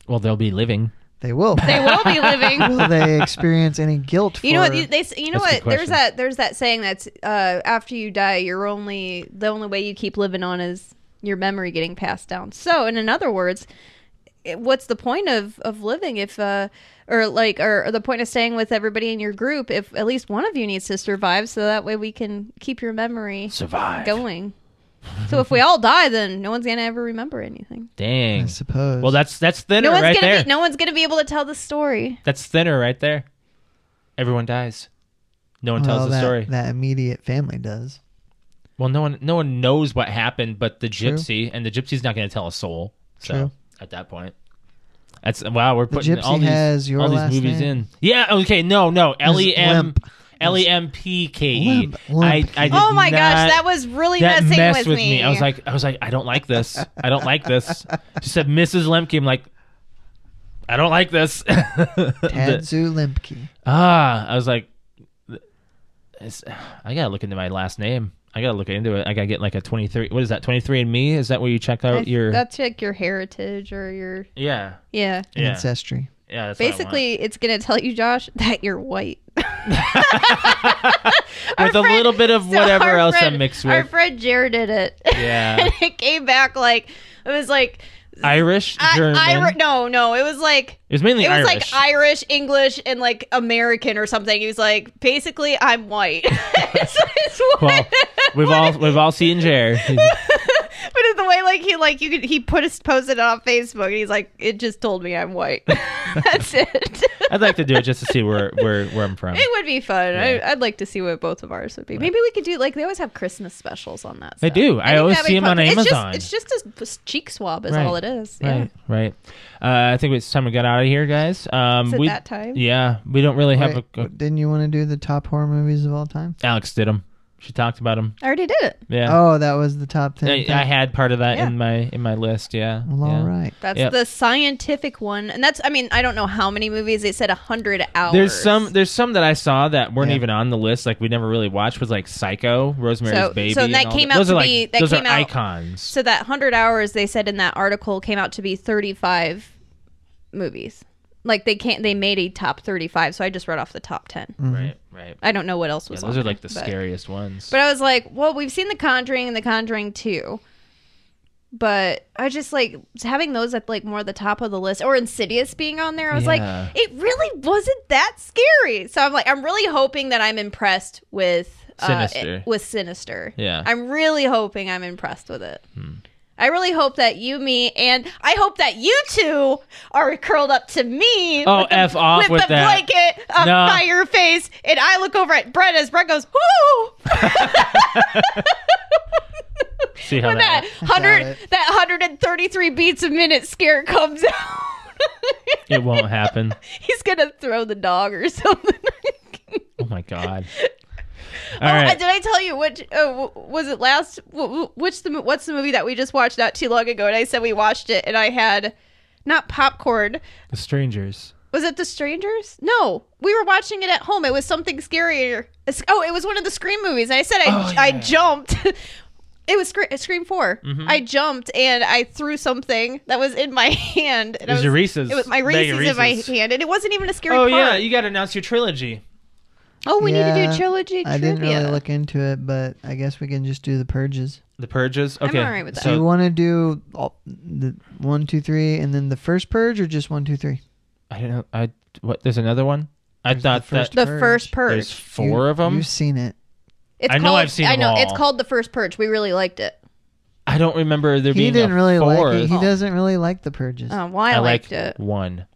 Speaker 3: Well, they'll be living.
Speaker 2: They will.
Speaker 1: They will be living.
Speaker 2: will they experience any guilt for
Speaker 1: You know what you- they s- you know
Speaker 3: That's a
Speaker 1: what
Speaker 3: good
Speaker 1: there's
Speaker 3: question.
Speaker 1: that there's that saying that's uh, after you die your only the only way you keep living on is your memory getting passed down. So in in other words, it- what's the point of of living if uh or like or, or the point of staying with everybody in your group if at least one of you needs to survive so that way we can keep your memory
Speaker 3: Survive.
Speaker 1: going. So if we all die then no one's going to ever remember anything.
Speaker 2: I
Speaker 3: Dang.
Speaker 2: suppose.
Speaker 3: Well, that's that's thinner
Speaker 1: No one's
Speaker 3: right
Speaker 1: going
Speaker 3: there.
Speaker 1: to be no one's going to be able to tell the story.
Speaker 3: That's thinner right there. Everyone dies. No one tells
Speaker 2: Well,
Speaker 3: the
Speaker 2: that,
Speaker 3: story.
Speaker 2: That immediate family does.
Speaker 3: Well, no one no one knows what happened, but the
Speaker 2: True.
Speaker 3: gypsy, and the gypsy's not going to tell a soul. So
Speaker 2: True.
Speaker 3: at that point, that's wow. We're putting
Speaker 2: gypsy
Speaker 3: all these
Speaker 2: has your
Speaker 3: all these
Speaker 2: last
Speaker 3: movies
Speaker 2: name.
Speaker 3: in. Yeah. Okay. No. No. L e m
Speaker 2: limp.
Speaker 3: l e m p k e.
Speaker 2: Limp,
Speaker 3: I
Speaker 2: limp.
Speaker 3: I did
Speaker 1: Oh my
Speaker 3: not-
Speaker 1: gosh, that was really
Speaker 3: that
Speaker 1: messing
Speaker 3: messed
Speaker 1: with,
Speaker 3: with
Speaker 1: me.
Speaker 3: I was like, I was like, I don't like this. I don't like this. She said, Mrs. Lemke. I'm like, I don't like this. The-
Speaker 2: Tadzu Limpke.
Speaker 3: Ah, I was like, it's, I gotta look into my last name. I gotta look into it. I gotta get like a twenty three. What is that? Twenty three and Me? Is that where you check out
Speaker 1: I th-
Speaker 3: your?
Speaker 1: that's like your heritage or your
Speaker 3: yeah,
Speaker 1: yeah.
Speaker 3: yeah,
Speaker 2: Ancestry.
Speaker 3: yeah. That's what I want.
Speaker 1: Basically, it's gonna tell you, Josh, that you're white.
Speaker 3: with a little bit of whatever else I'm mixed
Speaker 1: Our
Speaker 3: with.
Speaker 1: friend Jared did it.
Speaker 3: Yeah.
Speaker 1: and it came back like it was like
Speaker 3: Irish, German.
Speaker 1: I, I no no it was like
Speaker 3: it was mainly
Speaker 1: it was
Speaker 3: Irish.
Speaker 1: like Irish, English, and like American or something. He was like, basically, I'm white. It's- it's what-
Speaker 3: well, we've all we've all seen Jer.
Speaker 1: but it's the way like he like you could, he put his posted it on Facebook and he's like, it just told me I'm white. That's it.
Speaker 3: I'd like to do it just to see where where where I'm from.
Speaker 1: It would be fun.
Speaker 3: Yeah.
Speaker 1: I, I'd like to see what both of ours would be. Maybe we could do like they always have Christmas specials on that.
Speaker 3: They
Speaker 1: stuff.
Speaker 3: do. I
Speaker 1: think
Speaker 3: always
Speaker 1: that'd
Speaker 3: see
Speaker 1: be
Speaker 3: 'em
Speaker 1: fun.
Speaker 3: on
Speaker 1: It's just-
Speaker 3: Amazon.
Speaker 1: It's just, a s- cheek swab is
Speaker 3: Right.
Speaker 1: all it is. Yeah.
Speaker 3: Right, right. Uh, I think it's time we got out of here, guys. Um,
Speaker 1: Is it
Speaker 3: we,
Speaker 1: that time?
Speaker 3: Yeah, we don't really have
Speaker 2: Wait,
Speaker 3: a, a
Speaker 2: didn't you want to do the top horror movies of all time?
Speaker 3: Alex did them. She talked about them.
Speaker 1: I already did it.
Speaker 3: Yeah.
Speaker 2: Oh, that was the top ten.
Speaker 3: I,
Speaker 2: thing.
Speaker 3: I had part of that
Speaker 1: Yeah.
Speaker 3: in my in my list. Yeah.
Speaker 2: well, all
Speaker 3: yeah.
Speaker 2: right.
Speaker 1: That's
Speaker 3: Yep.
Speaker 1: the scientific one, and that's I mean I don't know how many movies they said a hundred hours.
Speaker 3: There's some there's some that I saw that weren't
Speaker 2: Yeah.
Speaker 3: even on the list. Like we never really watched was like Psycho, Rosemary's
Speaker 1: So-
Speaker 3: Baby.
Speaker 1: so
Speaker 3: and
Speaker 1: that
Speaker 3: all
Speaker 1: came
Speaker 3: that.
Speaker 1: out
Speaker 3: those
Speaker 1: to
Speaker 3: are like,
Speaker 1: be- that
Speaker 3: those
Speaker 1: came
Speaker 3: are
Speaker 1: out-
Speaker 3: icons.
Speaker 1: So that hundred hours they said in that article came out to be thirty five movies. Like they can't. They made a top thirty-five, so I just read off the top ten.
Speaker 3: Right, right.
Speaker 1: I don't know what else
Speaker 3: Yeah,
Speaker 1: Mm-hmm. was.
Speaker 3: those
Speaker 1: on
Speaker 3: are like the
Speaker 1: there, but-
Speaker 3: scariest ones.
Speaker 1: But I was like, well, we've seen The Conjuring and The Conjuring 2. But I just like having those at like more the top of the list or Insidious being on there. I was
Speaker 3: Yeah.
Speaker 1: like, it really wasn't that scary. So I'm like, I'm really hoping that I'm impressed with uh,
Speaker 3: Sinister.
Speaker 1: it- with Sinister.
Speaker 3: Yeah. Hmm.
Speaker 1: I'm really hoping I'm impressed with it. I really hope that you, me, and I hope that you two are curled up to me.
Speaker 3: Oh,
Speaker 1: with the-
Speaker 3: F off with
Speaker 1: the
Speaker 3: that.
Speaker 1: blanket up
Speaker 3: No.
Speaker 1: by your face, and I look over at Brett as Brett goes, "Whoo!"
Speaker 3: See how
Speaker 1: when
Speaker 3: that.
Speaker 1: that
Speaker 2: Got
Speaker 1: hundred
Speaker 2: it.
Speaker 1: that hundred and thirty three beats a minute scare comes out.
Speaker 3: It won't happen.
Speaker 1: He's gonna throw the dog or something.
Speaker 3: Oh my god. All
Speaker 1: Oh,
Speaker 3: right.
Speaker 1: Did I tell you which uh, w- was it last? w- w- Which the mo- what's the movie that we just watched not too long ago? And I said we watched it, and I had not popcorn.
Speaker 3: The strangers.
Speaker 1: Was it The Strangers? No, we were watching it at home. It was something scarier. It's- Oh, it was one of the Scream movies. And I said I,
Speaker 3: Oh,
Speaker 1: I
Speaker 3: yeah. Mm-hmm.
Speaker 1: jumped. it was Scream, Scream 4 I jumped and I threw something that was in my hand. And
Speaker 3: It
Speaker 1: I
Speaker 3: was your Reese's.
Speaker 1: It was my
Speaker 3: Bag
Speaker 1: Reese's,
Speaker 3: of
Speaker 1: in my
Speaker 3: Reese's.
Speaker 1: hand, and it wasn't even a scary
Speaker 3: Oh
Speaker 1: part.
Speaker 3: yeah, you got to announce your trilogy.
Speaker 1: oh, we need to
Speaker 2: Yeah,
Speaker 1: do trilogy
Speaker 2: I
Speaker 1: trivia.
Speaker 2: didn't really look into it, but I guess we can just do the purges.
Speaker 3: The purges.
Speaker 1: I'm
Speaker 3: Okay.
Speaker 1: all right with that.
Speaker 2: Do you
Speaker 3: So
Speaker 2: want to do all, the one, two, three, and then the first purge, or just one, two, three?
Speaker 3: I don't know. I what? There's another one. I
Speaker 2: There's the
Speaker 3: thought that
Speaker 2: first
Speaker 1: the
Speaker 2: Purge.
Speaker 1: first purge.
Speaker 3: there's four
Speaker 2: You-
Speaker 3: of them.
Speaker 2: You've seen it.
Speaker 1: it's
Speaker 3: I know
Speaker 1: called,
Speaker 3: I've seen
Speaker 1: I know
Speaker 3: them
Speaker 1: it's
Speaker 3: all.
Speaker 1: called the first purge. We really liked it.
Speaker 3: I don't remember there
Speaker 2: He
Speaker 3: being
Speaker 2: didn't
Speaker 3: a
Speaker 2: really
Speaker 3: fourth.
Speaker 2: like it. He
Speaker 1: Oh.
Speaker 2: doesn't really like the purges.
Speaker 1: Oh, well, I,
Speaker 3: I
Speaker 1: liked it.
Speaker 3: liked one.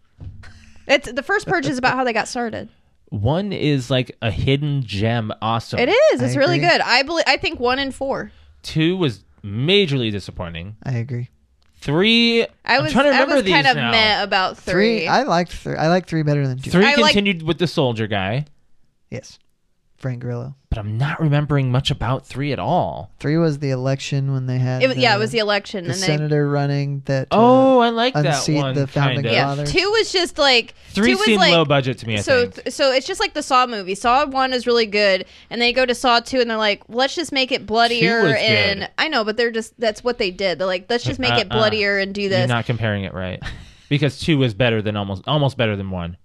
Speaker 1: It's the first purge is about how they got started.
Speaker 3: One is like a hidden gem. Awesome.
Speaker 1: It is. It's
Speaker 2: I
Speaker 1: really
Speaker 2: agree.
Speaker 1: good. I believe. I think one and four.
Speaker 3: Two was majorly disappointing.
Speaker 2: I agree.
Speaker 3: Three.
Speaker 1: I was
Speaker 3: am trying to remember
Speaker 1: I was
Speaker 3: these
Speaker 1: kind of
Speaker 3: now.
Speaker 1: meh about
Speaker 2: Three.
Speaker 1: three.
Speaker 2: I liked three. I like three better than two.
Speaker 3: Three
Speaker 1: I like-
Speaker 3: continued with the soldier guy,
Speaker 2: Yes. Frank Grillo.
Speaker 3: but I'm not remembering much about three at all.
Speaker 2: Three was the election when they had.
Speaker 1: it, was- yeah, it was
Speaker 2: the,
Speaker 1: the election,
Speaker 2: the
Speaker 1: and then
Speaker 2: senator running that. uh,
Speaker 3: Oh, I like that
Speaker 2: unseat
Speaker 3: one.
Speaker 2: the founding
Speaker 3: kind of.
Speaker 1: yeah,
Speaker 2: Fathers.
Speaker 1: two was just like
Speaker 3: Three
Speaker 1: two was
Speaker 3: seemed
Speaker 1: like
Speaker 3: low budget to me. I
Speaker 1: so
Speaker 3: think.
Speaker 1: th- so it's just like the Saw movie. Saw one is really good, and they go to Saw two, and they're like, let's just make it bloodier.
Speaker 3: was good.
Speaker 1: And I know, but they're just that's what they did. They're like, let's just make it
Speaker 3: Uh-uh.
Speaker 1: bloodier and do
Speaker 3: You're
Speaker 1: this.
Speaker 3: not comparing it right, because two was better than almost almost better than one.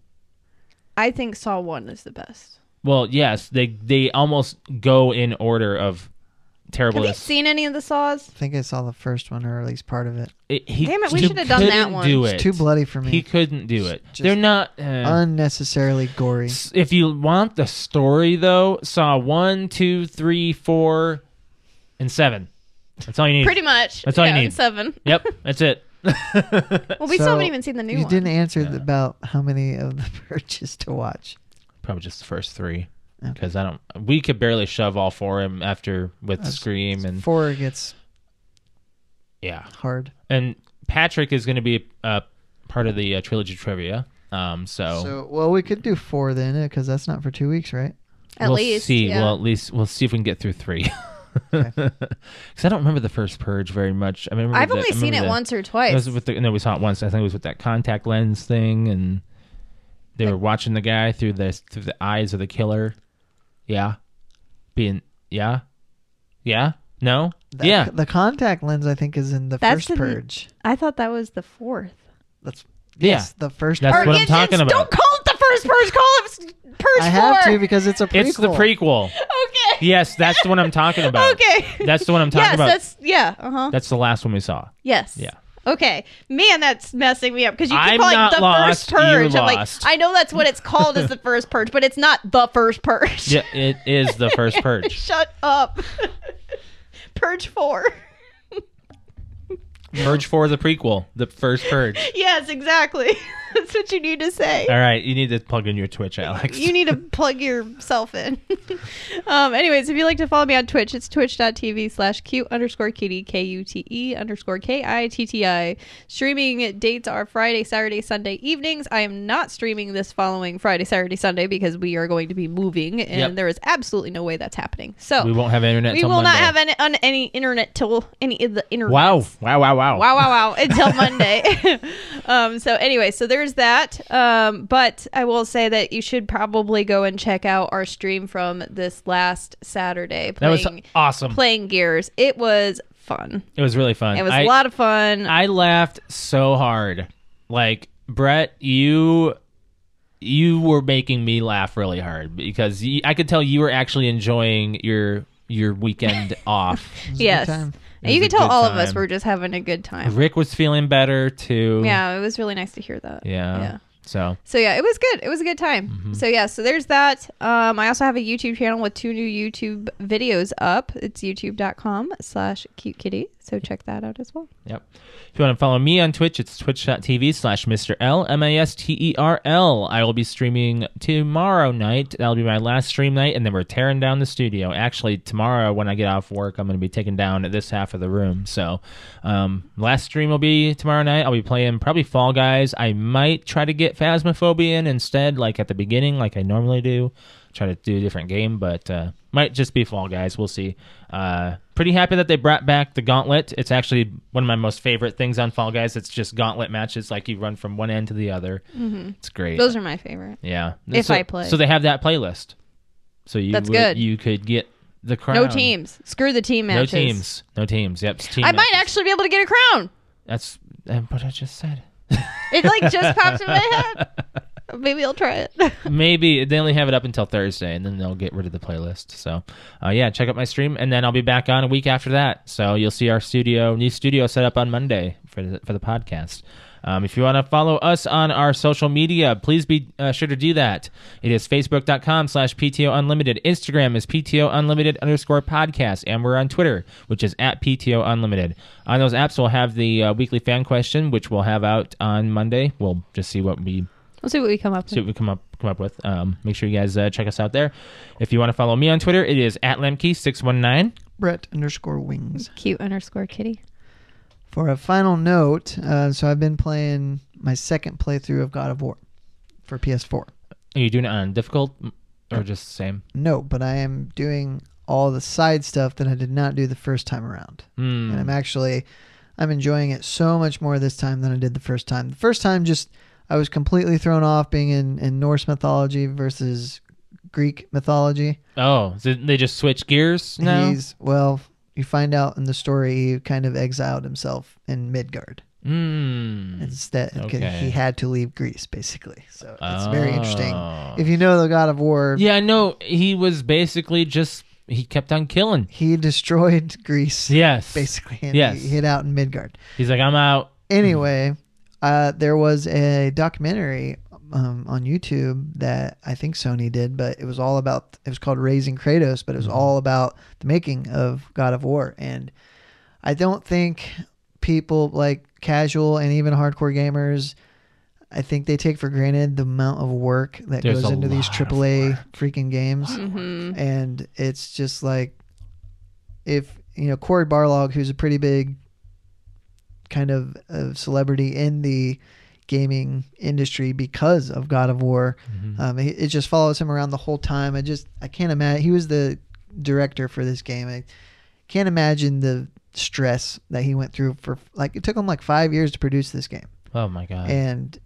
Speaker 1: I think Saw one is the best.
Speaker 3: Well, yes, they they almost go in order of
Speaker 1: Have you
Speaker 3: terribleness.
Speaker 1: seen any of the Saws?
Speaker 2: I think I saw the first one or at least part of it.
Speaker 3: It- he
Speaker 1: Damn it, we
Speaker 3: he
Speaker 1: should've done that
Speaker 3: couldn't
Speaker 1: one.
Speaker 3: Do it.
Speaker 2: It's too bloody for me.
Speaker 3: He couldn't do it.
Speaker 2: Just
Speaker 3: They're not. eh.
Speaker 2: Unnecessarily gory.
Speaker 3: S- if you want the story though, saw one, two, three, four, and seven. That's all you need.
Speaker 1: Pretty much.
Speaker 3: That's all you
Speaker 1: Yeah,
Speaker 3: need.
Speaker 1: Seven.
Speaker 3: yep, that's it.
Speaker 1: Well, we
Speaker 2: So,
Speaker 1: still haven't even seen the new
Speaker 2: you
Speaker 1: one.
Speaker 2: didn't answer th-
Speaker 3: Yeah.
Speaker 2: about how many of the purges to watch.
Speaker 3: Probably just the first three.
Speaker 2: Okay.
Speaker 3: Because I don't, we could barely shove all four of 'em after with
Speaker 2: That's-
Speaker 3: Scream and
Speaker 2: Four gets
Speaker 3: yeah,
Speaker 2: hard.
Speaker 3: and Patrick is going to be uh, part of the uh, trilogy trivia. Um, so,
Speaker 2: So, well, we could do four then because that's not for two weeks, right?
Speaker 1: At
Speaker 3: we'll
Speaker 1: least.
Speaker 3: see.
Speaker 1: yeah.
Speaker 3: Well, at least we'll see if we can get through three. Because I don't remember the first purge very much. I mean,
Speaker 1: I've only seen it once or twice.
Speaker 3: It was with the, no, we saw it once. I think it was with that contact lens thing, and they were watching the guy through the through the eyes of the killer. Yeah, being yeah, yeah. No,
Speaker 2: The,
Speaker 3: yeah.
Speaker 2: The contact lens, I think, is in the
Speaker 1: That's
Speaker 2: first
Speaker 1: in-
Speaker 2: purge.
Speaker 1: I thought that was the fourth.
Speaker 2: That's
Speaker 3: Yeah.
Speaker 2: yes, the first.
Speaker 3: That's
Speaker 2: purge.
Speaker 3: what I'm talking about.
Speaker 1: Don't call it the first purge. Call it purge
Speaker 2: I have
Speaker 1: four.
Speaker 2: to because it's a prequel.
Speaker 3: It's the prequel.
Speaker 1: okay.
Speaker 3: Yes, that's the one I'm talking about.
Speaker 1: Okay.
Speaker 3: That's the one I'm talking
Speaker 1: yes,
Speaker 3: about.
Speaker 1: that's yeah. Uh huh.
Speaker 3: That's the last one we saw.
Speaker 1: Yes.
Speaker 3: Yeah.
Speaker 1: Okay, man, that's messing me up because you keep
Speaker 3: I'm
Speaker 1: calling
Speaker 3: not
Speaker 1: it the
Speaker 3: lost,
Speaker 1: first purge.
Speaker 3: you
Speaker 1: I'm like,
Speaker 3: lost.
Speaker 1: I know that's what it's called is the first purge, but it's not the first purge.
Speaker 3: Yeah, it is the first purge.
Speaker 1: Shut up. purge four.
Speaker 3: Purge four is a prequel. The first purge.
Speaker 1: yes, exactly. that's what you need to say.
Speaker 3: All right, you need to plug in your Twitch, Alex.
Speaker 1: you need to plug yourself in. um, anyways, if you'd like to follow me on Twitch, it's twitch.tv slash Q underscore kitty, K U T E underscore K I T T I. Streaming dates are Friday, Saturday, Sunday evenings. I am not streaming this following Friday, Saturday, Sunday because we are going to be moving and
Speaker 3: Yep.
Speaker 1: there is absolutely no way that's happening. So
Speaker 3: we
Speaker 1: we,
Speaker 3: won't have internet. till
Speaker 1: will not
Speaker 3: Monday.
Speaker 1: have any, on any internet till any of the internet.
Speaker 3: Wow! Wow! Wow! Wow!
Speaker 1: Wow, wow, wow. Until Monday. um, so, anyway, so there's that. Um, but I will say that you should probably go and check out our stream from this last Saturday
Speaker 3: That
Speaker 1: playing,
Speaker 3: was awesome.
Speaker 1: playing Gears. It was fun.
Speaker 3: It was really fun.
Speaker 1: It was a
Speaker 3: I-
Speaker 1: lot of fun.
Speaker 3: I laughed so hard. Like Brett, you you were making me laugh really hard because y- I could tell you were actually enjoying your your weekend off.
Speaker 2: was a good
Speaker 1: yes.
Speaker 2: time.
Speaker 1: And you
Speaker 3: It
Speaker 1: could
Speaker 3: was a
Speaker 1: tell
Speaker 3: good
Speaker 1: all of us
Speaker 3: time.
Speaker 1: were just having a good time.
Speaker 3: Rick was feeling better too.
Speaker 1: Yeah, it was really nice to hear that.
Speaker 3: Yeah. Mm-hmm.
Speaker 1: Yeah.
Speaker 3: So
Speaker 1: So yeah, it was good. It was a good time. So yeah, so there's that. Um, I also have a YouTube channel with two new YouTube videos up. It's youtube.com slash cute kitty. So check that out as well.
Speaker 3: Yep. If you want to follow me on Twitch, it's twitch.tv slash Mr. L, M A S T E R L. I will be streaming tomorrow night. That'll be my last stream night, and then we're tearing down the studio. Actually, tomorrow when I get off work, I'm going to be taking down this half of the room. So, um, last stream will be tomorrow night. I'll be playing probably Fall Guys. I might try to get Phasmophobia in instead, like at the beginning, like I normally do. Try to do a different game, but uh, might just be Fall Guys. We'll see. Uh, pretty happy that they brought back the gauntlet. It's actually one of my most favorite things on Fall Guys. It's just gauntlet matches, like you run from one end to the other. It's great.
Speaker 1: Mm-hmm. Those are my favorite.
Speaker 3: yeah.
Speaker 1: If
Speaker 3: so,
Speaker 1: I play.
Speaker 3: so they have that playlist. So you
Speaker 1: That's
Speaker 3: would-
Speaker 1: good.
Speaker 3: You could get the crown.
Speaker 1: No teams. Screw the team
Speaker 3: No
Speaker 1: matches.
Speaker 3: teams. No teams. Yep. it's team
Speaker 1: I might
Speaker 3: matches.
Speaker 1: actually be able to get a crown.
Speaker 3: That's uh, what I just said.
Speaker 1: It like just popped in my head. Maybe I'll try it.
Speaker 3: Maybe they only have it up until Thursday, and then they'll get rid of the playlist. So, uh, yeah, check out my stream, and then I'll be back on a week after that. So you'll see our studio, new studio set up on Monday for the, for the podcast. Um, if you want to follow us on our social media, please be uh, sure to do that. It is facebook.com slash PTO Unlimited. Instagram is PTO Unlimited underscore podcast. And we're on Twitter, which is at PTO Unlimited. On those apps, we'll have the uh, weekly fan question, which we'll have out on Monday. We'll just see what we
Speaker 1: We'll see what we come up
Speaker 3: see
Speaker 1: with.
Speaker 3: what we come up come up with. Um, make sure you guys uh, check us out there. If you want to follow me on Twitter, it is at lemke six one nine.
Speaker 2: Brett underscore wings.
Speaker 1: Cute underscore kitty.
Speaker 2: For a final note, uh, so I've been playing my second playthrough of God of War for PS4.
Speaker 3: Are you doing it on difficult m- or just same?
Speaker 2: No, but I am doing all the side stuff that I did not do the first time around.
Speaker 3: Hmm.
Speaker 2: and I'm actually I'm enjoying it so much more this time than I did the first time. The first time just I was completely thrown off being in, in Norse mythology versus Greek mythology.
Speaker 3: Oh, so they just switch gears now.
Speaker 2: He's well, you find out in the story he kind of exiled himself in Midgard.
Speaker 3: Mm.
Speaker 2: Instead 'cause
Speaker 3: Okay.
Speaker 2: he had to leave Greece basically. So it's very interesting.
Speaker 3: Oh.
Speaker 2: If you know the God of War,
Speaker 3: Yeah, no, he was basically just he kept on killing.
Speaker 2: he destroyed Greece
Speaker 3: Yes,
Speaker 2: basically and
Speaker 3: Yes.
Speaker 2: he hid out in Midgard.
Speaker 3: he's like I'm out.
Speaker 2: anyway, uh, there was a documentary um, on YouTube that I think Sony did, but it was all about. It was called Raising Kratos, but it was
Speaker 3: Mm-hmm.
Speaker 2: all about the making of God of War. And I don't think people like casual and even hardcore gamers. I think they take for granted the amount of work that
Speaker 3: There's
Speaker 2: goes
Speaker 3: a
Speaker 2: into these
Speaker 3: lot of
Speaker 2: AAA freaking games
Speaker 1: hmm
Speaker 3: Mm-hmm.
Speaker 2: and it's just like if you know Corey Barlog, who's a pretty big kind of, of celebrity in the gaming industry because of God of War,
Speaker 3: Mm-hmm.
Speaker 2: um, it, it just follows him around the whole time. I just I can't imagine. He was the director for this game. I can't imagine the stress that he went through for like it took him like five years to produce this game,
Speaker 3: Oh my god!
Speaker 2: and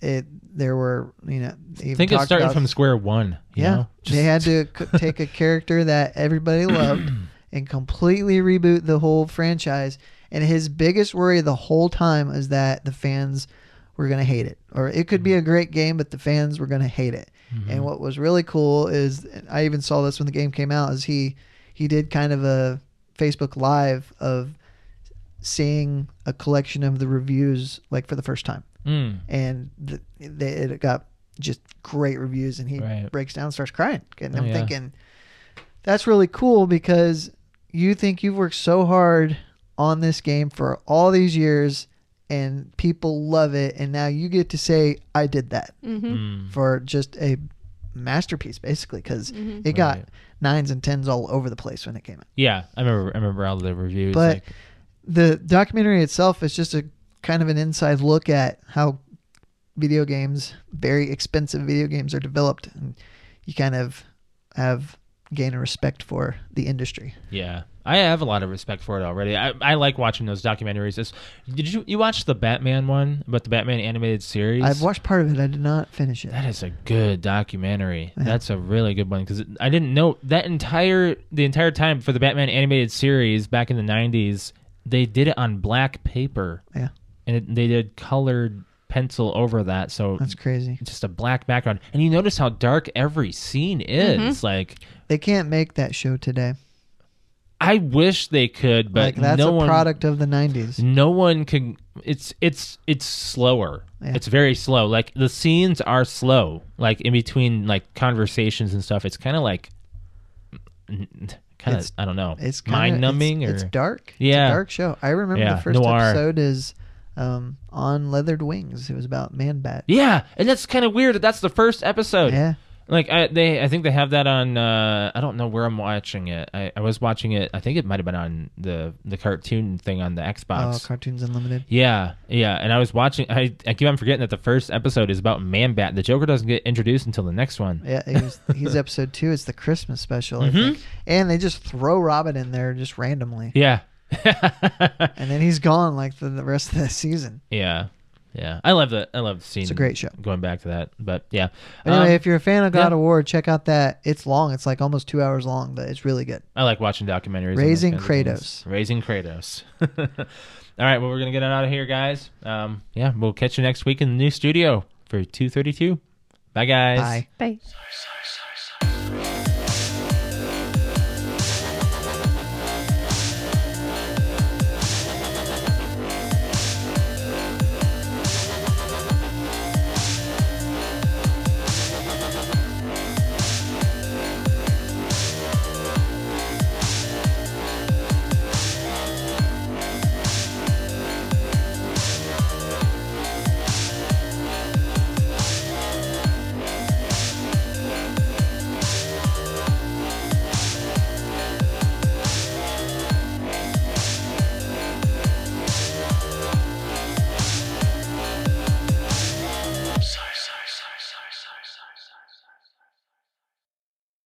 Speaker 2: it there were you know they
Speaker 3: I
Speaker 2: even
Speaker 3: think it's
Speaker 2: talked
Speaker 3: starting
Speaker 2: about-
Speaker 3: from square one. you
Speaker 2: yeah,
Speaker 3: know? Just-
Speaker 2: they had to c- take a character that everybody loved and completely reboot the whole franchise. And his biggest worry the whole time is that the fans were going to hate it, or it could
Speaker 3: Mm-hmm.
Speaker 2: be a great game, but the fans were going to hate it. And what was really cool is and I even saw this when the game came out. Is he he did kind of a Facebook live of seeing a collection of the reviews like for the first time
Speaker 3: Mm.
Speaker 2: and the, they, it got just great reviews and he
Speaker 3: Mm. Right.
Speaker 2: breaks down and starts crying and
Speaker 3: Oh,
Speaker 2: i'm
Speaker 3: yeah.
Speaker 2: thinking that's really cool because you think you've worked so hard on this game for all these years and people love it and now you get to say i did that
Speaker 1: hmm
Speaker 3: Mm.
Speaker 2: for just a masterpiece basically because
Speaker 1: Mm-hmm.
Speaker 2: it got
Speaker 3: Right.
Speaker 2: nines and tens all over the place when it came out
Speaker 3: Yeah, I remember. I remember all the reviews.
Speaker 2: But-
Speaker 3: like,
Speaker 2: the documentary itself is just a kind of an inside look at how video games, very expensive video games, are developed, and you kind of have gain a respect for the industry.
Speaker 3: Yeah, I have a lot of respect for it already. I, I like watching those documentaries. It's- did you you watch the Batman one about the Batman animated series?
Speaker 2: I've watched part of it. I did not finish it.
Speaker 3: That is a good documentary. That's a really good one because I didn't know that entire the entire time for the Batman animated series back in the '90s they did it on black paper
Speaker 2: Yeah.
Speaker 3: and it, they did colored pencil over that, so
Speaker 2: That's crazy.
Speaker 3: it's just a black background. And you notice how dark every scene is.
Speaker 2: Mm-hmm.
Speaker 3: Like
Speaker 2: They can't make that show today.
Speaker 3: I wish they could, but
Speaker 2: like that's
Speaker 3: no
Speaker 2: a
Speaker 3: one
Speaker 2: product of the 90s.
Speaker 3: no one can it's it's it's slower
Speaker 2: Yeah.
Speaker 3: it's very slow like the scenes are slow like in between like conversations and stuff it's kind of like kind of
Speaker 2: It's-
Speaker 3: i don't know
Speaker 2: It's kinda,
Speaker 3: mind numbing
Speaker 2: it's,
Speaker 3: or
Speaker 2: it's dark.
Speaker 3: Yeah.
Speaker 2: It's a dark show. I remember
Speaker 3: Yeah,
Speaker 2: the first
Speaker 3: noir.
Speaker 2: episode is um, on Leathered Wings. It was about Man Bat.
Speaker 3: yeah and that's kind of weird that that's the first episode
Speaker 2: Yeah.
Speaker 3: like i they i think they have that on uh i don't know where i'm watching it i, I was watching it i think it might have been on the the cartoon thing on the xbox
Speaker 2: Oh, Cartoons Unlimited.
Speaker 3: Yeah, yeah. And I was watching. I, I keep on forgetting that the first episode is about Man Bat. The Joker doesn't get introduced until the next one.
Speaker 2: Yeah, it was, he's episode two. It's the Christmas special,
Speaker 3: Mm-hmm.
Speaker 2: I think. And they just throw Robin in there just randomly.
Speaker 3: Yeah.
Speaker 2: And then he's gone like the, the rest of the season.
Speaker 3: yeah. Yeah. I love the I love seeing.
Speaker 2: It's a great show.
Speaker 3: Going back to that, but yeah.
Speaker 2: Anyway,
Speaker 3: Um,
Speaker 2: if you're a fan of God
Speaker 3: yeah.
Speaker 2: of War, check out that. It's long. It's like almost two hours long, but it's really good.
Speaker 3: I like watching documentaries. and those
Speaker 2: Raising
Speaker 3: kinds of things. Raising Kratos. All right. Well, we're gonna get out of here, guys. Um. Yeah. We'll catch you next week in the new studio for two thirty two. Bye, guys.
Speaker 2: Bye.
Speaker 1: Bye.
Speaker 4: Sorry.